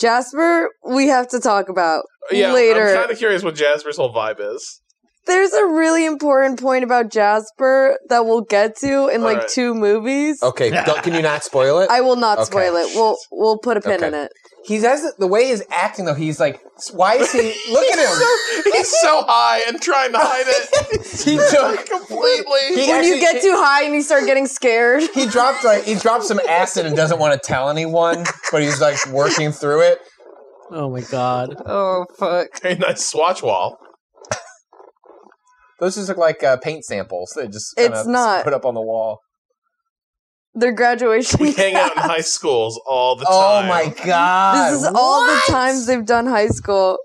Speaker 3: Jasper, we have to talk about
Speaker 4: Uh, Yeah,
Speaker 3: later.
Speaker 4: I'm kind of curious what Jasper's whole vibe is. [laughs]
Speaker 3: There's a really important point about Jasper that we'll get to in like
Speaker 4: Alright.
Speaker 3: two movies.
Speaker 5: Okay, don't- can you not spoil it?
Speaker 3: I will not
Speaker 5: Okay.
Speaker 3: spoil it. We'll we'll put a pin
Speaker 5: Okay.
Speaker 3: in it.
Speaker 5: he has the way he's acting though. He's like, why is he? Look at him.
Speaker 4: He's so high and trying to hide it
Speaker 5: he took.
Speaker 2: [laughs]
Speaker 4: completely.
Speaker 5: He
Speaker 3: When
Speaker 5: actually,
Speaker 3: you get too high and you start getting scared, [laughs]
Speaker 5: he, he dropped like he dropped some acid and doesn't want to tell anyone, but he's like working through it.
Speaker 1: oh my
Speaker 2: [laughs]
Speaker 1: god.
Speaker 2: Oh fuck.
Speaker 4: Very nice swatch wall.
Speaker 5: Those just look like uh, paint samples that just kinda
Speaker 3: It's not.
Speaker 5: put up on the wall.
Speaker 3: their graduation.
Speaker 4: We hang out in high schools all the time.
Speaker 5: Oh my god!
Speaker 3: This is all the times they've done high school.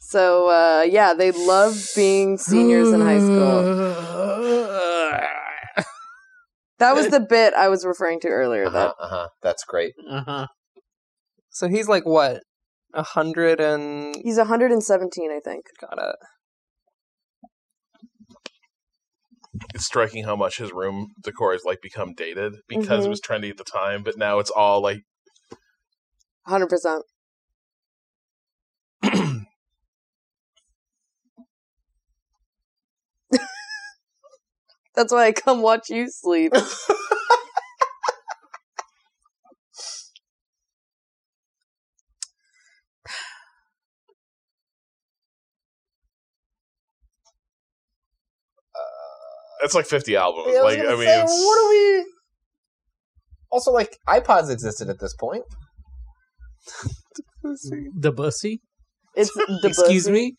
Speaker 3: So uh, yeah, they love being seniors in high
Speaker 1: Hmm.
Speaker 3: school.
Speaker 1: Uh-huh.
Speaker 3: That was the bit I was referring to earlier.
Speaker 5: Uh
Speaker 3: That
Speaker 5: huh. That's great.
Speaker 1: Uh-huh.
Speaker 2: So he's like what? A hundred and
Speaker 3: he's 117, I think.
Speaker 2: got it.
Speaker 4: It's striking how much his room decor has like become dated because it
Speaker 5: Mm-hmm.
Speaker 3: Mhm.
Speaker 4: was trendy at the time, but now it's all like
Speaker 3: 100. percent [laughs] That's why I come watch you sleep.
Speaker 4: that's like fifty albums.
Speaker 5: Yeah, I was
Speaker 4: like
Speaker 5: gonna
Speaker 4: I mean,
Speaker 5: say,
Speaker 4: it's-
Speaker 5: what are we? Also, like iPods existed at this point.
Speaker 1: The bussy?
Speaker 5: [laughs]
Speaker 3: It's the
Speaker 1: Excuse
Speaker 3: buzz.
Speaker 1: me?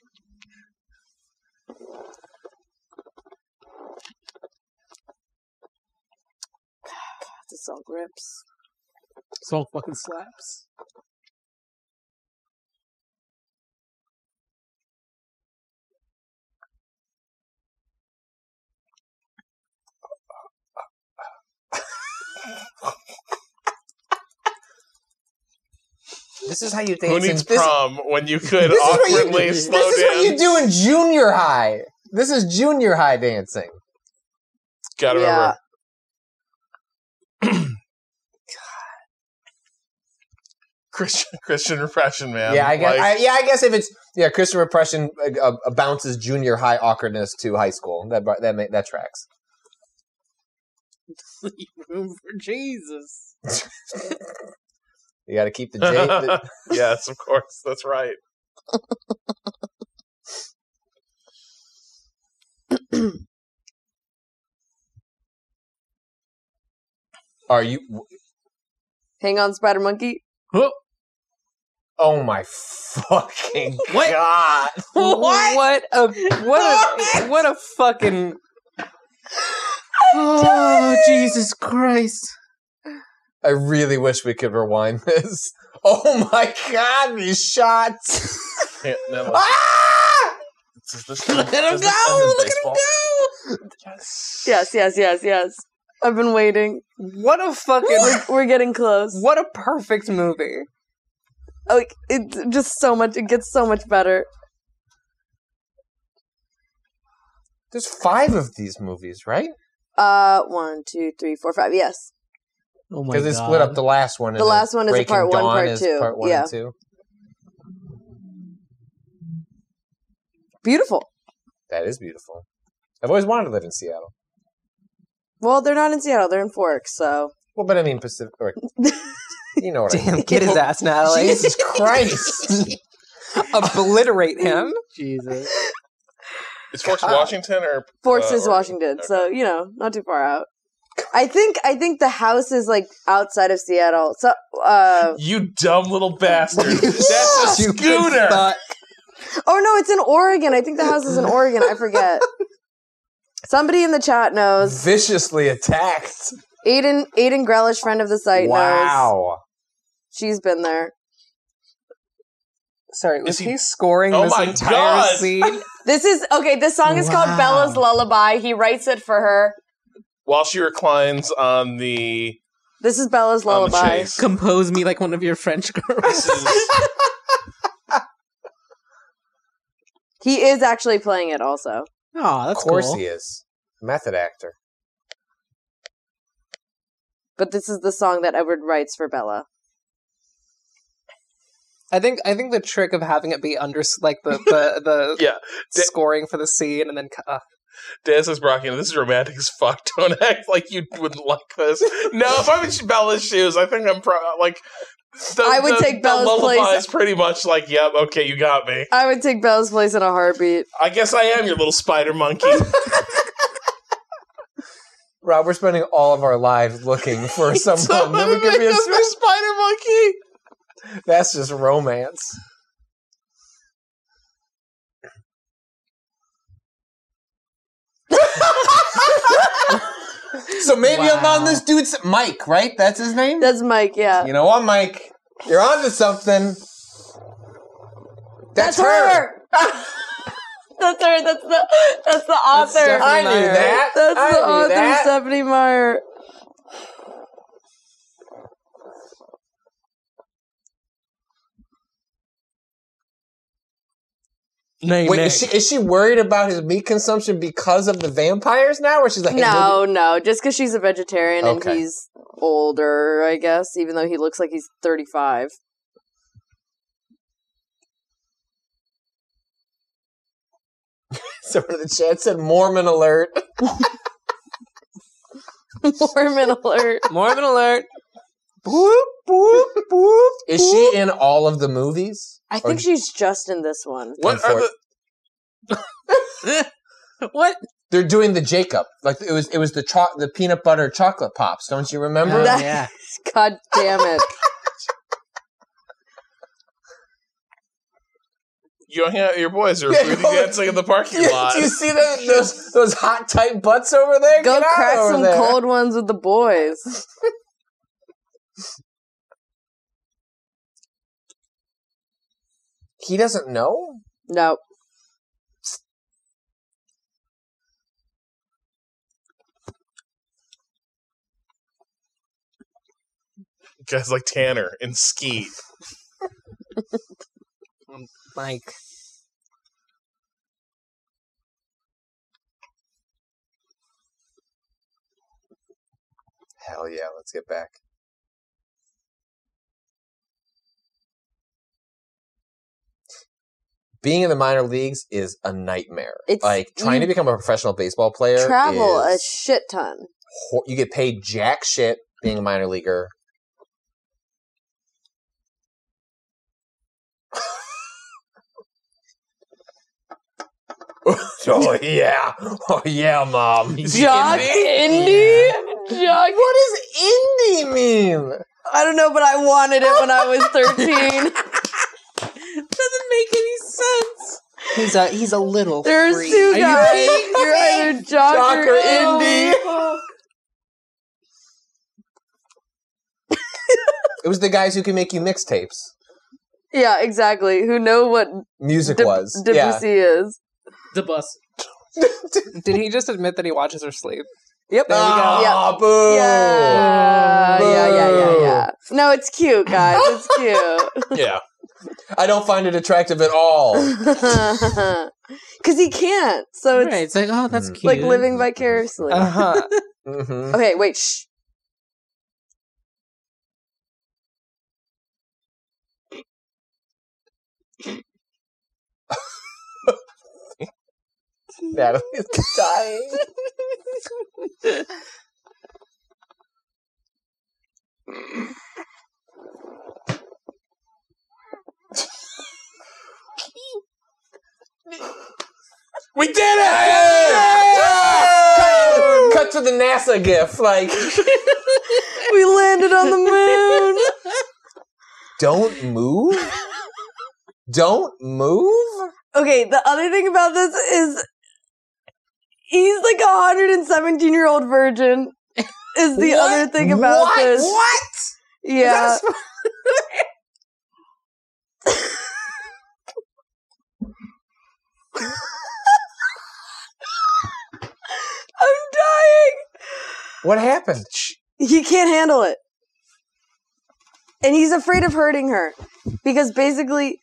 Speaker 3: This song rips.
Speaker 1: Song fucking slaps.
Speaker 5: This is how you dance.
Speaker 4: who
Speaker 5: in-
Speaker 4: needs
Speaker 5: this,
Speaker 4: prom when you could
Speaker 5: [laughs] this is what you-
Speaker 4: awkwardly
Speaker 5: this
Speaker 4: slow
Speaker 5: is
Speaker 4: down?
Speaker 5: what you do in junior high. This is junior high dancing.
Speaker 4: Gotta
Speaker 3: Yeah.
Speaker 4: remember. [clears throat] Christian Christian repression, man.
Speaker 5: yeah, I guess. I,
Speaker 4: Like,
Speaker 5: yeah, I guess if it's yeah, Christian repression uh, uh, bounces junior high awkwardness to high school. That that ma- that tracks.
Speaker 1: Room for Jesus.
Speaker 5: You got to keep the [laughs] J.
Speaker 4: [laughs]
Speaker 5: the-
Speaker 4: yes, of course. That's right.
Speaker 5: are you?
Speaker 3: Hang on, Spider Monkey.
Speaker 5: Oh my fucking
Speaker 1: What?
Speaker 5: god!
Speaker 1: What?
Speaker 2: What a what a what a fucking
Speaker 1: [gasps] Oh, Jesus Christ.
Speaker 5: I really wish we could rewind [laughs] this. Oh my god! These shots.
Speaker 4: Can't- no,
Speaker 5: ah!
Speaker 4: does this-
Speaker 1: Let him
Speaker 4: does this
Speaker 1: go!
Speaker 4: end in
Speaker 1: Look at him
Speaker 4: baseball?
Speaker 3: Yes, yes, yes, yes. I've been waiting.
Speaker 2: what a fucking
Speaker 3: We're, we're getting close.
Speaker 2: what a perfect movie.
Speaker 3: Like it's just so much. It gets so much better.
Speaker 5: There's five of these movies, right?
Speaker 3: Uh, one, two, three, four, five. Yes.
Speaker 1: Oh my
Speaker 5: Because
Speaker 1: god.
Speaker 5: they split up the last one.
Speaker 3: The last one is a
Speaker 5: Breaking
Speaker 3: part one,
Speaker 5: Dawn
Speaker 3: part
Speaker 5: is
Speaker 3: two.
Speaker 5: Part one
Speaker 3: Yeah.
Speaker 5: and two.
Speaker 3: Beautiful.
Speaker 5: That is beautiful. I've always wanted to live in Seattle.
Speaker 3: Well, they're not in Seattle. They're in Forks, so
Speaker 5: Well, but I mean Pacific.
Speaker 3: [laughs]
Speaker 5: Or, you know what I mean? [laughs]
Speaker 2: Damn, get his ass,
Speaker 1: [laughs]
Speaker 2: Natalie.
Speaker 5: Jesus Christ!
Speaker 2: [laughs] Obliterate him.
Speaker 9: Jesus.
Speaker 4: It's Forks
Speaker 5: God.
Speaker 4: Washington or
Speaker 3: Forks
Speaker 4: uh,
Speaker 3: is
Speaker 4: or-
Speaker 3: Washington, so you know, not too far out. I think I think the house is like outside of Seattle. So uh
Speaker 4: You dumb little bastard. That's a
Speaker 2: You
Speaker 4: scooter.
Speaker 2: fuck.
Speaker 3: oh no, it's in Oregon. I think the house is in Oregon. I forget. Somebody in the chat knows.
Speaker 5: Viciously attacked.
Speaker 3: Aiden Aiden Grelish, friend of the site, knows.
Speaker 5: Wow.
Speaker 3: She's been there.
Speaker 2: Sorry, was
Speaker 4: he-
Speaker 2: he, scoring
Speaker 4: Oh
Speaker 2: this
Speaker 4: my
Speaker 2: entire
Speaker 4: God.
Speaker 2: scene?
Speaker 3: This is okay, this song is
Speaker 9: Wow.
Speaker 3: called Bella's Lullaby. He writes it for her.
Speaker 4: While she reclines on the
Speaker 3: This is Bella's
Speaker 4: on the
Speaker 3: Lullaby.
Speaker 4: chase.
Speaker 1: Compose me like one of your French [laughs] girls.
Speaker 4: [laughs] This is-
Speaker 3: He is actually playing it also.
Speaker 1: Oh,
Speaker 5: Of
Speaker 1: that's
Speaker 5: course
Speaker 1: cool.
Speaker 5: he is. Method actor.
Speaker 3: But this is the song that Edward writes for Bella.
Speaker 2: I think I think the trick of having it be under like the the, the
Speaker 4: [laughs] Yeah.
Speaker 2: scoring for the scene and then cu- uh,
Speaker 4: Des is rocking. it. This is romantic as fuck. Don't [laughs] act like you wouldn't like this. No, if I'm in Bella's shoes, I think I'm pro- like. The,
Speaker 3: I would
Speaker 4: the-
Speaker 3: take
Speaker 4: the
Speaker 3: Bella's
Speaker 4: lullaby
Speaker 3: place.
Speaker 4: is pretty much like, yep, okay, you got me.
Speaker 3: I would take Bella's place in a heartbeat.
Speaker 4: I guess I am your little spider monkey.
Speaker 5: Rob, we're spending all of our lives looking
Speaker 1: [laughs]
Speaker 5: for someone
Speaker 4: Someone
Speaker 5: that
Speaker 4: would
Speaker 5: could be
Speaker 4: make
Speaker 5: a
Speaker 4: us a spider monkey.
Speaker 5: That's just [laughs] romance.
Speaker 9: So maybe I'm
Speaker 1: Wow.
Speaker 9: on this dude's Mike, right? That's his name.
Speaker 3: That's Mike, yeah.
Speaker 5: You know what, Mike? You're onto something.
Speaker 3: That's
Speaker 5: That's,
Speaker 3: her. [laughs] That's her. That's the that's the author.
Speaker 2: Stephanie
Speaker 5: I knew
Speaker 2: Meyer.
Speaker 5: that.
Speaker 3: That's
Speaker 5: I
Speaker 3: the
Speaker 5: knew
Speaker 3: author,
Speaker 5: that.
Speaker 3: Stephanie Meyer.
Speaker 2: name
Speaker 5: Wait, is she is she worried about his meat consumption because of the vampires now, or she's like, hey, [laughs] maybe-
Speaker 3: No, no, just because she's a vegetarian
Speaker 5: Okay.
Speaker 3: and he's older, I guess, even though he looks like he's [laughs] 35.
Speaker 5: Someone in the chat said Mormon alert.
Speaker 3: Mormon alert.
Speaker 2: Mormon alert.
Speaker 5: boop boop boop. Is she in all of the movies?
Speaker 3: I
Speaker 5: Or-
Speaker 3: think she's just in this one.
Speaker 4: What are the?
Speaker 1: What?
Speaker 5: They're doing the Jacob. Like it was it was the cho- the peanut butter chocolate pops. Don't you remember?
Speaker 3: Yeah.
Speaker 1: Oh, yeah.
Speaker 3: God damn [laughs] it.
Speaker 4: You hang out with your boys are
Speaker 5: Yeah,
Speaker 4: booty
Speaker 5: go-
Speaker 4: dancing in the parking
Speaker 5: Yeah, [laughs]
Speaker 4: lot.
Speaker 5: Do you see that, those those hot tight butts over there?
Speaker 3: Go
Speaker 5: Get out
Speaker 3: crack
Speaker 5: over
Speaker 3: some
Speaker 5: there.
Speaker 3: cold ones with the boys.
Speaker 5: He doesn't know.
Speaker 3: No.
Speaker 4: Guys like Tanner and Ski.
Speaker 2: Mike.
Speaker 5: Hell yeah, let's get back. Being in the minor leagues is a nightmare.
Speaker 3: It's-
Speaker 5: like trying
Speaker 3: you-
Speaker 5: to become a professional baseball player.
Speaker 3: Travel a
Speaker 5: is
Speaker 3: shit ton.
Speaker 5: hor- you get paid jack shit being a minor leaguer. oh [laughs] yeah, oh yeah, mom.
Speaker 4: Is he
Speaker 3: Jock
Speaker 4: Indian?
Speaker 3: Indy? Jock.
Speaker 5: What does indie mean?
Speaker 3: I don't know, but I wanted it when I [laughs] was 13.
Speaker 1: Doesn't make any sense.
Speaker 2: He's a he's a little.
Speaker 3: There's
Speaker 2: freak.
Speaker 3: two
Speaker 2: Are you
Speaker 3: guys.
Speaker 2: kidding? [laughs]
Speaker 3: You are either Jock,
Speaker 5: Jock
Speaker 3: or
Speaker 5: or
Speaker 3: [laughs] Indy.
Speaker 5: It was the guys who can make you mixtapes.
Speaker 3: Yeah, exactly. Who know what
Speaker 5: Music
Speaker 3: Deb-
Speaker 5: was. yeah.
Speaker 3: Debussy is.
Speaker 1: The bus.
Speaker 2: Did he just admit that he watches her sleep?
Speaker 3: Yep.
Speaker 2: There we go.
Speaker 5: Ah, boo.
Speaker 3: Yeah. yeah, yeah, yeah,
Speaker 5: Boo.
Speaker 3: yeah. No, it's cute, guys. It's cute. [laughs]
Speaker 4: Yeah.
Speaker 5: I don't find it attractive at all.
Speaker 3: Because he can't, so it's
Speaker 1: right. It's like, oh, that's
Speaker 5: Mm.
Speaker 1: cute.
Speaker 3: like living vicariously.
Speaker 2: Uh huh.
Speaker 5: hmm
Speaker 3: Okay, wait. Shh.
Speaker 5: [laughs] Natalie's dying.
Speaker 4: We did it!
Speaker 10: Cut to the NASA gif, like
Speaker 3: we landed on the moon.
Speaker 5: Don't move. Don't move.
Speaker 3: Okay, the other thing about this is he's like a 117 year old virgin. Is the other thing about
Speaker 5: what?
Speaker 3: this?
Speaker 5: What?
Speaker 3: Yeah. [laughs] I'm
Speaker 5: What happened?
Speaker 3: dying. He can't handle it. And he's afraid of hurting her because basically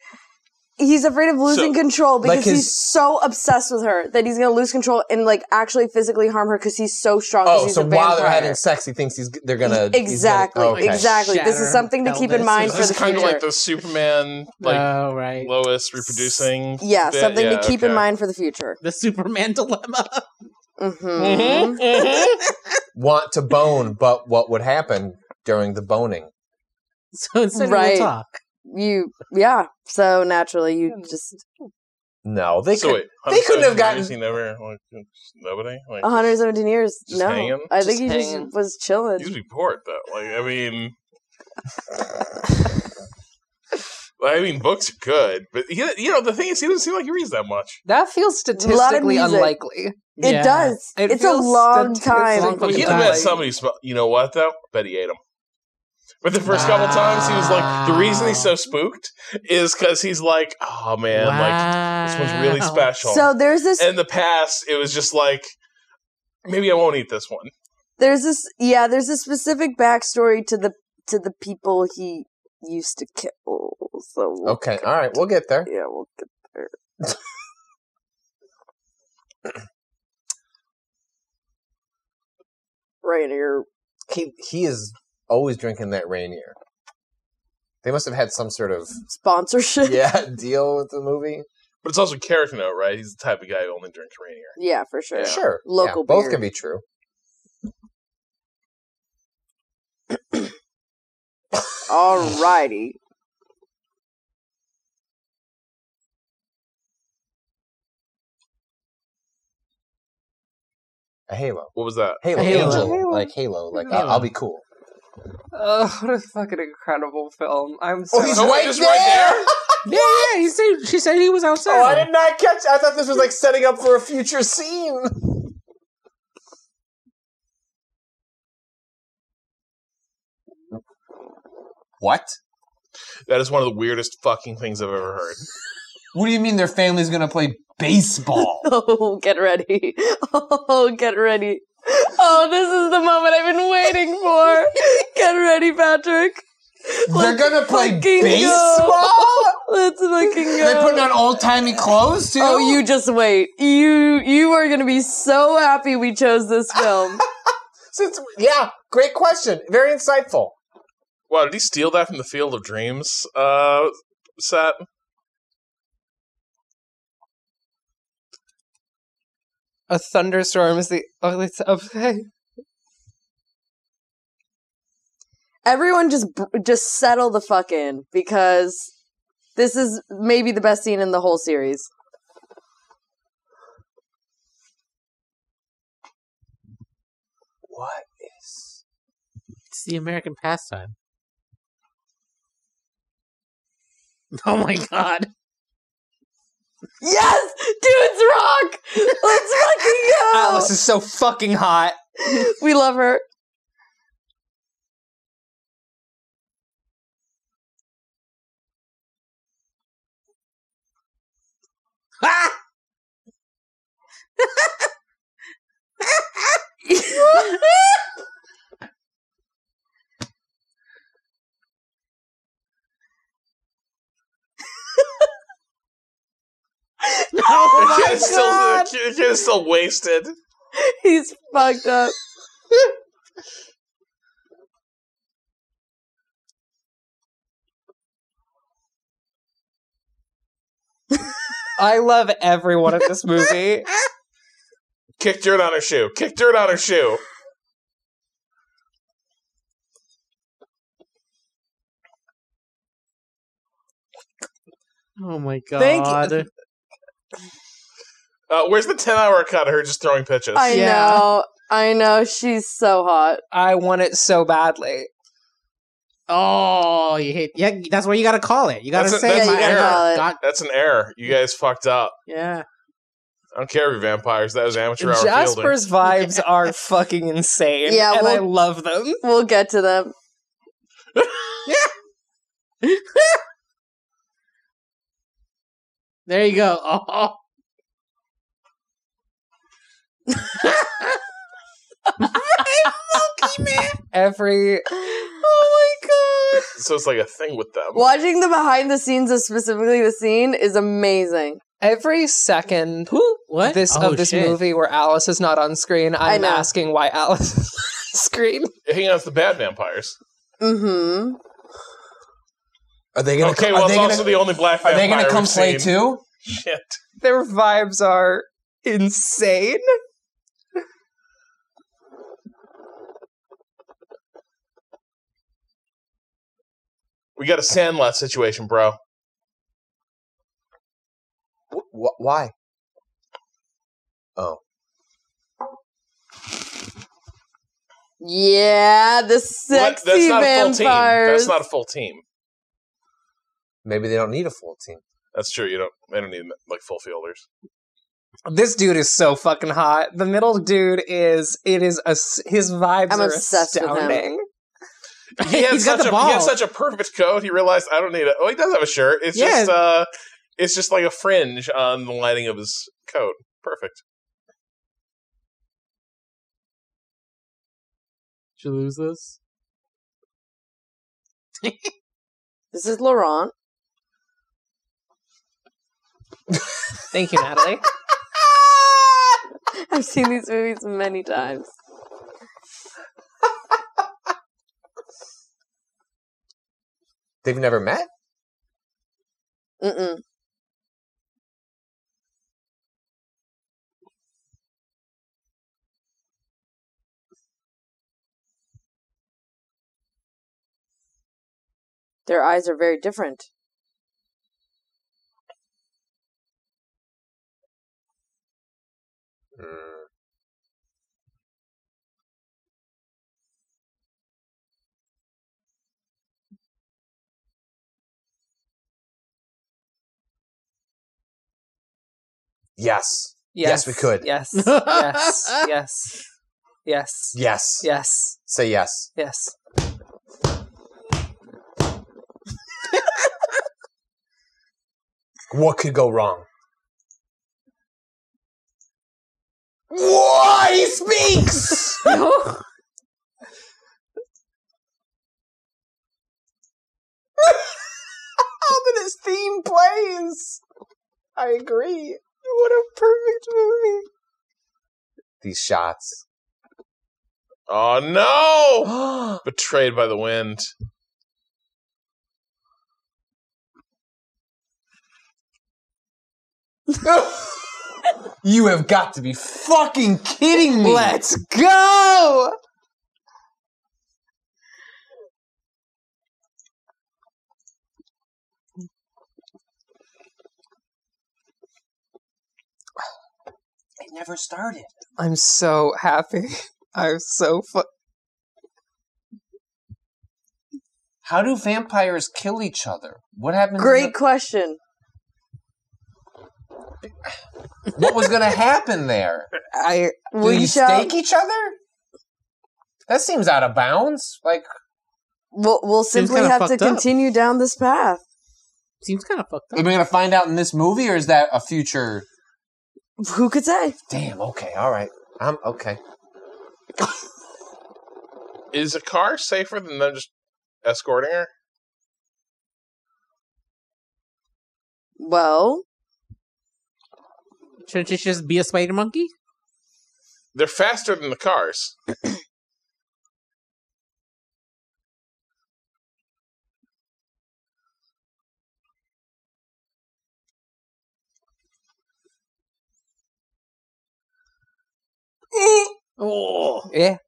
Speaker 3: he's afraid of losing control because
Speaker 5: Like his-
Speaker 3: he's so obsessed with her that he's going to lose control and like actually physically harm her because he's so strong. 'cause
Speaker 5: Oh,
Speaker 3: he's
Speaker 5: so
Speaker 3: a
Speaker 5: while they're
Speaker 3: vampire.
Speaker 5: having sex, he thinks he's they're gonna he's gonna-
Speaker 3: Exactly.
Speaker 5: okay.
Speaker 3: Exactly. This
Speaker 6: Shatter
Speaker 3: is something to keep in
Speaker 6: pelvis
Speaker 3: mind
Speaker 6: or
Speaker 3: for
Speaker 4: This
Speaker 3: the
Speaker 4: is kind
Speaker 3: future.
Speaker 4: of like the Superman, like
Speaker 1: oh right,
Speaker 4: Lois reproducing.
Speaker 3: yeah,
Speaker 4: bit.
Speaker 3: something
Speaker 4: Yeah,
Speaker 3: to keep
Speaker 4: okay.
Speaker 3: in mind for the future.
Speaker 1: the Superman [laughs] dilemma.
Speaker 3: Mm-hmm.
Speaker 5: want
Speaker 3: [laughs]
Speaker 5: to bone, but what would happen during the boning?
Speaker 1: So instead we'll
Speaker 3: Right.
Speaker 1: talk.
Speaker 3: You, yeah. So naturally,
Speaker 6: Hmm.
Speaker 3: you just
Speaker 5: No, they
Speaker 4: so
Speaker 5: could.
Speaker 4: wait,
Speaker 5: they couldn't have gotten-
Speaker 4: using over like, nobody. Like,
Speaker 3: 117 years.
Speaker 4: Just
Speaker 3: no,
Speaker 4: hanging?
Speaker 3: I
Speaker 6: Just
Speaker 3: think he
Speaker 6: hanging.
Speaker 3: just was chilling.
Speaker 4: usually port though. Like
Speaker 3: [laughs]
Speaker 4: I mean, I mean books are good, but he, you know the thing is he doesn't seem like he reads that much.
Speaker 2: That feels statistically
Speaker 3: music.
Speaker 2: unlikely.
Speaker 3: It
Speaker 1: Yeah.
Speaker 3: does.
Speaker 2: It
Speaker 3: it's a
Speaker 2: feels
Speaker 3: long
Speaker 2: statistic-
Speaker 3: time.
Speaker 2: Long
Speaker 4: Well,
Speaker 2: fucking
Speaker 4: he'd
Speaker 2: time.
Speaker 4: have met somebody. Sm- you know what though? Bet he ate him. But the first couple times he was like, the reason he's so spooked is because he's like, oh man, like this one's really
Speaker 1: Wow.
Speaker 4: special.
Speaker 3: So there's this,
Speaker 4: in the past, it was just like, maybe I won't eat this one.
Speaker 3: there's this, yeah, there's a specific backstory to the to the people he used to kill. So we'll-
Speaker 5: Okay, all right, we'll get there.
Speaker 3: yeah, we'll get there. [laughs] Rainier.
Speaker 5: He he is always drinking that Rainier. They must have had some sort
Speaker 3: [laughs]
Speaker 5: of
Speaker 3: sponsorship.
Speaker 5: yeah deal with the movie.
Speaker 4: But it's also character note, right? He's the type of guy who only drinks Rainier.
Speaker 3: Yeah, for sure.
Speaker 5: Sure,
Speaker 3: Local
Speaker 5: Yeah, both
Speaker 3: beer.
Speaker 5: can
Speaker 3: [coughs]
Speaker 5: be true.
Speaker 3: Alrighty.
Speaker 5: A halo,
Speaker 4: What was that?
Speaker 5: halo,
Speaker 1: A halo.
Speaker 5: angel,
Speaker 3: Halo.
Speaker 5: like halo, like uh,
Speaker 1: Halo.
Speaker 5: I'll be cool.
Speaker 2: Oh, what a fucking incredible film! I'm so.
Speaker 5: he's
Speaker 4: Oh,
Speaker 5: right
Speaker 4: just
Speaker 5: there!
Speaker 4: right
Speaker 1: Yeah, yeah. He said she said he was
Speaker 3: [laughs]
Speaker 1: outside.
Speaker 3: Oh,
Speaker 5: not catch. Oh, I thought this was like setting up for a future scene. What?
Speaker 4: there. That is one of the weirdest fucking things I've ever heard.
Speaker 6: What do you mean their family's gonna play baseball?
Speaker 3: [laughs] Oh, get ready. Oh, get ready. Oh, this is the moment I've been waiting for.
Speaker 6: [laughs]
Speaker 3: Get ready, Patrick.
Speaker 6: They're gonna play
Speaker 3: fucking go.
Speaker 6: baseball?
Speaker 3: Let's
Speaker 5: [laughs]
Speaker 3: fucking go.
Speaker 6: They're putting on old timey clothes too.
Speaker 3: Oh, you just wait. You you are gonna be so happy we chose this film.
Speaker 5: Since yeah, great question. Very insightful.
Speaker 4: Wow, did he steal that from the Field of Dreams uh, set?
Speaker 2: A thunderstorm is the. Oh, it's okay.
Speaker 3: Everyone just just settle the fuck in because this is maybe the best scene in the whole series.
Speaker 5: What is?
Speaker 1: It's the American pastime. [laughs] Oh my god.
Speaker 3: Yes, dudes rock. Let's fucking go.
Speaker 2: Alice Oh, is so fucking hot.
Speaker 3: we love her. [laughs]
Speaker 1: Ah!
Speaker 4: The
Speaker 3: [laughs] oh
Speaker 4: kid is still, the kid- the kid is still wasted.
Speaker 3: [laughs] He's fucked up.
Speaker 2: I love everyone in this movie.
Speaker 4: Kick dirt on her shoe. Kick dirt on her shoe.
Speaker 1: Oh my god.
Speaker 2: Thank you.
Speaker 4: Uh, where's the 10 hour cut of her just throwing pitches?
Speaker 3: [laughs] I
Speaker 2: Yeah.
Speaker 3: know. I know. She's so hot.
Speaker 2: I want it so badly.
Speaker 1: Oh, you hate. Yeah, that's what you gotta call it. You gotta
Speaker 4: That's a-
Speaker 1: say
Speaker 4: that's
Speaker 1: my
Speaker 4: an
Speaker 1: error.
Speaker 3: error.
Speaker 1: God,
Speaker 4: That's an error. You guys fucked up.
Speaker 1: yeah.
Speaker 4: I don't care if you're vampires. That was amateur hour fielding.
Speaker 2: Jasper's vibes are fucking insane.
Speaker 3: Yeah,
Speaker 2: and I
Speaker 3: well-
Speaker 2: love them.
Speaker 3: We'll get to them. [laughs]
Speaker 1: There you go. [laughs] Oh.
Speaker 2: Every
Speaker 3: Oh my god.
Speaker 4: So it's like a thing with them.
Speaker 3: Watching the behind the scenes of specifically the scene is amazing.
Speaker 2: every second
Speaker 1: Who? What?
Speaker 2: this
Speaker 1: Oh,
Speaker 2: of this
Speaker 1: shit.
Speaker 2: movie where Alice is not on screen,
Speaker 3: I
Speaker 2: I'm
Speaker 3: know.
Speaker 2: asking why Alice is on screen.
Speaker 4: Hanging out with the bad vampires.
Speaker 3: Mm-hmm.
Speaker 11: Are they gonna?
Speaker 4: Okay,
Speaker 11: co-
Speaker 4: well,
Speaker 11: are
Speaker 4: it's
Speaker 11: they gonna,
Speaker 4: also the only black
Speaker 11: are
Speaker 4: vampire
Speaker 11: they gonna come
Speaker 4: we've
Speaker 11: play
Speaker 4: seen.
Speaker 11: too?
Speaker 4: Shit.
Speaker 2: Their vibes are insane.
Speaker 4: We got a sandlot situation, bro.
Speaker 11: Wh- why?
Speaker 3: Yeah, the
Speaker 4: What?
Speaker 3: sexy
Speaker 4: That's not a full team.
Speaker 3: vampires.
Speaker 4: That's not a full team.
Speaker 11: Maybe they don't need a full team.
Speaker 4: That's true. You don't. They don't need like full fielders.
Speaker 2: This dude is so fucking hot. The middle dude is it is a, s- his vibes
Speaker 3: I'm
Speaker 2: are
Speaker 3: obsessed with him.
Speaker 2: astounding.
Speaker 4: He had
Speaker 1: He's got
Speaker 4: such
Speaker 1: the
Speaker 4: a he had
Speaker 1: ball.
Speaker 4: such a perfect coat. He realized I don't need it. Oh, he does have a shirt. It's
Speaker 2: Yeah.
Speaker 4: just uh, it's just like a fringe on the lining of his coat. Perfect.
Speaker 1: Did you lose this?
Speaker 3: this is Laurent.
Speaker 2: Thank you, Natalie.
Speaker 3: [laughs] I've seen these movies many times.
Speaker 11: They've never met.
Speaker 3: Mm-mm. Their eyes are very different.
Speaker 11: Mm. Yes. Yes, we could.
Speaker 3: [laughs]
Speaker 2: Yes, yes, yes,
Speaker 4: [laughs]
Speaker 2: yes,
Speaker 11: Yes.
Speaker 2: yes,
Speaker 11: Say yes.
Speaker 2: yes.
Speaker 11: What could go wrong? Why he speaks?
Speaker 2: [laughs] Oh, that his theme plays. I agree. What a perfect movie.
Speaker 11: [laughs] These shots.
Speaker 4: Oh no! Betrayed by the wind.
Speaker 11: [laughs] You have got to be fucking kidding me.
Speaker 2: Let's go.
Speaker 6: It never started.
Speaker 2: I'm so happy. [laughs] I'm so fu-
Speaker 5: How do vampires kill each other? What happened? to
Speaker 3: Great
Speaker 5: the-
Speaker 3: question.
Speaker 5: what was going to
Speaker 3: [laughs]
Speaker 5: happen there?
Speaker 2: I
Speaker 5: Do
Speaker 3: We
Speaker 5: you
Speaker 3: shall.
Speaker 5: stake each other? That seems out of bounds. Like
Speaker 3: We'll, we'll simply
Speaker 1: kinda
Speaker 3: have to
Speaker 1: fucked up.
Speaker 3: continue down this path.
Speaker 1: Seems kind of fucked
Speaker 5: Are we
Speaker 1: up.
Speaker 5: gonna find out in this movie, or is that a future?
Speaker 3: Who could say?
Speaker 5: Damn. Okay.
Speaker 11: All right. I'm okay.
Speaker 4: Is a car safer than them just escorting her?
Speaker 3: Well,
Speaker 1: Shouldn't you just be a spider monkey?
Speaker 4: They're faster than the cars.
Speaker 1: Oh.
Speaker 2: yeah.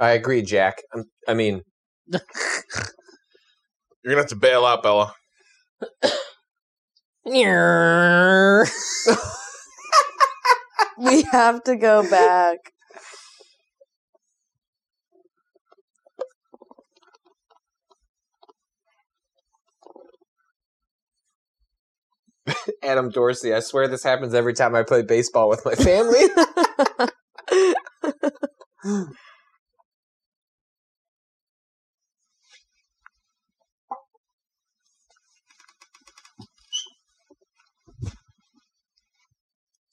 Speaker 5: I agree, Jack. I'm, I mean,
Speaker 4: You're gonna have to bail out, Bella.
Speaker 3: We have to go back.
Speaker 5: Adam Dorsey. I swear this happens every time I play baseball with my family.
Speaker 3: [laughs]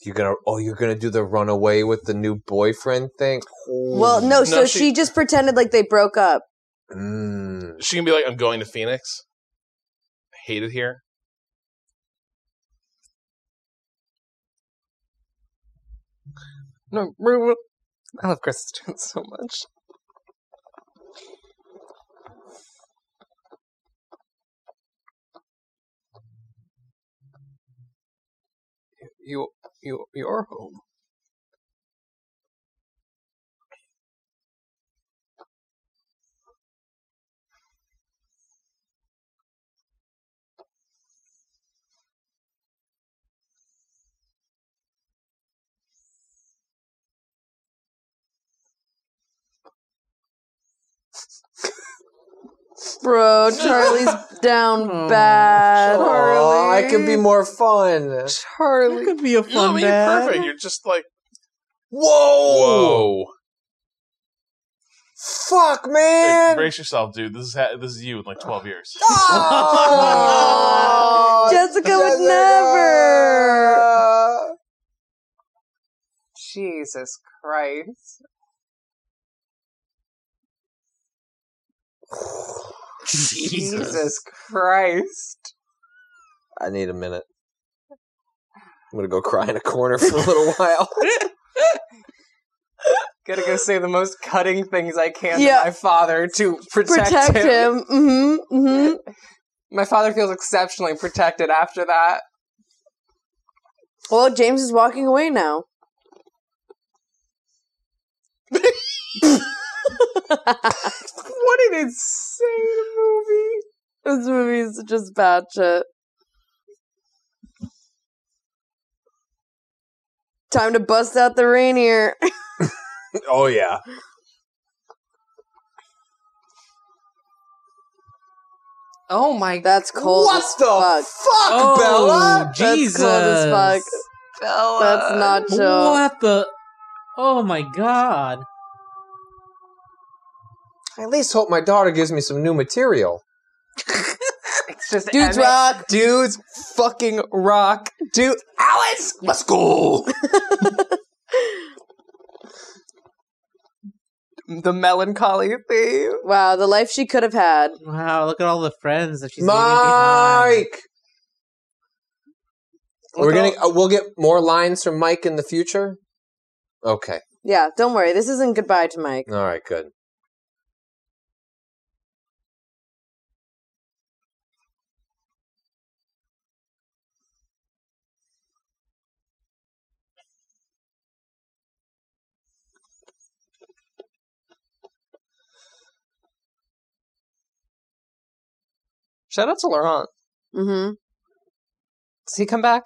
Speaker 5: you're gonna, oh, you're gonna do the runaway with the new boyfriend thing.
Speaker 3: Well, no,
Speaker 4: No,
Speaker 3: so
Speaker 4: she-
Speaker 3: she just pretended like they broke up.
Speaker 5: Mm.
Speaker 4: She can be like, I'm going to Phoenix. I hate it here.
Speaker 2: No, move. I love [laughs] Kristen so much. You, you, you're home.
Speaker 3: Bro, Charlie's
Speaker 2: [laughs]
Speaker 3: down
Speaker 12: Oh,
Speaker 3: bad.
Speaker 12: Charlie.
Speaker 5: Aw, it could be more fun.
Speaker 12: That could be a
Speaker 4: No, I
Speaker 12: fun
Speaker 4: mean,
Speaker 12: dad.
Speaker 4: perfect. You're just like,
Speaker 5: Whoa!
Speaker 4: whoa.
Speaker 5: Fuck, man!
Speaker 2: [laughs]
Speaker 4: Brace yourself, dude. This is ha- this is you in like 12 years.
Speaker 5: Oh!
Speaker 3: Jessica would
Speaker 5: Jessica!
Speaker 3: never.
Speaker 2: Jesus Christ. Jesus, Christ.
Speaker 5: I need a minute. I'm gonna go cry in a corner for a little while.
Speaker 2: Gotta go say the most cutting things I can
Speaker 3: Yeah.
Speaker 2: to my father to protect,
Speaker 3: Protect
Speaker 2: him.
Speaker 3: him. Mm-hmm. Mm-hmm.
Speaker 2: My father feels exceptionally protected after that.
Speaker 3: Well, James is walking away now.
Speaker 2: What an insane movie.
Speaker 3: This movie is just batshit. Time to bust out the Rainier.
Speaker 5: oh yeah.
Speaker 2: Oh my [laughs]
Speaker 3: That's cold
Speaker 5: what
Speaker 3: as
Speaker 5: the
Speaker 3: fuck.
Speaker 5: fuck,
Speaker 2: Oh,
Speaker 1: Oh,
Speaker 5: Bella?
Speaker 3: That's cold as fuck.
Speaker 2: god.
Speaker 3: That's not chill.
Speaker 1: What the? Oh my god.
Speaker 5: I at least hope my daughter gives me some new material.
Speaker 2: It's just
Speaker 3: Dudes
Speaker 2: Emmett.
Speaker 3: rock.
Speaker 2: Dudes fucking rock. Dude, Alice, let's go. [laughs] the melancholy theme.
Speaker 3: Wow, the life she could have had.
Speaker 1: Wow, look at all the friends that she's leaving behind.
Speaker 5: Mike. We're gonna. uh, we'll get more lines from Mike in the future. Okay.
Speaker 3: Yeah, don't worry. This isn't goodbye to Mike.
Speaker 5: All right. Good.
Speaker 2: Shout out to Laurent.
Speaker 3: Mm-hmm.
Speaker 2: Does he come back?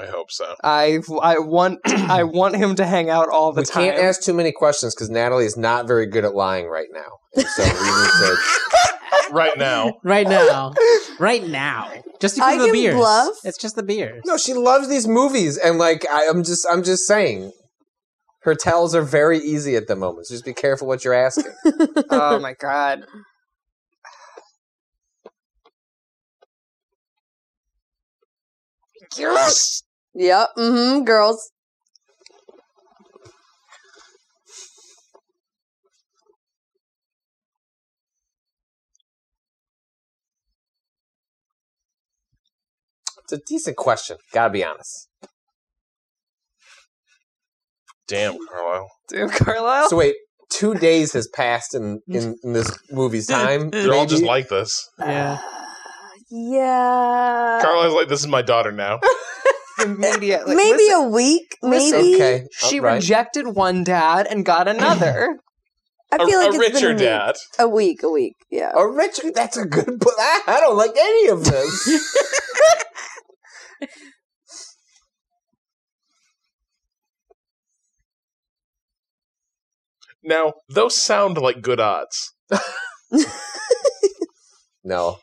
Speaker 4: I hope so.
Speaker 2: I I want [clears throat] I want him to hang out all the
Speaker 5: we
Speaker 2: time.
Speaker 5: can't ask too many questions because Natalie is not very good at lying right now, and so we need to.
Speaker 4: Right now.
Speaker 1: Right now. right now. Just because
Speaker 3: I
Speaker 1: of the
Speaker 3: can
Speaker 1: beers.
Speaker 3: bluff.
Speaker 1: It's just the beers.
Speaker 5: No, she loves these movies, and like I, I'm just, I'm just saying, her tells are very easy at the moment. So just be careful what you're asking.
Speaker 2: oh my god. Yes.
Speaker 3: Yep. Mm-hmm. Girls.
Speaker 5: it's a decent question. Gotta be honest.
Speaker 4: Damn, Carlisle.
Speaker 2: [laughs]
Speaker 4: [laughs]
Speaker 2: Dude, Carlisle.
Speaker 5: So wait, two days has passed in in, in this movie's time.
Speaker 4: They're all just
Speaker 5: maybe?
Speaker 4: like this.
Speaker 1: Yeah.
Speaker 3: [sighs] Yeah.
Speaker 4: Carlisle's like, this is my daughter now.
Speaker 2: immediately.
Speaker 3: Maybe
Speaker 2: Listen,
Speaker 3: a week. Maybe.
Speaker 5: okay. Oh,
Speaker 2: she
Speaker 5: alright. [clears throat]
Speaker 2: rejected one dad and got another.
Speaker 3: I
Speaker 4: A,
Speaker 3: feel like
Speaker 4: a
Speaker 3: it's
Speaker 4: richer
Speaker 3: been a week.
Speaker 4: dad.
Speaker 3: A week, a week, yeah.
Speaker 5: Oh, Richard, that's a good point. I, I don't like any of [laughs] this.
Speaker 4: Now, those sound like good odds.
Speaker 5: no.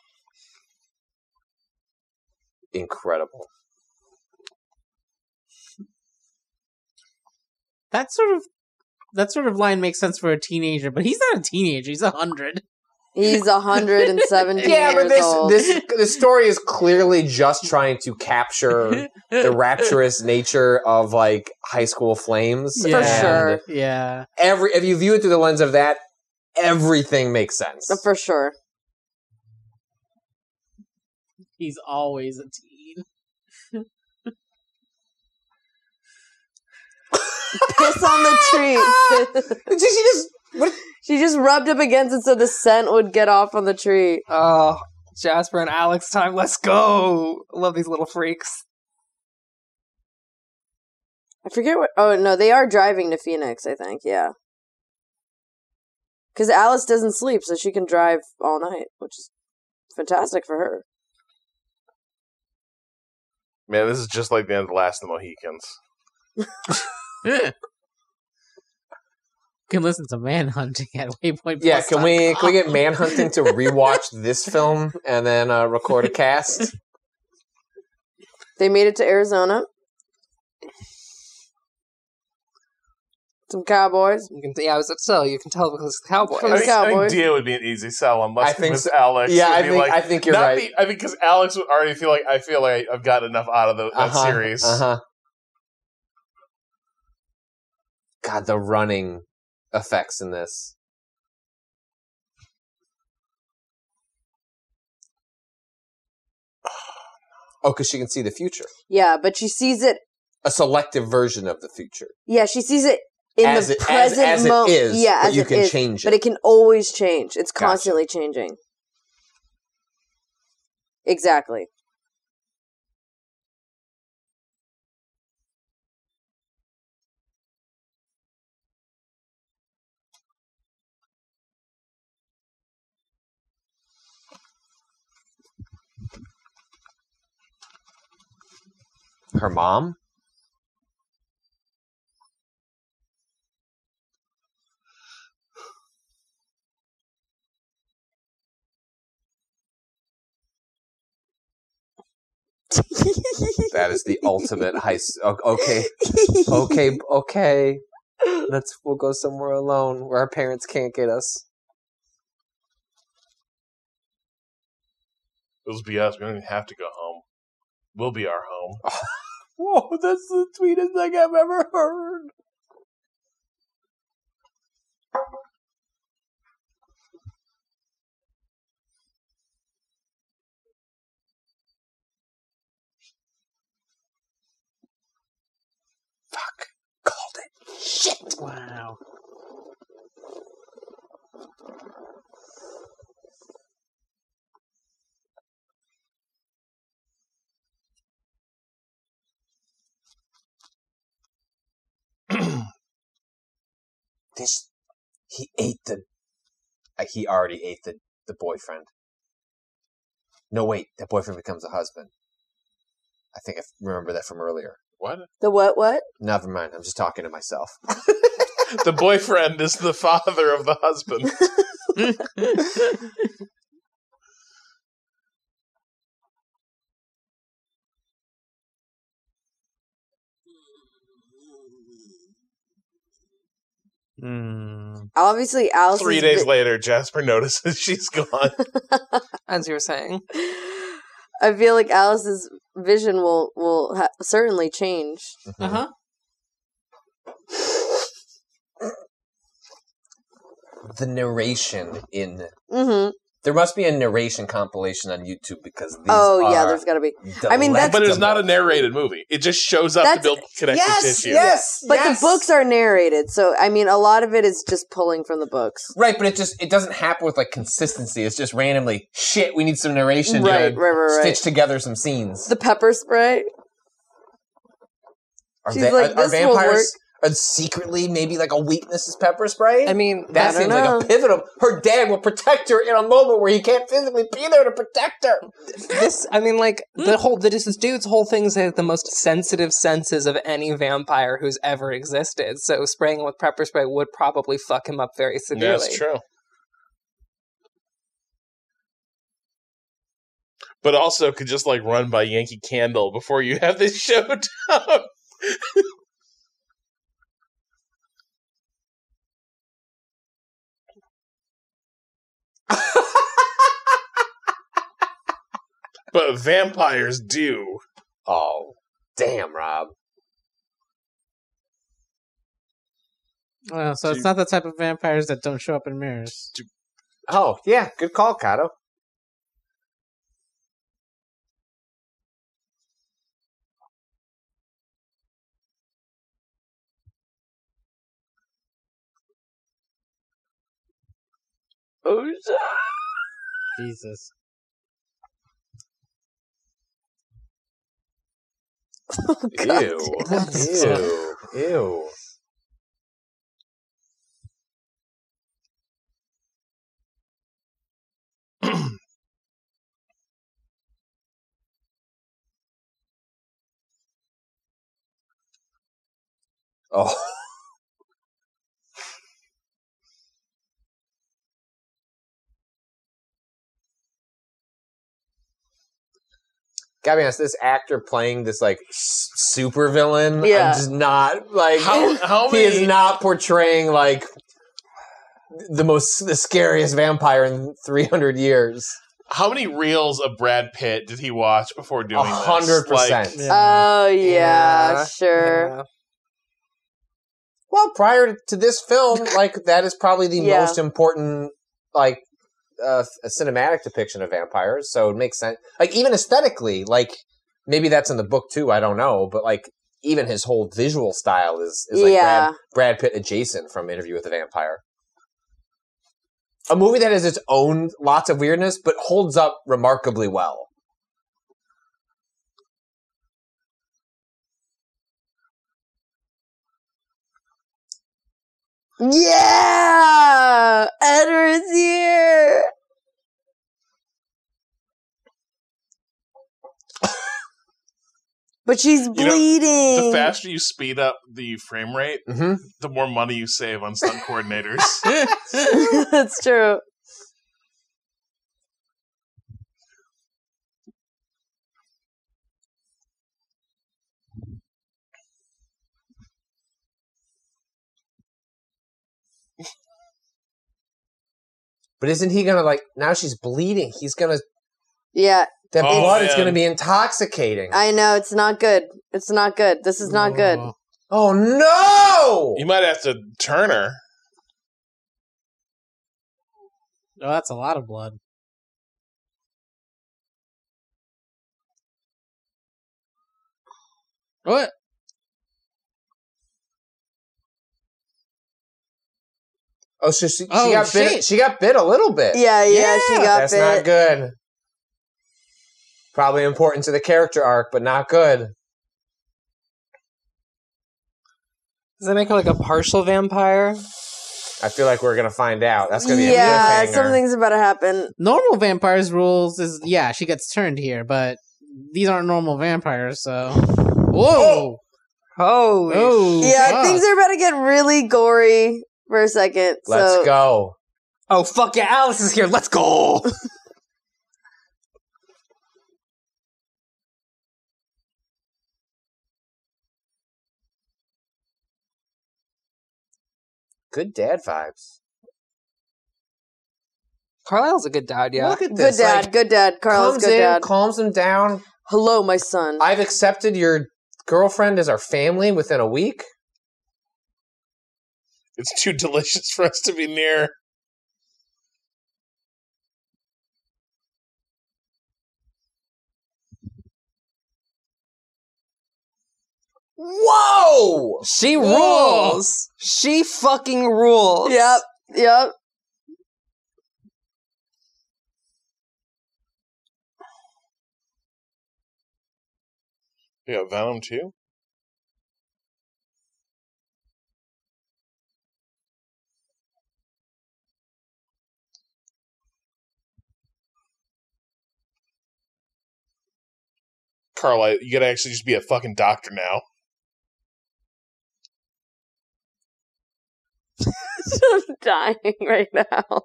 Speaker 5: Incredible.
Speaker 1: That sort of that sort of line makes sense for a teenager, but he's not a teenager. He's a hundred.
Speaker 3: He's
Speaker 5: [laughs]
Speaker 3: 117
Speaker 5: Yeah,
Speaker 3: years
Speaker 5: but this
Speaker 3: old.
Speaker 4: [laughs]
Speaker 5: this this story is clearly just trying to capture
Speaker 1: [laughs]
Speaker 5: the rapturous nature of like high school flames.
Speaker 1: For
Speaker 5: And
Speaker 3: sure.
Speaker 1: Yeah.
Speaker 5: Every if you view it through the lens of that, everything makes sense.
Speaker 3: For sure.
Speaker 1: He's always a teen. [laughs]
Speaker 3: Piss on the tree.
Speaker 5: [laughs] She- she just
Speaker 3: she just rubbed up against it so the scent would get off on the tree.
Speaker 2: Oh, Jasper and Alex time. Let's go. Love these little freaks.
Speaker 3: I forget what. Oh no, they are driving to Phoenix. I think. Yeah. Because Alice doesn't sleep, so she can drive all night, which is fantastic for her.
Speaker 4: Man, this is just like the end of The Last of the Mohicans.
Speaker 1: can listen to manhunting at Waypoint.
Speaker 5: yeah. Can we can we get manhunting
Speaker 3: [laughs]
Speaker 5: to rewatch this film and then uh, record a cast?
Speaker 3: They made it to Arizona. Some cowboys.
Speaker 2: You can, yeah, I was so you can tell because the cowboy.
Speaker 3: From the
Speaker 4: I think
Speaker 3: Cowboys.
Speaker 4: Dia would be an easy sell unless
Speaker 5: I
Speaker 4: I
Speaker 5: think
Speaker 4: think was
Speaker 5: so.
Speaker 4: Alex.
Speaker 5: yeah,
Speaker 4: It'd
Speaker 5: I
Speaker 4: be
Speaker 5: think
Speaker 4: like-
Speaker 5: I think you're
Speaker 4: not
Speaker 5: right.
Speaker 4: be- I think because Alex would already feel like I feel like I've got enough out of the, that
Speaker 5: Uh-huh,
Speaker 4: series.
Speaker 5: Uh-huh. God, the running effects in this. Oh, because she can see the future.
Speaker 3: Yeah, but she sees it.
Speaker 5: A selective version of the future.
Speaker 3: Yeah, she sees it in
Speaker 5: as
Speaker 3: the
Speaker 5: it, as,
Speaker 3: present
Speaker 5: as
Speaker 3: moment.
Speaker 5: it is.
Speaker 3: yeah,
Speaker 5: but
Speaker 3: as
Speaker 5: you
Speaker 3: it
Speaker 5: can
Speaker 3: is,
Speaker 5: change it.
Speaker 3: But it can always change. It's
Speaker 5: Gotcha.
Speaker 3: constantly changing. Exactly.
Speaker 5: Her mom? That
Speaker 2: [laughs]
Speaker 5: is the
Speaker 3: [laughs]
Speaker 5: ultimate high. s- o- Okay, okay, okay. Let's we'll go somewhere alone where our parents can't get us.
Speaker 4: It'll be us. We don't even have to go home. We'll be our home.
Speaker 5: Whoa, [laughs] that's the sweetest thing I've ever heard. Fuck. Called it.
Speaker 1: Wow.
Speaker 5: This. He ate the. Uh, he already ate the, the boyfriend. No, wait. That boyfriend becomes a husband. I think I f- remember that from earlier.
Speaker 4: What?
Speaker 3: The what? What?
Speaker 5: Never mind. I'm just talking to myself.
Speaker 4: the boyfriend is the father of the husband.
Speaker 1: Hmm.
Speaker 3: Obviously, Alice.
Speaker 4: Three
Speaker 3: is
Speaker 4: days
Speaker 3: bi-
Speaker 4: later, Jasper notices she's gone.
Speaker 2: As you were saying,
Speaker 3: I feel like Alice's vision will will ha- certainly change.
Speaker 5: Mm-hmm.
Speaker 1: Uh
Speaker 3: Uh-huh.
Speaker 1: huh.
Speaker 5: The narration in
Speaker 3: Mm-hmm.
Speaker 5: there must be a narration compilation on YouTube because these
Speaker 3: Oh yeah,
Speaker 5: are
Speaker 3: there's got to be.
Speaker 5: delectable.
Speaker 3: I mean, that's-
Speaker 4: but it's not a narrated movie. It just shows up to
Speaker 3: That's-
Speaker 4: build connective
Speaker 5: yes,
Speaker 4: tissue.
Speaker 5: yes,
Speaker 3: But
Speaker 5: yes.
Speaker 3: the books are narrated, so I mean, a lot of it is just pulling from the books.
Speaker 5: right, but it just it doesn't happen with like consistency. It's just randomly shit. We need some narration
Speaker 3: Right, right,
Speaker 5: to
Speaker 3: right, right.
Speaker 5: stitch together some scenes.
Speaker 3: The pepper spray.
Speaker 5: Are,
Speaker 3: She's
Speaker 5: va-
Speaker 3: like,
Speaker 5: are, are
Speaker 3: "This will
Speaker 5: vampires or secretly maybe like a weakness is pepper spray.
Speaker 2: I mean,
Speaker 5: that
Speaker 3: I don't
Speaker 5: seems like a
Speaker 3: know.
Speaker 5: pivotal. Her dad will protect her in a moment where he can't physically be there to protect her.
Speaker 2: this i mean like the whole this, this dude's whole thing is they have the most sensitive senses of any vampire who's ever existed so spraying him with pepper spray would probably fuck him up very severely
Speaker 4: That's true. But also could just like run by Yankee Candle before you have this [laughs] show
Speaker 5: [laughs]
Speaker 4: done. but vampires do.
Speaker 5: Oh, damn, Rob.
Speaker 1: Well, so it's
Speaker 4: Dude.
Speaker 1: not the type of vampires that don't show up in mirrors.
Speaker 5: Oh, yeah, good call, Kato.
Speaker 1: Jesus.
Speaker 5: Ew. Ew. Ew. [clears throat] oh. Gotta be honest, this actor playing this like s- super villain,
Speaker 3: Yeah.
Speaker 5: I'm just not like
Speaker 4: How how
Speaker 5: he
Speaker 4: many
Speaker 5: is not portraying like the most the scariest vampire in 300 years.
Speaker 4: how many reels of Brad Pitt did he watch before doing
Speaker 5: A
Speaker 4: this?
Speaker 5: hundred
Speaker 4: Like,
Speaker 5: percent.
Speaker 1: Yeah.
Speaker 3: Oh yeah,
Speaker 2: Yeah,
Speaker 3: sure.
Speaker 2: Yeah.
Speaker 5: Well, prior to this film,
Speaker 3: [laughs]
Speaker 5: like that is probably the
Speaker 3: Yeah.
Speaker 5: most important like uh, a cinematic depiction of vampires, so it makes sense. Like even aesthetically, like maybe that's in the book too. I don't know, but like even his whole visual style is is like
Speaker 3: Yeah.
Speaker 5: Brad, Brad Pitt adjacent from Interview with a Vampire. A movie that has its own lots of weirdness, but holds up remarkably well.
Speaker 3: Yeah, Edward's here. [laughs] but she's
Speaker 4: know, the
Speaker 3: bleeding.
Speaker 4: the
Speaker 3: [laughs]
Speaker 4: faster you speed up the frame rate,
Speaker 5: Mm-hmm.
Speaker 4: the more money you save
Speaker 5: [laughs]
Speaker 4: on stunt coordinators.
Speaker 3: That's true.
Speaker 5: But isn't he gonna like now? She's bleeding. He's gonna
Speaker 3: Yeah,
Speaker 5: that
Speaker 4: Oh,
Speaker 5: blood is
Speaker 4: man.
Speaker 5: gonna be intoxicating.
Speaker 3: I know it's not good. It's not good. This is not good.
Speaker 1: Oh.
Speaker 5: oh no!
Speaker 4: You might have to turn her.
Speaker 1: Oh, that's a lot of blood. What?
Speaker 5: Oh, so she,
Speaker 1: Oh,
Speaker 5: she got bit.
Speaker 1: shit.
Speaker 5: She got bit a little bit.
Speaker 3: Yeah, yeah, she got
Speaker 5: that's
Speaker 3: bit.
Speaker 5: not good. Probably important to the character arc, but not good.
Speaker 2: does that make her like a partial vampire
Speaker 5: I feel like we're gonna find out. That's gonna be
Speaker 3: yeah,
Speaker 5: a cliffhanger.
Speaker 3: something's about to happen.
Speaker 1: Normal vampires rules is yeah, she gets turned here, but these aren't normal vampires, so. Whoa!
Speaker 2: holy
Speaker 1: Oh,
Speaker 3: Oh, Yeah,
Speaker 1: fuck.
Speaker 3: things are about to get really gory for a second.
Speaker 5: Let's
Speaker 3: so
Speaker 5: go.
Speaker 2: oh fuck yeah alice is here let's [laughs] go
Speaker 5: Good dad vibes.
Speaker 2: carlisle's a good dad yeah
Speaker 5: Look at
Speaker 3: good
Speaker 5: this.
Speaker 3: dad,
Speaker 5: Like,
Speaker 3: good dad, Carl's
Speaker 5: comes
Speaker 3: good
Speaker 5: in,
Speaker 3: dad.
Speaker 5: calms him down.
Speaker 3: Hello, my son.
Speaker 5: I've accepted your girlfriend as our family within a week.
Speaker 4: It's too delicious for us to be near.
Speaker 5: Whoa!
Speaker 2: she
Speaker 1: Whoa.
Speaker 2: rules she fucking rules
Speaker 3: yep,
Speaker 5: [laughs]
Speaker 3: yep. [laughs]
Speaker 4: Yeah, Venom too. Carlisle, you gotta actually just be a fucking doctor now.
Speaker 3: Just dying right now.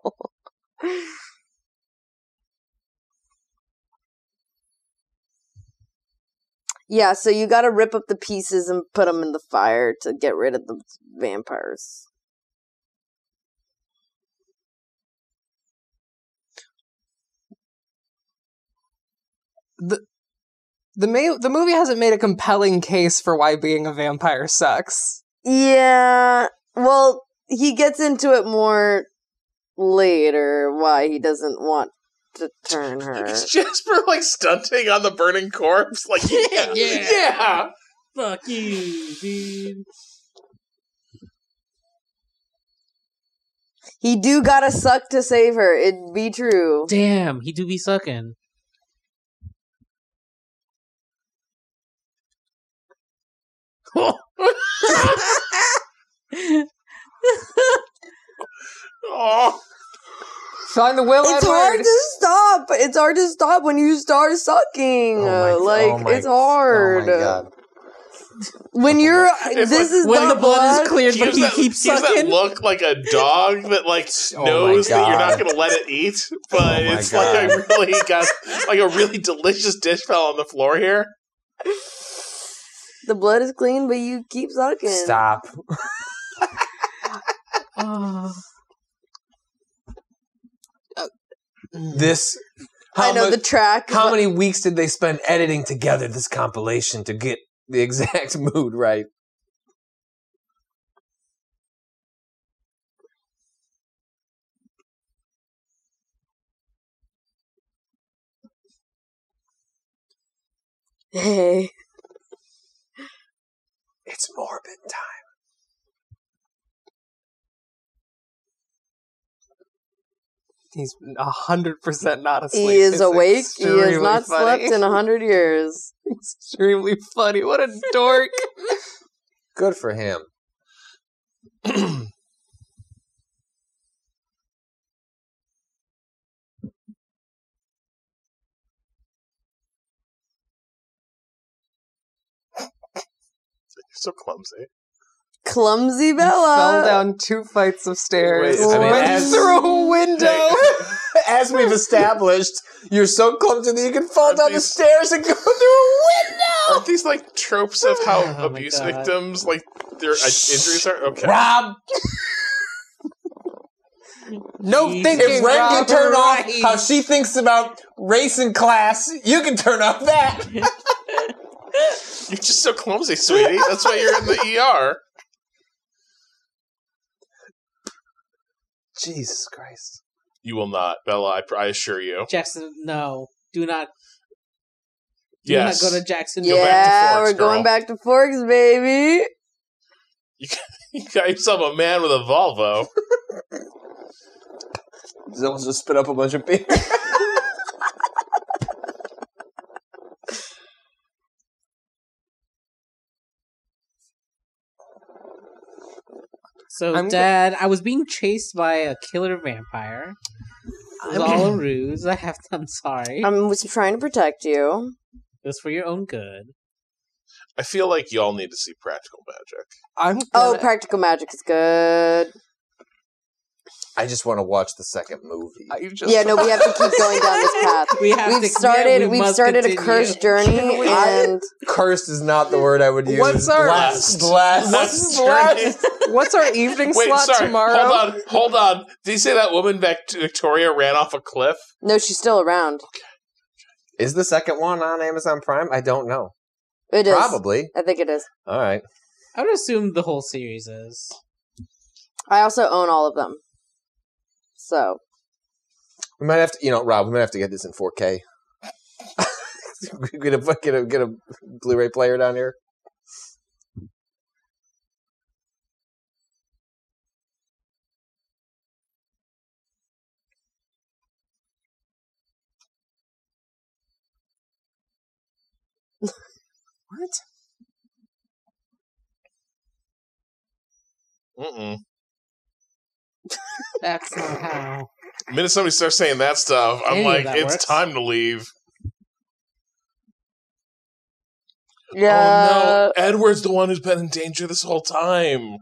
Speaker 3: Yeah, so you gotta rip up the pieces and put them in the fire to get rid of the vampires.
Speaker 2: The ma- the movie hasn't made a compelling case for why being a vampire sucks.
Speaker 3: Yeah, well, he gets into it more later why he doesn't want to turn her.
Speaker 4: It's just for like stunting on the burning corpse.
Speaker 5: [laughs]
Speaker 4: Like, yeah, yeah.
Speaker 1: Yeah. Fuck you, dude.
Speaker 3: He do gotta suck to save her. It'd be true.
Speaker 1: Damn, he do be sucking.
Speaker 4: Oh,
Speaker 2: Find the will,
Speaker 3: It's hard
Speaker 2: Edward.
Speaker 3: to stop. It's hard to stop when you start sucking.
Speaker 5: my-
Speaker 3: Uh, like
Speaker 5: oh my-
Speaker 3: it's hard.
Speaker 5: Oh my god.
Speaker 3: When you're
Speaker 4: It's
Speaker 3: this
Speaker 4: like
Speaker 3: is
Speaker 1: when
Speaker 3: not
Speaker 1: the blood is cleared, but
Speaker 4: gives
Speaker 1: he
Speaker 4: that-
Speaker 1: keeps
Speaker 4: gives
Speaker 1: sucking.
Speaker 4: That look like a dog
Speaker 1: [laughs]
Speaker 4: that like
Speaker 5: Oh my
Speaker 4: knows that you're not
Speaker 5: God.
Speaker 4: gonna let it eat, but
Speaker 5: Oh my
Speaker 4: it's like I
Speaker 5: God.
Speaker 1: [laughs]
Speaker 4: really got like a really delicious dish fell on the floor here.
Speaker 3: The blood is clean, but you keep sucking.
Speaker 5: Stop.
Speaker 1: Oh.
Speaker 2: Ah.
Speaker 5: This. How
Speaker 3: I know
Speaker 5: much-
Speaker 3: the track.
Speaker 5: How many weeks did they spend editing together this compilation to get the [laughs] exact mood right?
Speaker 3: [laughs] Hey,
Speaker 5: It's morbid time.
Speaker 2: He's hundred percent not asleep.
Speaker 3: he is
Speaker 2: It's
Speaker 3: awake. He has
Speaker 2: extremely
Speaker 3: not
Speaker 2: funny.
Speaker 3: slept in a hundred years.
Speaker 2: [laughs] extremely
Speaker 3: [laughs]
Speaker 2: funny. What a dork.
Speaker 5: Good for him.
Speaker 4: So clumsy.
Speaker 3: Clumsy Bella.
Speaker 2: Fell down two flights of stairs.
Speaker 5: Wait, I mean,
Speaker 2: went
Speaker 5: as-
Speaker 2: through a window.
Speaker 5: As we've established, you're so clumsy that you can fall
Speaker 4: Aren't
Speaker 5: down the
Speaker 4: these-
Speaker 5: stairs and go [laughs] through a
Speaker 4: Aren't these like tropes of how
Speaker 1: [laughs] Oh my
Speaker 4: abuse
Speaker 1: God.
Speaker 4: victims like their uh, injuries are? Okay.
Speaker 5: window. Rob,
Speaker 2: [laughs] no
Speaker 1: Jesus.
Speaker 2: thinking.
Speaker 5: if Ren can
Speaker 2: Robert
Speaker 5: turn off
Speaker 2: Wright.
Speaker 5: how she thinks about race and class, you can turn off that.
Speaker 4: You're just so clumsy, sweetie. That's why you're
Speaker 1: [laughs]
Speaker 4: in the ER.
Speaker 5: Jesus Christ.
Speaker 4: You will not, Bella. I, pr- I assure you.
Speaker 1: Jackson, no. Do not do
Speaker 4: Yes.
Speaker 1: not go to Jackson.
Speaker 4: Go back to
Speaker 3: yeah,
Speaker 4: Forks,
Speaker 3: we're going
Speaker 4: [laughs] girl.
Speaker 3: back to Forks, baby.
Speaker 4: you got yourself a man with a Volvo.
Speaker 5: They'll just spit up a bunch of beer.
Speaker 1: So,
Speaker 2: I'm go-
Speaker 1: Dad, I was being chased by a killer vampire. It was all a ruse. [laughs] I have. I'm sorry.
Speaker 3: I'm was trying to protect you.
Speaker 1: it was for your own good.
Speaker 4: I feel like y'all need to see Practical Magic.
Speaker 2: I'm
Speaker 3: Oh,
Speaker 2: gonna-
Speaker 3: practical magic is good.
Speaker 5: I just want to watch the second movie.
Speaker 2: I just-
Speaker 3: Yeah, no, we have to keep going down [laughs] this path.
Speaker 1: We have
Speaker 3: We've
Speaker 1: to-
Speaker 3: started.
Speaker 1: yeah, we
Speaker 3: we've
Speaker 1: must
Speaker 3: started a
Speaker 1: continue.
Speaker 3: cursed journey, and
Speaker 5: Cursed is not the word I would use.
Speaker 2: What's our-
Speaker 5: Blessed. Blessed.
Speaker 4: That's
Speaker 3: [laughs]
Speaker 2: Blessed.
Speaker 4: journey.
Speaker 2: What's our evening
Speaker 4: Wait,
Speaker 2: slot
Speaker 4: sorry.
Speaker 2: tomorrow?
Speaker 4: Hold on. Hold on. Did you say that woman Vic- Victoria ran off a cliff?
Speaker 3: no, she's still around.
Speaker 5: Is the second one on Amazon Prime? I don't know.
Speaker 3: It is
Speaker 5: Probably.
Speaker 3: I think it is.
Speaker 5: All right.
Speaker 1: I would assume the whole series is.
Speaker 3: I also own all of them.
Speaker 5: [laughs]
Speaker 3: So
Speaker 5: We might have to, you know, Rob. We might have to get this in 4K. [laughs] get a get a get a Blu-ray player down here.
Speaker 2: What?
Speaker 4: Mm-mm.
Speaker 1: [laughs] That's not how.
Speaker 4: The minute somebody starts saying that stuff, I'm
Speaker 1: Any of
Speaker 4: like,
Speaker 1: that
Speaker 4: it's
Speaker 1: works.
Speaker 4: time to leave.
Speaker 3: Yeah.
Speaker 4: Oh no, Edward's the one who's been in danger this whole time.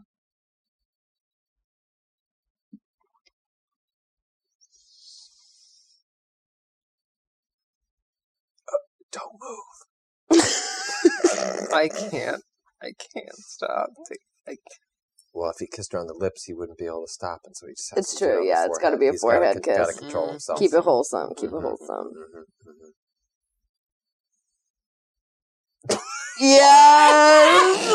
Speaker 2: Don't move. [laughs] I can't. I can't stop.
Speaker 5: Well, if he kissed her on the lips, he wouldn't be able to stop, and so he just has
Speaker 3: It's
Speaker 5: to
Speaker 3: true,
Speaker 5: Do it on the
Speaker 3: yeah, it's gotta be a
Speaker 5: He's gotta
Speaker 3: forehead
Speaker 5: con- Gotta
Speaker 3: kiss. Mm-hmm.
Speaker 5: control
Speaker 13: Mhm.
Speaker 5: himself.
Speaker 3: Keep it wholesome. Keep
Speaker 5: Mhm.
Speaker 3: it wholesome.
Speaker 5: Mhm, mhm.
Speaker 3: Yes.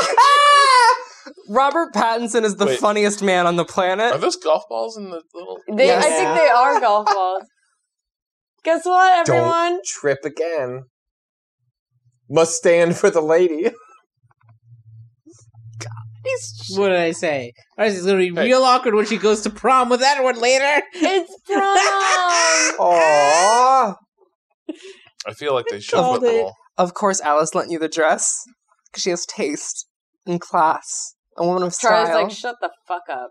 Speaker 2: [laughs] Robert Pattinson is the
Speaker 4: Wait.
Speaker 2: funniest man on the
Speaker 4: Are
Speaker 2: planet.
Speaker 4: those golf balls in the little?
Speaker 3: they, I
Speaker 2: Yes.
Speaker 3: think they are golf balls. Guess what, everyone?
Speaker 5: Don't trip again. Must stand for the lady.
Speaker 1: What did I say? I was going to be
Speaker 4: Hey.
Speaker 1: real awkward when she goes to prom with Edward later.
Speaker 3: It's [laughs] prom.
Speaker 2: Aww.
Speaker 4: I feel like they should
Speaker 2: Called
Speaker 4: put them
Speaker 2: it.
Speaker 4: all.
Speaker 2: Of course, Alice lent you the dress because she has taste and class. A woman of
Speaker 3: Charlie's
Speaker 2: style.
Speaker 3: like, shut the fuck up.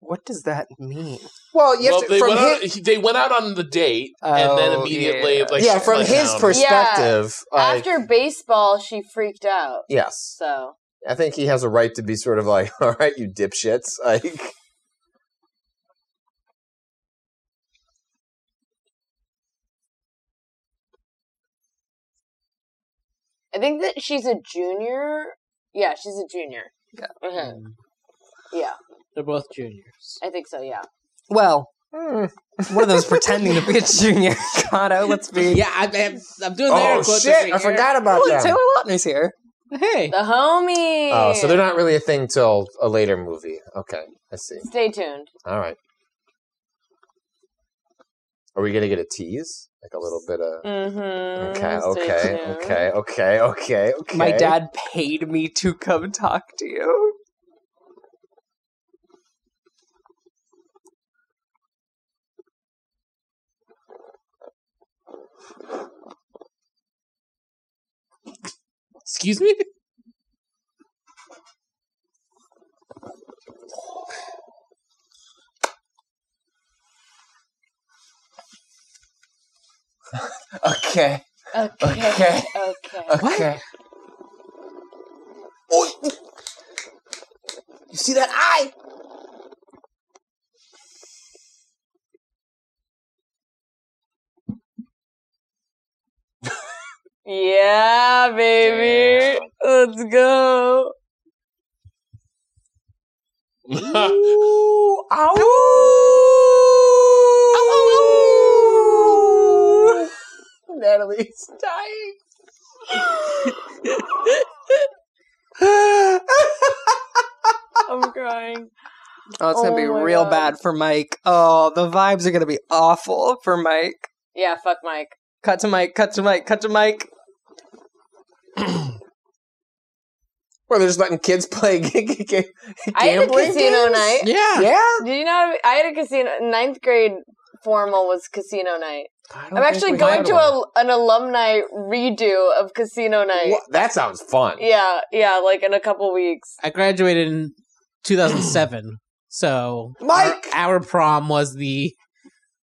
Speaker 2: what does that mean?
Speaker 5: Well, you
Speaker 4: Well,
Speaker 5: have to,
Speaker 4: they
Speaker 5: from
Speaker 4: went,
Speaker 5: his,
Speaker 4: out, he- they went out on the date and then
Speaker 2: Oh,
Speaker 4: immediately,
Speaker 2: yeah.
Speaker 4: like, um,
Speaker 5: yeah,
Speaker 4: she
Speaker 5: from
Speaker 4: went
Speaker 5: his
Speaker 4: down. [laughs]
Speaker 5: perspective. like,
Speaker 3: After baseball, she freaked out.
Speaker 5: yes,
Speaker 3: So
Speaker 5: I think he has a right to be sort of like, [laughs] all right, you dipshits. [laughs] Like,
Speaker 3: I think that she's a junior. Yeah, she's a junior.
Speaker 2: Yeah.
Speaker 3: Mhm. Yeah,
Speaker 1: They're both juniors.
Speaker 3: I think so. Yeah.
Speaker 2: [laughs] Well,
Speaker 5: hmm.
Speaker 2: one of those pretending to be a junior. [laughs] Cotto, let's be.
Speaker 1: Yeah, I, I'm, I'm doing the air
Speaker 5: oh
Speaker 1: quotes
Speaker 5: shit,
Speaker 1: over here.
Speaker 5: I forgot about
Speaker 2: Look,
Speaker 5: that.
Speaker 2: Taylor Lautner's here.
Speaker 1: Hey,
Speaker 3: The homie.
Speaker 5: Oh, so they're not really a thing till a later movie. Okay, I see.
Speaker 3: Stay tuned.
Speaker 5: All right. Are we gonna get a tease? Like a little bit of
Speaker 3: Mm-hmm.
Speaker 5: okay, okay, okay, okay, okay, okay.
Speaker 2: My dad paid me to come talk to you.
Speaker 1: excuse me?
Speaker 14: Okay.
Speaker 3: Okay. Okay.
Speaker 14: Okay. Okay.
Speaker 3: okay.
Speaker 13: You see that eye?
Speaker 3: Yeah, baby. Let's go.
Speaker 2: Ooh, ow. Ow, ow, ow.
Speaker 3: [laughs]
Speaker 5: Natalie's
Speaker 2: [laughs]
Speaker 5: dying.
Speaker 3: I'm crying.
Speaker 2: Oh, it's gonna be
Speaker 3: Oh my
Speaker 2: real
Speaker 3: God.
Speaker 2: bad for Mike. Oh, the vibes are gonna be awful for Mike.
Speaker 3: Yeah, fuck
Speaker 5: [laughs]
Speaker 3: Mike.
Speaker 2: Cut to Mike. Cut to Mike. Cut to Mike. [clears throat]
Speaker 5: Well, they're just letting kids play [laughs] g- g- g-
Speaker 3: I had a
Speaker 5: gambling
Speaker 3: casino
Speaker 5: games?
Speaker 3: night.
Speaker 1: Yeah.
Speaker 5: Yeah,
Speaker 3: Did you know I had a casino? Ninth grade formal was casino night. I'm actually going to a, an alumni redo of casino night.
Speaker 5: Wha- that sounds fun.
Speaker 3: Yeah, yeah, like in a couple weeks.
Speaker 1: I graduated in 2007. So our-
Speaker 5: Mike!
Speaker 1: our, prom was the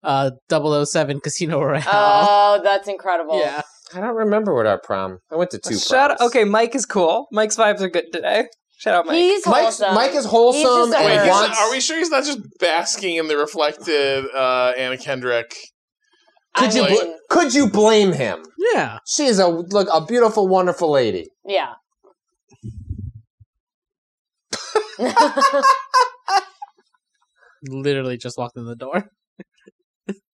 Speaker 1: uh 007 Casino [laughs] Royale.
Speaker 3: Oh, that's incredible.
Speaker 1: yeah.
Speaker 5: I don't remember what our prom. I went to two.
Speaker 2: Shut up.
Speaker 5: proms.
Speaker 2: Okay, Mike is cool. Mike's vibes are good today. Shout out, Mike.
Speaker 3: He's
Speaker 5: Mike's,
Speaker 3: wholesome.
Speaker 5: Mike is wholesome
Speaker 3: He's just a
Speaker 4: Wait,
Speaker 5: and
Speaker 4: he's
Speaker 3: wants-
Speaker 4: not- are we sure he's not just basking in the reflective uh, Anna Kendrick?
Speaker 3: I
Speaker 5: Could you
Speaker 3: mean,
Speaker 5: bl- could you blame him?
Speaker 1: Yeah.
Speaker 5: She is a look a beautiful, wonderful lady.
Speaker 3: yeah.
Speaker 1: Literally just walked in the door.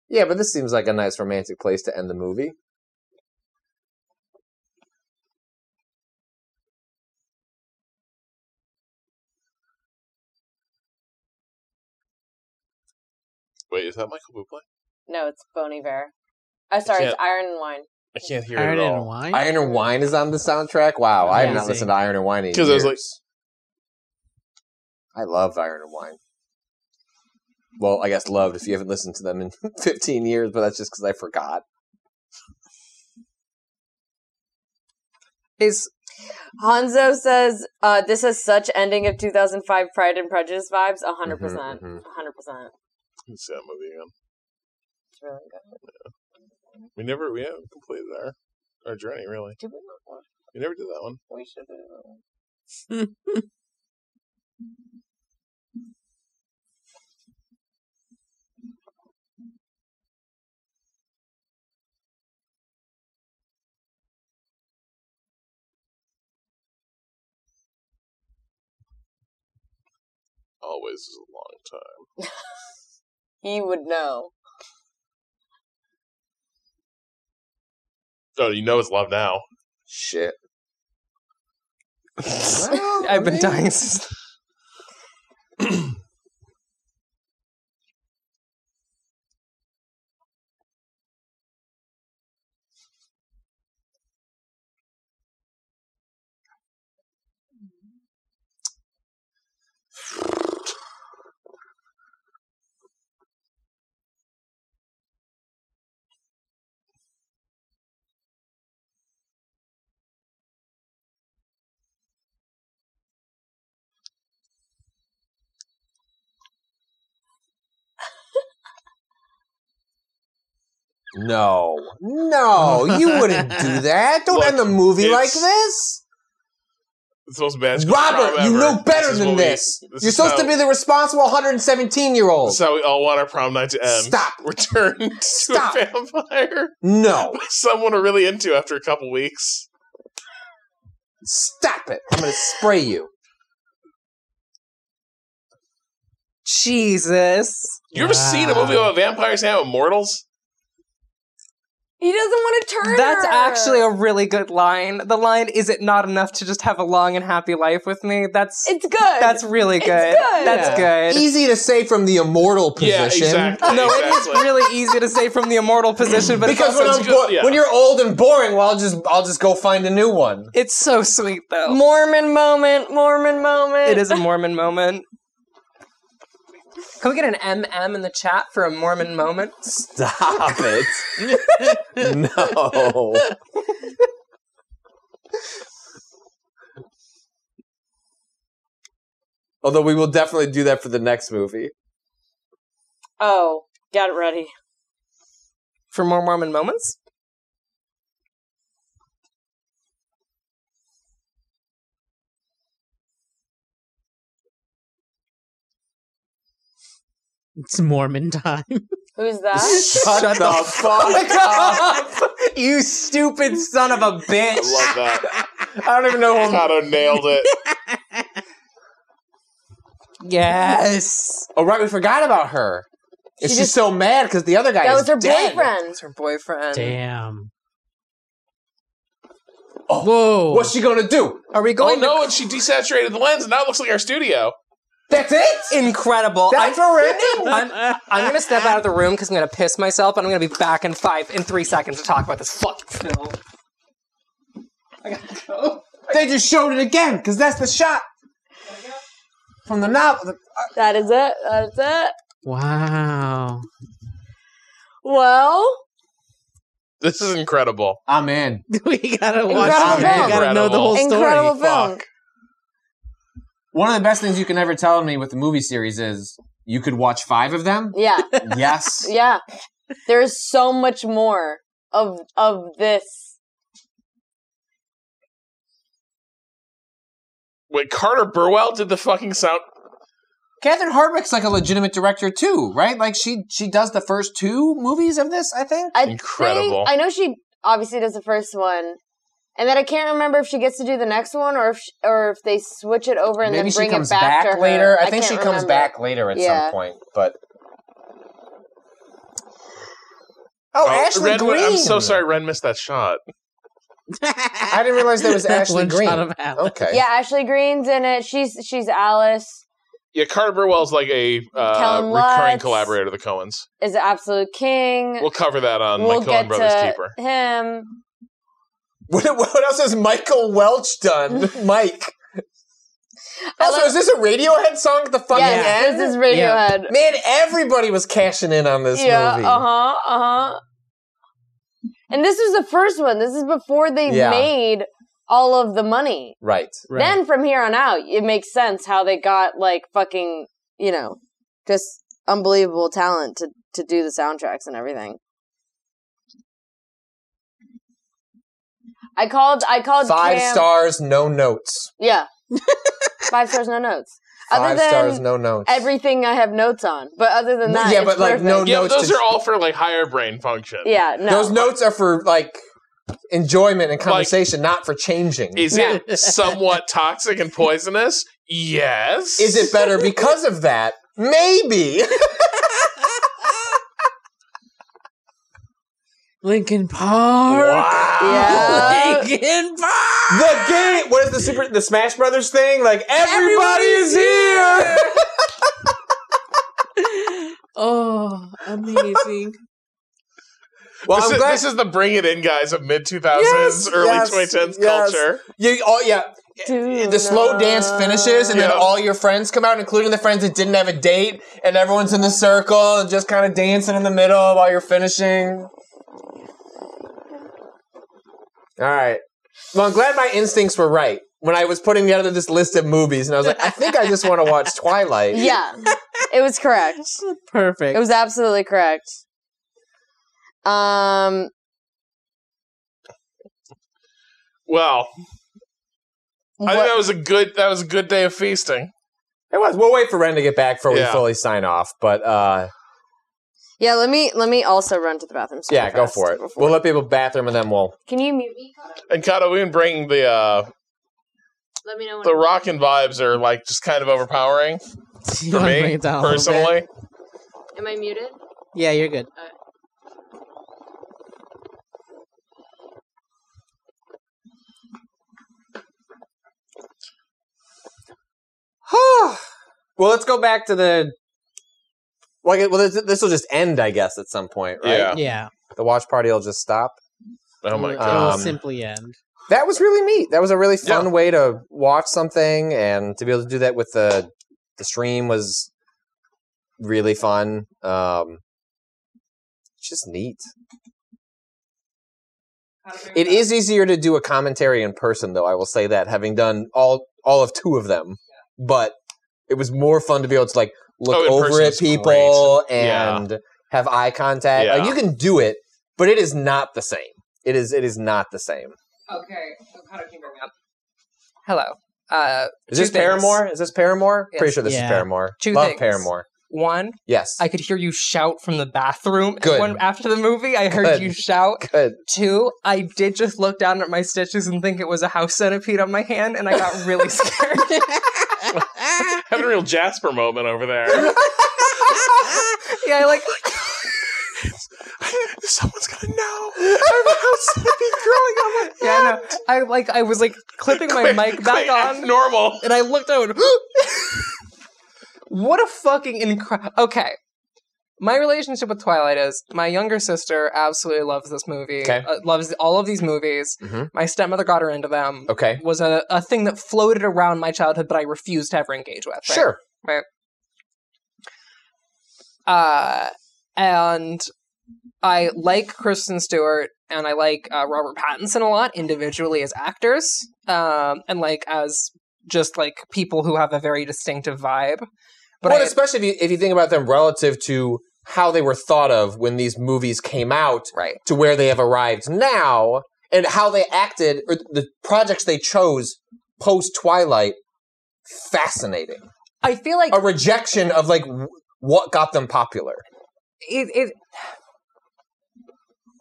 Speaker 5: Yeah, but this seems like a nice romantic place to end the movie.
Speaker 4: Wait, is that Michael Bublé?
Speaker 3: no, it's Bon Iver. Oh, sorry, it's Iron and Wine.
Speaker 4: I can't hear
Speaker 1: Iron
Speaker 4: it at
Speaker 1: and
Speaker 4: all.
Speaker 1: wine.
Speaker 5: Iron and Wine is on the soundtrack. Wow, I have not
Speaker 1: Amazing.
Speaker 5: listened to Iron and Wine in
Speaker 4: 'Cause
Speaker 5: years.
Speaker 4: I was
Speaker 5: I
Speaker 4: like-
Speaker 5: love Iron and Wine. Well, I guess loved if you haven't listened to them in [laughs] 15 years, but that's just because I forgot.
Speaker 2: Is
Speaker 3: Hanzo says, uh,
Speaker 5: Mm-hmm,
Speaker 3: this has such ending of 2005 Pride and Prejudice vibes. 100%.
Speaker 5: Mhm,
Speaker 3: 100%.
Speaker 4: Let's see that movie again.
Speaker 15: It's really good.
Speaker 4: We never we haven't completed our our journey really.
Speaker 15: Did we not watch?
Speaker 4: We never did that one.
Speaker 15: We should have.
Speaker 4: Always is a long time.
Speaker 15: He would know.
Speaker 4: Oh, you know it's love now.
Speaker 2: [laughs]
Speaker 5: Shit.
Speaker 2: I've [laughs] been dying since.
Speaker 5: No. No, you wouldn't do
Speaker 2: [laughs]
Speaker 5: that. Don't
Speaker 4: Look,
Speaker 5: end the movie like
Speaker 4: it's-
Speaker 5: this.
Speaker 4: It's the most magical
Speaker 5: Robert,
Speaker 4: prom
Speaker 5: you
Speaker 4: ever.
Speaker 5: know better
Speaker 4: is
Speaker 5: than
Speaker 4: what we-
Speaker 5: this.
Speaker 4: this
Speaker 5: You're
Speaker 4: is
Speaker 5: supposed
Speaker 4: how-
Speaker 5: to be the responsible 117 year old.
Speaker 4: This is how we all want our prom night to end. [laughs]
Speaker 5: Stop.
Speaker 4: We're turned to
Speaker 5: Stop.
Speaker 4: a vampire.
Speaker 5: No.
Speaker 4: Someone are really into after a couple weeks.
Speaker 5: Stop it. I'm going to spray you.
Speaker 2: Jesus.
Speaker 4: You ever seen a movie about vampires hanging out with mortals?
Speaker 3: He doesn't want to turn.
Speaker 2: That's
Speaker 3: her.
Speaker 2: actually a really good line. The line, is it not enough to just have a long and happy life with me? That's
Speaker 3: It's good.
Speaker 2: that's really
Speaker 3: It's
Speaker 2: good.
Speaker 3: good.
Speaker 2: That's
Speaker 5: Yeah.
Speaker 2: good.
Speaker 5: Easy to say from the immortal position.
Speaker 4: Yeah, exactly.
Speaker 2: No, it is
Speaker 4: exactly.
Speaker 2: really easy to say from the immortal position, but
Speaker 5: Because
Speaker 2: it's,
Speaker 5: when,
Speaker 2: also,
Speaker 5: I'm
Speaker 4: good,
Speaker 5: bo-
Speaker 4: yeah.
Speaker 5: when you're old and boring, well, I'll just I'll just go find a new one.
Speaker 2: it's so sweet though.
Speaker 3: Mormon moment. Mormon moment.
Speaker 2: It is a Mormon moment. Can we get an MM in the chat for a Mormon moment?
Speaker 5: Stop it. [laughs] no. Although we will definitely do that for the next movie.
Speaker 3: Oh, got it ready.
Speaker 2: For more Mormon moments?
Speaker 1: It's Mormon time.
Speaker 3: Who's that?
Speaker 5: Shut, the, fuck up.
Speaker 2: you stupid son of a
Speaker 4: I
Speaker 2: bitch.
Speaker 5: [laughs]
Speaker 4: love that.
Speaker 5: I don't even know who
Speaker 4: Kato nailed it.
Speaker 2: Yes.
Speaker 5: [laughs] Oh, right, we forgot about her. And
Speaker 3: She
Speaker 5: she's
Speaker 3: just-
Speaker 5: so mad because the other guy
Speaker 3: that
Speaker 5: is
Speaker 3: was her
Speaker 5: dead.
Speaker 3: boyfriend.
Speaker 2: It's her boyfriend.
Speaker 1: Damn.
Speaker 5: Oh,
Speaker 1: Whoa. [laughs]
Speaker 5: What's she gonna do?
Speaker 2: Are we
Speaker 4: Oh
Speaker 2: going
Speaker 4: no, and she desaturated the lens, and now it looks like our studio.
Speaker 5: That's it?
Speaker 2: to incredible?
Speaker 5: That's
Speaker 2: I-
Speaker 5: her [laughs] ending?
Speaker 2: I'm, I'm
Speaker 5: [laughs]
Speaker 2: gonna step out of the room because I'm gonna piss myself, and I'm gonna be back in five in three seconds to talk about this fucking film.
Speaker 16: They just showed it again because that's the shot from the novel.
Speaker 3: That is it. That's it.
Speaker 1: Wow.
Speaker 3: Well,
Speaker 4: This is incredible.
Speaker 5: I'm in.
Speaker 1: [laughs] we gotta watch
Speaker 3: Incredible
Speaker 1: it. man.
Speaker 3: film.
Speaker 1: We gotta know the whole
Speaker 3: incredible
Speaker 1: [laughs] story.
Speaker 3: film.
Speaker 4: Fuck.
Speaker 5: One of the best things you can ever tell me with the movie series is you could watch five
Speaker 3: [laughs]
Speaker 5: of them.
Speaker 3: Yeah,
Speaker 5: Yes.
Speaker 3: yeah. There is so much more of of this.
Speaker 4: Wait, Carter Burwell did the fucking sound.
Speaker 5: Catherine Hardwicke's like a legitimate director too, right? Like she she does the first two movies of this, I think.
Speaker 3: I think-
Speaker 4: Incredible.
Speaker 3: I know she obviously does the first one, and then I can't remember if she gets to do the next one or if sh or if they switch it over and
Speaker 5: Maybe
Speaker 3: then
Speaker 5: she
Speaker 3: bring
Speaker 5: comes
Speaker 3: it back,
Speaker 5: back,
Speaker 3: to her.
Speaker 5: later. I, think she
Speaker 3: can't
Speaker 5: comes
Speaker 3: remember.
Speaker 5: back later at
Speaker 3: Yeah.
Speaker 5: some point, but
Speaker 16: Oh,
Speaker 4: Ashley
Speaker 5: Green.
Speaker 4: I'm so sorry, Ren missed that shot.
Speaker 5: I didn't realize there was Ashley
Speaker 1: One
Speaker 5: Greene. Oh.
Speaker 1: shot of Alan.
Speaker 5: okay.
Speaker 3: Yeah, Ashley Green's in it. She's she's Alice.
Speaker 4: Yeah, Carter Burwell's like a uh,
Speaker 3: Kellen
Speaker 4: recurring
Speaker 3: Lutz.
Speaker 4: collaborator of the Coens.
Speaker 3: Is the absolute king.
Speaker 4: We'll cover that on
Speaker 3: We'll
Speaker 4: my Coen
Speaker 3: get
Speaker 4: Brothers
Speaker 3: to
Speaker 4: Keeper.
Speaker 3: him.
Speaker 5: [laughs] What, what else has Michael Welch
Speaker 3: [laughs]
Speaker 5: done? Mike.
Speaker 3: I
Speaker 5: Also,
Speaker 3: love-
Speaker 5: is this a Radiohead song at the fucking
Speaker 3: yes,
Speaker 5: end?
Speaker 3: this is Radiohead.
Speaker 5: Man, everybody was cashing in on this
Speaker 3: Yeah,
Speaker 5: movie.
Speaker 3: uh huh, uh huh. And this was the first one. This is before they
Speaker 5: Yeah.
Speaker 3: made all of the money.
Speaker 5: Right.
Speaker 1: Right.
Speaker 3: Then from here on out, it makes sense how they got like fucking, you know, just unbelievable talent to to do the soundtracks and everything. I called. I called
Speaker 5: Five
Speaker 3: Cam-
Speaker 5: stars, no notes.
Speaker 3: Yeah, [laughs] five stars, no notes.
Speaker 5: Five
Speaker 3: Other than
Speaker 5: stars, no notes.
Speaker 3: everything I have notes on, but other than that,
Speaker 5: Yeah,
Speaker 3: it's
Speaker 5: but, like, no-
Speaker 3: perfect.
Speaker 4: Yeah,
Speaker 5: No,
Speaker 4: but
Speaker 5: it's
Speaker 4: those
Speaker 5: just-
Speaker 4: are all for like higher brain function.
Speaker 3: yeah, no.
Speaker 5: Those notes are for like enjoyment and conversation, not for changing.
Speaker 4: Is it somewhat toxic and poisonous? Yes.
Speaker 5: Is it better because of that? Maybe.
Speaker 1: Lincoln Park.
Speaker 5: Wow.
Speaker 3: Yeah.
Speaker 1: Lincoln Park.
Speaker 5: The game. What is the Super the Smash Brothers thing? Like everybody is here. [laughs]
Speaker 1: Oh, amazing.
Speaker 5: well,
Speaker 4: this,
Speaker 5: I'm
Speaker 4: is,
Speaker 5: glad
Speaker 4: this is the bring it in guys of mid 2000s,
Speaker 5: Yes,
Speaker 4: early
Speaker 5: yes,
Speaker 4: 2010s
Speaker 5: yes.
Speaker 4: culture.
Speaker 5: you. Oh yeah. The slow dance finishes, and then
Speaker 4: Yeah.
Speaker 5: all your friends come out, including the friends that didn't have a date, and everyone's in the circle and just kind of dancing in the middle while you're finishing. All right. Well, I'm glad my instincts were right when I was putting together this list of movies, and I was like, I think I just want to watch [laughs]
Speaker 3: [laughs]
Speaker 5: Twilight.
Speaker 3: Yeah, it was correct.
Speaker 1: Perfect.
Speaker 3: It was absolutely correct. Um,
Speaker 4: Well, I
Speaker 3: what-
Speaker 4: think that was a good that was a good day of feasting.
Speaker 5: It was. We'll wait for Ren to get back before
Speaker 4: Yeah.
Speaker 5: we fully sign off. But uh,
Speaker 3: yeah, let me let me also run to the bathroom. super
Speaker 5: yeah, go
Speaker 3: fast
Speaker 5: for it.
Speaker 3: before-
Speaker 5: We'll let people bathroom and then we'll.
Speaker 3: Can you mute me? Connor?
Speaker 4: And Kato, we've been bringing the uh,
Speaker 3: Let me know when.
Speaker 4: the rockin' vibes are like just kind of overpowering
Speaker 1: [laughs] You
Speaker 4: for
Speaker 1: wanna bring
Speaker 4: me
Speaker 1: it down a little bit?
Speaker 4: personally.
Speaker 3: Am I muted?
Speaker 1: Yeah, you're good.
Speaker 5: [sighs] well, let's go back to the. Well, I guess- well, this will just end, I guess, at some point, right?
Speaker 4: Yeah.
Speaker 1: Yeah.
Speaker 5: The watch party will just stop.
Speaker 4: Oh my
Speaker 1: It'll-
Speaker 4: god.
Speaker 1: It'll
Speaker 5: Um,
Speaker 1: simply end.
Speaker 5: That was really neat. That was a really fun
Speaker 4: Yeah.
Speaker 5: way to watch something, and to be able to do that with the the stream was really fun. Um, just neat. It is easier to do a commentary in person, though. I will say that, having done all all of two of them, but it was more fun to be able to like look
Speaker 4: Oh, in
Speaker 5: over
Speaker 4: person
Speaker 5: at
Speaker 4: is
Speaker 5: people
Speaker 4: Yeah.
Speaker 5: and have eye contact. Like,
Speaker 4: Yeah.
Speaker 5: you can do it, but it is not the same. It is it is not the same.
Speaker 2: Okay. Okada, can you bring me up? Hello. Uh,
Speaker 5: Is
Speaker 2: Two
Speaker 5: this
Speaker 2: things.
Speaker 5: Paramore? Is this Paramore?
Speaker 2: Yes.
Speaker 5: Pretty sure this
Speaker 1: Yeah.
Speaker 5: is Paramore.
Speaker 2: Two
Speaker 5: Love
Speaker 2: things.
Speaker 5: Paramore.
Speaker 2: one,
Speaker 5: Yes.
Speaker 2: I could hear you shout from the bathroom. And
Speaker 5: Good.
Speaker 2: When, after the movie, I heard
Speaker 5: Good.
Speaker 2: you shout.
Speaker 5: Good.
Speaker 2: Two, I did just look down at my stitches and think it was a house centipede on my hand, and I got
Speaker 5: [laughs]
Speaker 2: really scared. [laughs]
Speaker 4: Having a real Jasper moment over there.
Speaker 2: yeah, I like
Speaker 4: [laughs] Someone's gonna know.
Speaker 2: Yeah, I know. I like I was like clipping my mic back
Speaker 4: Like, act
Speaker 2: on
Speaker 4: normal.
Speaker 2: and I looked out. [gasps] what a fucking incredible. Okay. My relationship with Twilight is my younger sister absolutely loves this movie.
Speaker 5: Okay.
Speaker 2: uh, loves all of these movies.
Speaker 5: Mhm.
Speaker 2: My stepmother got her into them.
Speaker 5: Okay.
Speaker 2: Was a, a thing that floated around my childhood, but I refused to ever engage with. right?
Speaker 5: Sure.
Speaker 2: Uh, and I like Kristen Stewart and I like uh, Robert Pattinson a lot individually as actors, um, and like as just like people who have a very distinctive vibe. But
Speaker 5: well,
Speaker 2: I-
Speaker 5: especially if you, if you think about them relative to how they were thought of when these movies came out
Speaker 2: right,
Speaker 5: to where they have arrived now and how they acted or the projects they chose post Twilight. Fascinating.
Speaker 2: I feel like
Speaker 5: A rejection of like w- what got them popular.
Speaker 2: it, it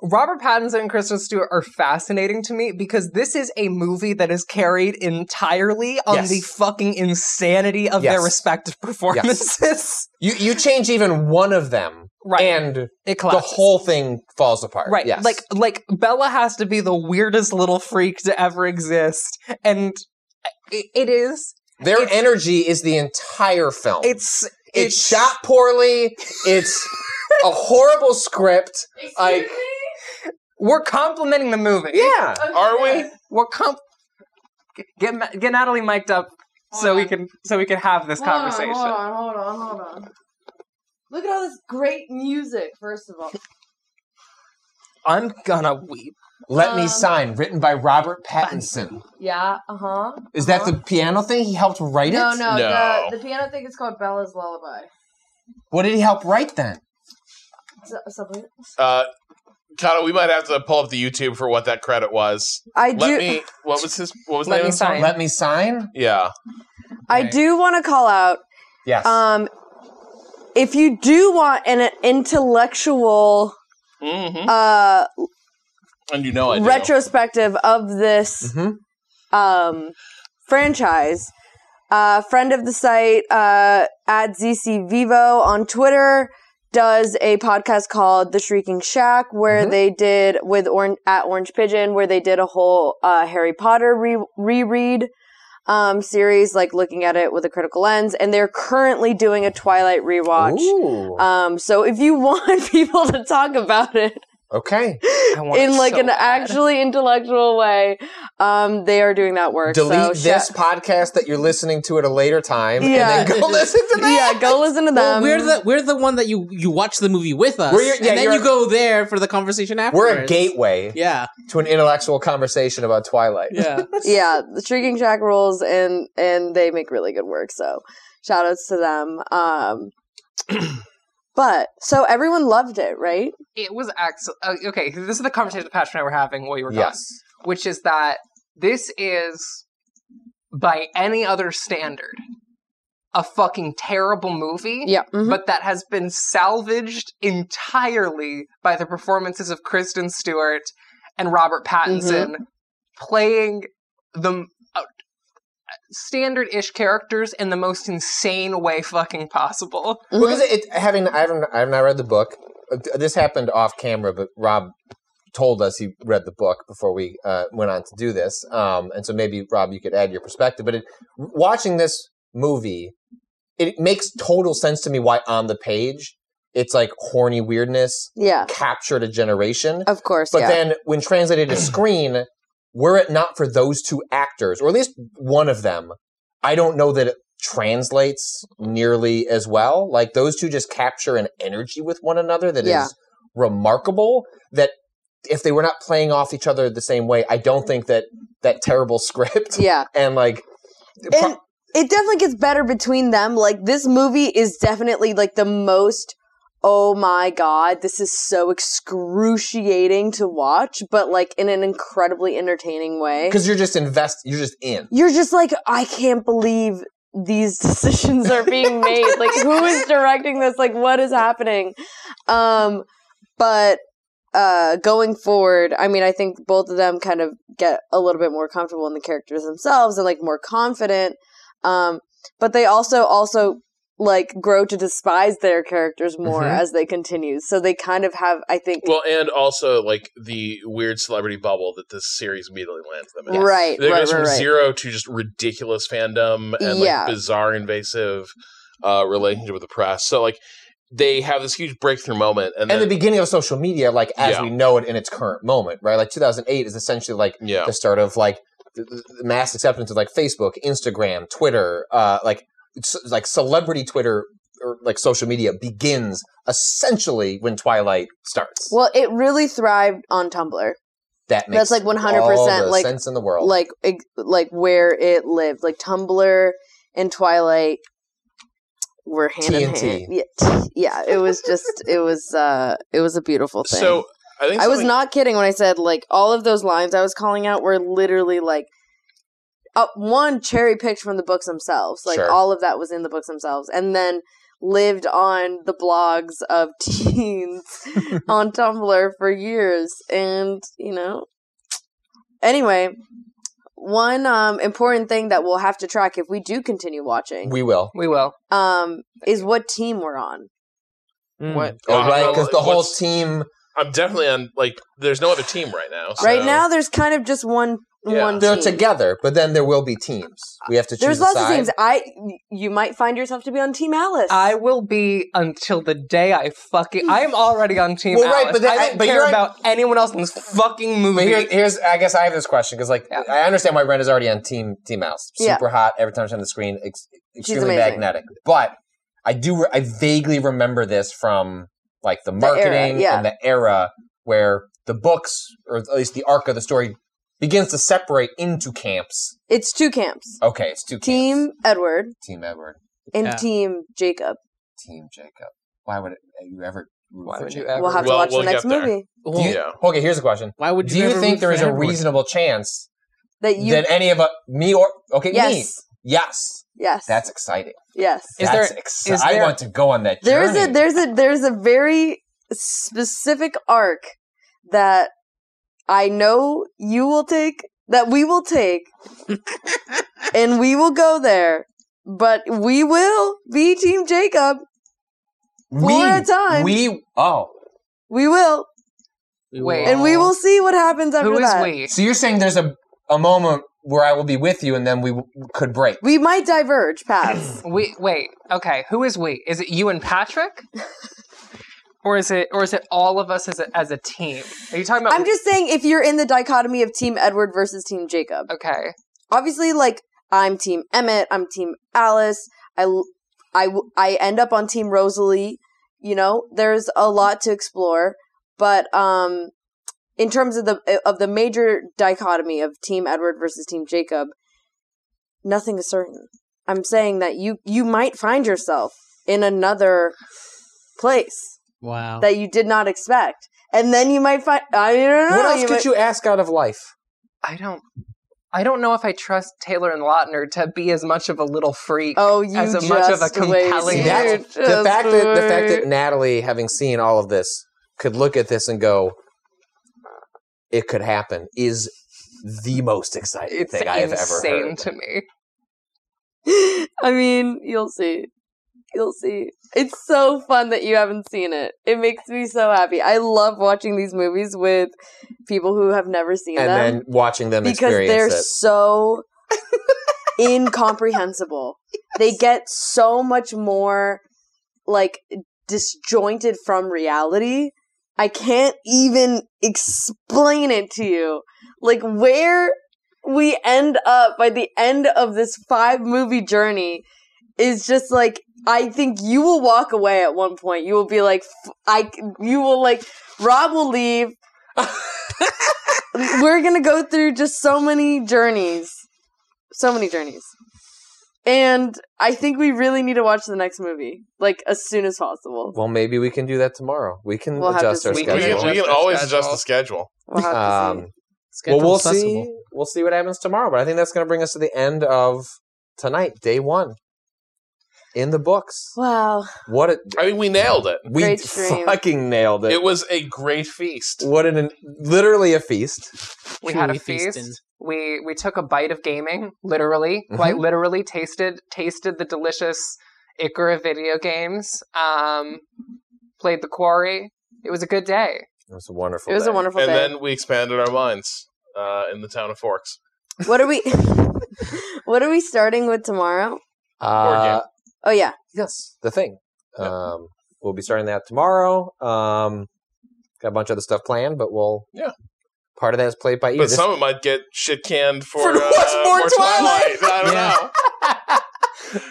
Speaker 2: Robert Pattinson and Kristen Stewart are fascinating to me because this is a movie that is carried entirely on
Speaker 5: Yes.
Speaker 2: the fucking insanity of their
Speaker 5: Yes.
Speaker 2: respective performances. [laughs]
Speaker 5: You you change even one of them
Speaker 2: Right.
Speaker 5: and
Speaker 2: it collapses.
Speaker 5: the whole thing falls apart.
Speaker 2: Right.
Speaker 5: Yes.
Speaker 2: Like like Bella has to be the weirdest little freak to ever exist and i it is
Speaker 5: Their
Speaker 2: It's-
Speaker 5: energy is the entire film.
Speaker 2: it's
Speaker 5: it's, shot poorly.
Speaker 2: [laughs]
Speaker 5: It's a horrible script. Like,
Speaker 2: We're complimenting the movie.
Speaker 5: yeah.
Speaker 4: Are we?
Speaker 2: We're comp get Ma- get Natalie mic'd up so we can so we can have this conversation.
Speaker 3: Hold on, hold on, hold on, hold on. Look at all this great music, first of all.
Speaker 2: I'm gonna weep.
Speaker 5: Let me
Speaker 3: Um,
Speaker 5: sign, written by Robert Pattinson.
Speaker 3: Yeah, uh huh.
Speaker 5: Is that the piano thing? He helped write
Speaker 3: No,
Speaker 5: it.
Speaker 3: no,
Speaker 4: No.
Speaker 3: The, the piano thing is called Bella's Lullaby.
Speaker 5: What did he help write then?
Speaker 4: Uh, Kato, we might have to pull up the YouTube for what that credit was.
Speaker 3: I do.
Speaker 4: Let me. What was his? What was the
Speaker 2: Let
Speaker 4: name
Speaker 2: me
Speaker 4: of the song?
Speaker 2: sign.
Speaker 5: Let me sign.
Speaker 4: Yeah.
Speaker 3: I
Speaker 2: Right.
Speaker 3: do want to call out.
Speaker 5: Yes.
Speaker 3: Um, if you do want an intellectual
Speaker 4: hmm
Speaker 3: uh,
Speaker 4: And you know Oh, I do.
Speaker 3: retrospective of this
Speaker 5: Mhm.
Speaker 3: um, franchise. Uh, friend of the site uh, at ZC Vivo on Twitter does a podcast called The Shrieking Shack, where
Speaker 5: Mhm.
Speaker 3: they did with Orange at Orange Pigeon, where they did a whole uh, Harry Potter re- reread um, series, like looking at it with a critical lens, and they're currently doing a Twilight rewatch.
Speaker 5: Ooh.
Speaker 3: Um, so if you [laughs] want people to talk about it,
Speaker 5: okay.
Speaker 2: I want
Speaker 3: in
Speaker 2: it
Speaker 3: like
Speaker 2: so
Speaker 3: an
Speaker 2: bad.
Speaker 3: actually intellectual way. Um, they are doing that work. so
Speaker 5: Delete
Speaker 3: sh-
Speaker 5: this podcast that you're listening to at a later time,
Speaker 3: Yeah.
Speaker 5: and then go [laughs] listen to that.
Speaker 3: yeah, go listen to them.
Speaker 1: Well, we're
Speaker 3: um,
Speaker 1: the we're the one that you you watch the movie with us,
Speaker 5: We're your- yeah,
Speaker 1: and then
Speaker 5: you're-
Speaker 1: you go there for the conversation afterwards.
Speaker 5: We're a gateway
Speaker 1: Yeah,
Speaker 5: to an intellectual conversation about Twilight.
Speaker 1: yeah.
Speaker 3: [laughs] yeah, the Shrieking Shack rules, and and they make really good work. So shout outs to them. Um, but so everyone loved it, right?
Speaker 2: It was excellent. Uh, okay, this is the conversation that Patrick and I were having while you were gone.
Speaker 5: Yes.
Speaker 2: which is that this is, by any other standard, a fucking terrible movie.
Speaker 3: Yeah. mhm.
Speaker 2: But that has been salvaged entirely by the performances of Kristen Stewart and Robert Pattinson Mm-hmm. playing the m- uh, standard ish characters in the most insane way fucking possible.
Speaker 5: Because it, it having I haven't I have not read the book. Uh, th- This happened off camera, but Rob told us he read the book before we uh, went on to do this. Um, and so maybe Rob, you could add your perspective. But it, watching this movie, it makes total sense to me why on the page it's like horny weirdness
Speaker 3: yeah,
Speaker 5: captured a generation.
Speaker 3: of course.
Speaker 5: But
Speaker 3: yeah.
Speaker 5: then
Speaker 3: [clears throat]
Speaker 5: when translated to screen, were it not for those two actors, or at least one of them, I don't know that it translates nearly as well. Like those two just capture an energy with one another that is
Speaker 3: Yeah.
Speaker 5: remarkable that if they were not playing off each other the same way, I don't think that that terrible [laughs] script
Speaker 3: yeah.
Speaker 5: and like pro-
Speaker 3: and it definitely gets better between them. Like this movie is definitely like the most. Oh my god, this is so excruciating to watch, but like in an incredibly entertaining way.
Speaker 5: because you're just invest you're just in.
Speaker 3: You're just like, I can't believe these [laughs] decisions are being made. like, who is directing this? Like, what is happening? Um, but uh, going forward, I mean, I think both of them kind of get a little bit more comfortable in the characters themselves and like more confident. Um, but they also also like grow to despise their characters more
Speaker 5: Mhm.
Speaker 3: as they continue. So they kind of have, I think,
Speaker 4: Well, and also like the weird celebrity bubble that this series immediately lands them in.
Speaker 3: right,
Speaker 4: That
Speaker 3: right,
Speaker 4: goes
Speaker 3: right,
Speaker 4: from
Speaker 3: right.
Speaker 4: zero to just ridiculous fandom and
Speaker 3: Yeah.
Speaker 4: like bizarre invasive uh, relationship with the press. So like they have this huge breakthrough moment, and
Speaker 5: And
Speaker 4: then
Speaker 5: the beginning of social media, like as
Speaker 4: Yeah.
Speaker 5: we know it in its current moment, right? Like 2008 is essentially like
Speaker 4: yeah,
Speaker 5: the start of like the, the mass acceptance of like Facebook, Instagram, Twitter, uh, like it's, like celebrity Twitter or like social media begins essentially when Twilight starts.
Speaker 3: Well, it really thrived on Tumblr.
Speaker 5: that
Speaker 3: that's,
Speaker 5: makes
Speaker 3: like, 100%
Speaker 5: all the
Speaker 3: like-
Speaker 5: sense in the world.
Speaker 3: like ex- like where it lived like tumblr and twilight were hand in hand
Speaker 5: TNT.
Speaker 3: yeah, t- yeah it was just it was uh it was a beautiful thing
Speaker 4: so I think
Speaker 3: i was
Speaker 4: something-
Speaker 3: not kidding when i said like all of those lines i was calling out were literally like uh, one cherry picked from the books themselves like
Speaker 5: Sure.
Speaker 3: all of that was in the books themselves and then lived on the blogs of [laughs] teens on tumblr for years and you know anyway one um, important thing that we'll have to track if we do continue watching
Speaker 5: we will.
Speaker 2: We will.
Speaker 3: um, is what team we're on
Speaker 1: Mm.
Speaker 2: What?
Speaker 5: Oh,
Speaker 4: Uh,
Speaker 5: right, because the whole
Speaker 4: what's-
Speaker 5: team.
Speaker 4: I'm definitely on like there's no other team right now. so-
Speaker 3: right now there's kind of just one
Speaker 4: Yeah.
Speaker 3: one
Speaker 5: They're
Speaker 3: team.
Speaker 5: together, but then there will be teams. We have to choose
Speaker 3: there's
Speaker 5: a
Speaker 3: lots of
Speaker 5: side.
Speaker 3: teams i you might find yourself to be on team alice
Speaker 2: I will be until the day I fucking. I am already on Team
Speaker 5: Well, right,
Speaker 2: Alice.
Speaker 5: but then-
Speaker 2: I don't
Speaker 5: but
Speaker 2: care
Speaker 5: you're-
Speaker 2: about anyone else in this fucking movie.
Speaker 5: But here's, here's I guess I have this question because like
Speaker 2: Yeah.
Speaker 5: I understand why Ren is already on Team Team Mouse,
Speaker 3: Yeah.
Speaker 5: super hot every time she's on the screen, ex- extremely
Speaker 3: amazing.
Speaker 5: magnetic. But I do re- I vaguely remember this from like the
Speaker 3: era,
Speaker 5: marketing
Speaker 3: yeah.
Speaker 5: and the era where the books or at least the arc of the story begins to separate into camps.
Speaker 3: it's two camps
Speaker 5: Okay, it's two
Speaker 3: team
Speaker 5: camps.
Speaker 3: edward
Speaker 5: Team Edward.
Speaker 3: and
Speaker 1: Yeah.
Speaker 3: team jacob
Speaker 11: team, Jacob? Why would it, you ever root
Speaker 2: Why
Speaker 11: for
Speaker 2: would you
Speaker 11: Jacob?
Speaker 2: ever?
Speaker 3: We'll have to
Speaker 4: Well,
Speaker 3: watch
Speaker 4: we'll
Speaker 3: the next
Speaker 4: get there.
Speaker 3: movie
Speaker 5: Do you-
Speaker 4: yeah.
Speaker 5: Okay, here's a question.
Speaker 1: Why would
Speaker 5: Do you
Speaker 1: ever
Speaker 5: think
Speaker 1: root
Speaker 5: there
Speaker 1: for
Speaker 5: is a
Speaker 1: everyone?
Speaker 5: reasonable chance
Speaker 3: that you.
Speaker 5: that any of us, me or okay, me,
Speaker 3: yes,
Speaker 5: yes,
Speaker 3: yes,
Speaker 11: That's exciting.
Speaker 3: yes.
Speaker 2: Is
Speaker 11: That's
Speaker 2: there-
Speaker 11: exci-
Speaker 2: is
Speaker 11: I
Speaker 2: there-
Speaker 11: want to go on that
Speaker 3: There's
Speaker 11: journey.
Speaker 3: a there's a there's a very specific arc that I know you will take that we will
Speaker 2: [laughs]
Speaker 3: take and we will go there. But we will be Team Jacob.
Speaker 11: we,
Speaker 3: at a time.
Speaker 11: We oh,
Speaker 3: We will.
Speaker 1: We
Speaker 2: Wait.
Speaker 1: will-
Speaker 3: And we will see what happens after
Speaker 2: Who is
Speaker 3: that.
Speaker 2: we?
Speaker 11: so you're saying there's a a moment where I will be with you, and then we w- could break.
Speaker 3: We might diverge
Speaker 2: [laughs]
Speaker 3: paths.
Speaker 2: We wait. Okay, who is we? Is it you
Speaker 3: [laughs]
Speaker 2: and Patrick? Or is it or is it all of us as a, as a team? Are you talking about
Speaker 3: I'm just saying if you're in the dichotomy of Team Edward versus Team Jacob.
Speaker 2: Okay.
Speaker 3: obviously like I'm team Emmett, I'm team Alice. I l- I w- I end up on team Rosalie. You know, there's a lot to explore, but um in terms of the eh, of the major dichotomy of team Edward versus team Jacob, nothing is certain. I'm saying that you you might find yourself in another place
Speaker 1: Wow.
Speaker 3: that you did not expect. And then you might find I don't know.
Speaker 5: what else could
Speaker 3: might-
Speaker 5: you ask out of life?
Speaker 2: I don't I don't know if I trust Taylor and Lautner to be as much of a little freak.
Speaker 3: Oh, you
Speaker 2: as a
Speaker 3: just
Speaker 2: much of a
Speaker 3: wait.
Speaker 5: See,
Speaker 2: compelling-
Speaker 3: You
Speaker 5: that's, the
Speaker 3: just
Speaker 5: fact that the fact
Speaker 3: wait.
Speaker 5: that Natalie, having seen all of this, could look at this and go, "It could happen," is the most exciting
Speaker 2: It's
Speaker 5: thing I have ever
Speaker 2: insane
Speaker 5: heard.
Speaker 2: to me.
Speaker 3: [laughs] I mean, you'll see. You'll see. It's so fun that you haven't seen it. It makes me so happy. I love watching these movies with people who have never seen
Speaker 5: And
Speaker 3: them
Speaker 5: then watching them
Speaker 3: because they're
Speaker 5: experience it.
Speaker 3: so [laughs] incomprehensible. They get so much more like disjointed from reality. I can't even explain it to you. Like where we end up by the end of this five movie journey is just like I think you will walk away at one point. You will be like f- I c- you will like Rob will
Speaker 4: [laughs]
Speaker 3: leave. We're going to go through just so many journeys. So many journeys. And I think we really need to watch the next movie like as soon as possible.
Speaker 5: Well, maybe we can do that tomorrow. We can
Speaker 3: We'll have
Speaker 5: adjust
Speaker 3: to
Speaker 5: our
Speaker 4: We, we
Speaker 3: see.
Speaker 5: schedule.
Speaker 4: can, we can
Speaker 2: Adjust the
Speaker 4: always adjust the
Speaker 2: schedule.
Speaker 4: schedule.
Speaker 3: We'll have to see.
Speaker 5: um, well,
Speaker 1: Schedule's
Speaker 5: we'll
Speaker 1: flexible.
Speaker 5: see. We'll see what happens tomorrow. But I think that's going to bring us to the end of tonight, day one, in the books.
Speaker 3: Wow.
Speaker 5: What a,
Speaker 4: I mean, we nailed it.
Speaker 5: we [laughs]
Speaker 3: Great stream.
Speaker 5: fucking nailed it.
Speaker 4: It was a great feast.
Speaker 5: what an literally a feast.
Speaker 2: We had
Speaker 1: Truly
Speaker 2: a feast.
Speaker 1: feasting.
Speaker 2: We we took a bite of gaming, literally,
Speaker 5: Mm-hmm.
Speaker 2: quite literally tasted tasted the delicious Ikra video games. Um, played the quarry. It was a good day.
Speaker 5: It was a wonderful.
Speaker 3: It was
Speaker 5: day.
Speaker 3: a wonderful
Speaker 4: and
Speaker 3: day.
Speaker 4: then we expanded our minds uh, in the town of Forks.
Speaker 3: what are we [laughs] What are we starting with tomorrow?
Speaker 5: Uh,
Speaker 4: Board game.
Speaker 3: Oh yeah.
Speaker 5: Yes, the thing.
Speaker 4: Yep.
Speaker 5: Um, we'll be starting that tomorrow. Um, got a bunch of other stuff planned, but we'll
Speaker 4: Yeah.
Speaker 5: Part of that is played by ear.
Speaker 4: But
Speaker 5: This-
Speaker 4: some of it might get shit canned for,
Speaker 5: For
Speaker 4: uh,
Speaker 5: what's more Twilight?
Speaker 4: I don't
Speaker 5: [laughs]
Speaker 4: know.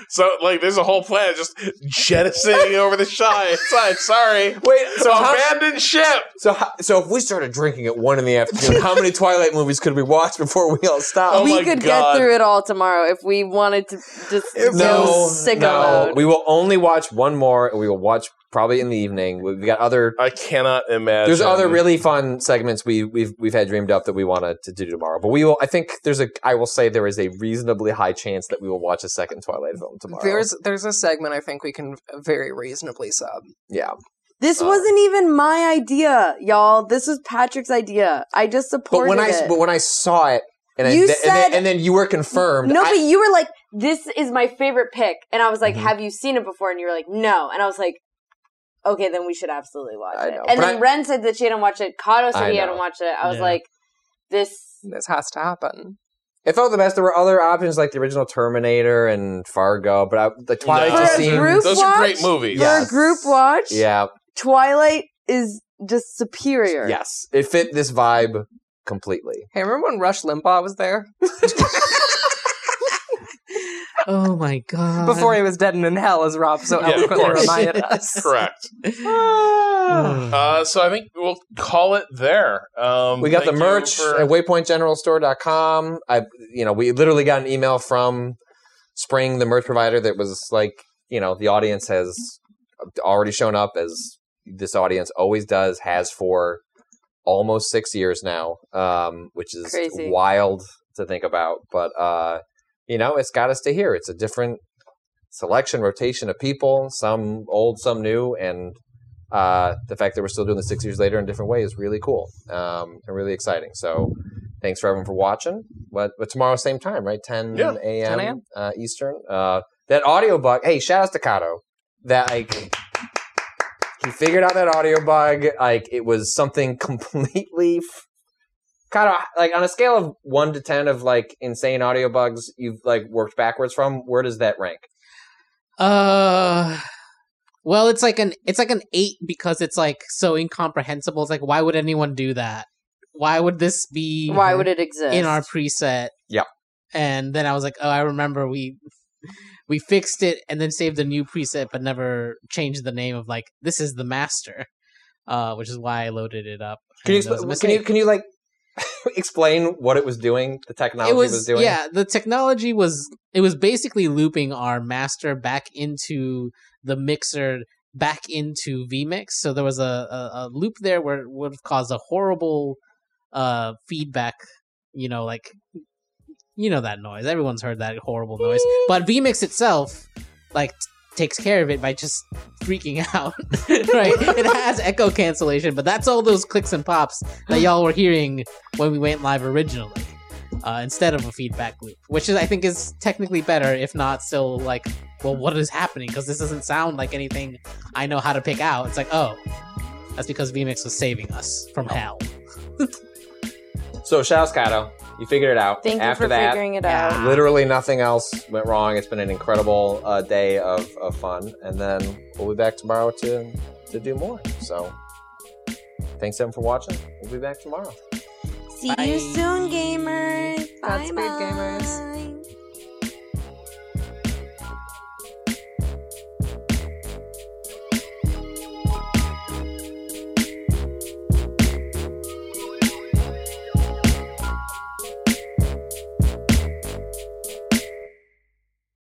Speaker 4: so like, there's a whole plan just jettisoning over the side. side, Sorry,
Speaker 5: Wait, so how,
Speaker 4: abandoned ship.
Speaker 5: so how, so if we started drinking at one in the afternoon, how many Twilight movies could we watch before we all
Speaker 4: Oh
Speaker 5: stop?
Speaker 3: we
Speaker 4: my
Speaker 3: could
Speaker 4: God.
Speaker 3: get through it all tomorrow if we wanted to just
Speaker 5: If-
Speaker 3: go sicko mode.
Speaker 5: we will only watch one more. and We will watch probably in the evening. We've got other.
Speaker 4: I cannot imagine.
Speaker 5: There's other really fun segments we we've we've had dreamed up that we want to do tomorrow. But we will. I think there's a. I will say there is a reasonably high chance that we will watch a second Twilight film tomorrow.
Speaker 2: There's there's a segment I think we can very reasonably sub.
Speaker 5: yeah.
Speaker 3: This
Speaker 5: Uh,
Speaker 3: wasn't even my idea, y'all. This was Patrick's idea. I just
Speaker 5: But
Speaker 3: supported
Speaker 5: when I
Speaker 3: it.
Speaker 5: but when I saw it and I-
Speaker 3: You
Speaker 5: th- and, then,
Speaker 3: said-
Speaker 5: and then you were confirmed.
Speaker 3: no,
Speaker 5: I-
Speaker 3: but you were like, "This is my favorite pick," and I was like,
Speaker 5: Mhm.
Speaker 3: "Have you seen it before?" And you were like, "No," and I was like, "Okay, then we should absolutely watch
Speaker 5: I
Speaker 3: it."
Speaker 5: know,
Speaker 3: and
Speaker 5: but
Speaker 3: then
Speaker 5: I-
Speaker 3: Ren said that she hadn't watched it. Kato said
Speaker 5: I
Speaker 3: he
Speaker 5: know.
Speaker 3: hadn't watched it. I was
Speaker 1: Yeah.
Speaker 3: like, "This
Speaker 2: This has to happen.
Speaker 5: it felt the best. There were other options like the original Terminator and Fargo, but I, the Twilight
Speaker 4: No.
Speaker 5: just
Speaker 3: for a
Speaker 5: seemed
Speaker 3: group
Speaker 4: Those
Speaker 3: watch,
Speaker 4: are great movies.
Speaker 3: for
Speaker 5: Yeah.
Speaker 3: a group watch,
Speaker 5: yeah
Speaker 3: Twilight is just superior."
Speaker 5: yes it fit this vibe completely.
Speaker 2: Hey, remember when Rush Limbaugh was there
Speaker 1: Oh my god.
Speaker 2: before he was dead and in hell, as Rob so
Speaker 4: Mm-hmm. Yeah, of
Speaker 2: eloquently
Speaker 4: course. [laughs]
Speaker 2: reminded us.
Speaker 4: Correct.
Speaker 1: [sighs]
Speaker 4: Uh, so I think we'll call it there. Um,
Speaker 5: We got
Speaker 4: thank
Speaker 5: the
Speaker 4: you
Speaker 5: merch
Speaker 4: for-
Speaker 5: at waypointgeneralstore.com. I you know, we literally got an email from Spring, the merch provider that was like, you know, the audience has already shown up as this audience always does, has for almost six years now, um, which is
Speaker 3: Crazy.
Speaker 5: wild to think about. But uh, you know, it's got us to here. It's a different selection, rotation of people, some old, some new, and uh, the fact that we're still doing this six years later in a different way is really cool um, and really exciting. So. Thanks for everyone for watching. But, but tomorrow, same time, right? 10
Speaker 4: Yeah,
Speaker 5: a.m.
Speaker 2: 10 a.m..
Speaker 5: Uh, Eastern. Uh, that audio bug. Hey, shout out to Kato. That like he figured out that audio bug. Like it was something [laughs] completely f- kind of like on a scale of one to ten of like insane audio bugs you've like worked backwards from. Where does that rank?
Speaker 1: Uh well it's like an it's like an eight because it's like so incomprehensible. It's like why would anyone do that? Why would this be
Speaker 3: Why would it exist?
Speaker 1: Mm-hmm. in our preset?
Speaker 5: Yeah.
Speaker 1: And then I was like, Oh, I remember we we fixed it and then saved a new preset but never changed the name of like this is the master. Uh which is why I loaded it up.
Speaker 5: Can you
Speaker 1: and it was a
Speaker 5: expl- can you
Speaker 1: mistake.
Speaker 5: can you like [laughs] explain what it was doing? The technology
Speaker 1: it was,
Speaker 5: doing.
Speaker 1: yeah the technology was it was basically looping our master back into the mixer back into vmix so there was a, a, a loop there where it would have caused a horrible uh feedback you know like you know that noise everyone's heard that horrible noise but vmix itself like t- takes care of it by just freaking [laughs] out right it has echo cancellation but that's all those clicks and pops that y'all were hearing when we went live originally uh, instead of a feedback loop, which is I think is technically better, if not still like, well, what is happening? Because this doesn't sound like anything I know how to pick out. It's like, oh, that's because VMix was saving us from hell.
Speaker 5: So shout out Kato. You figured it out.
Speaker 3: Thank you
Speaker 5: After
Speaker 3: for
Speaker 5: that,
Speaker 3: figuring it
Speaker 1: yeah.
Speaker 3: out.
Speaker 5: Literally nothing else went wrong. It's been an incredible uh, day of, of fun, and then we'll be back tomorrow to to do more. So, thanks everyone for watching. We'll be back tomorrow.
Speaker 3: See
Speaker 1: Bye.
Speaker 3: you soon, gamers. Bye,
Speaker 2: Godspeed, gamers.
Speaker 3: bye.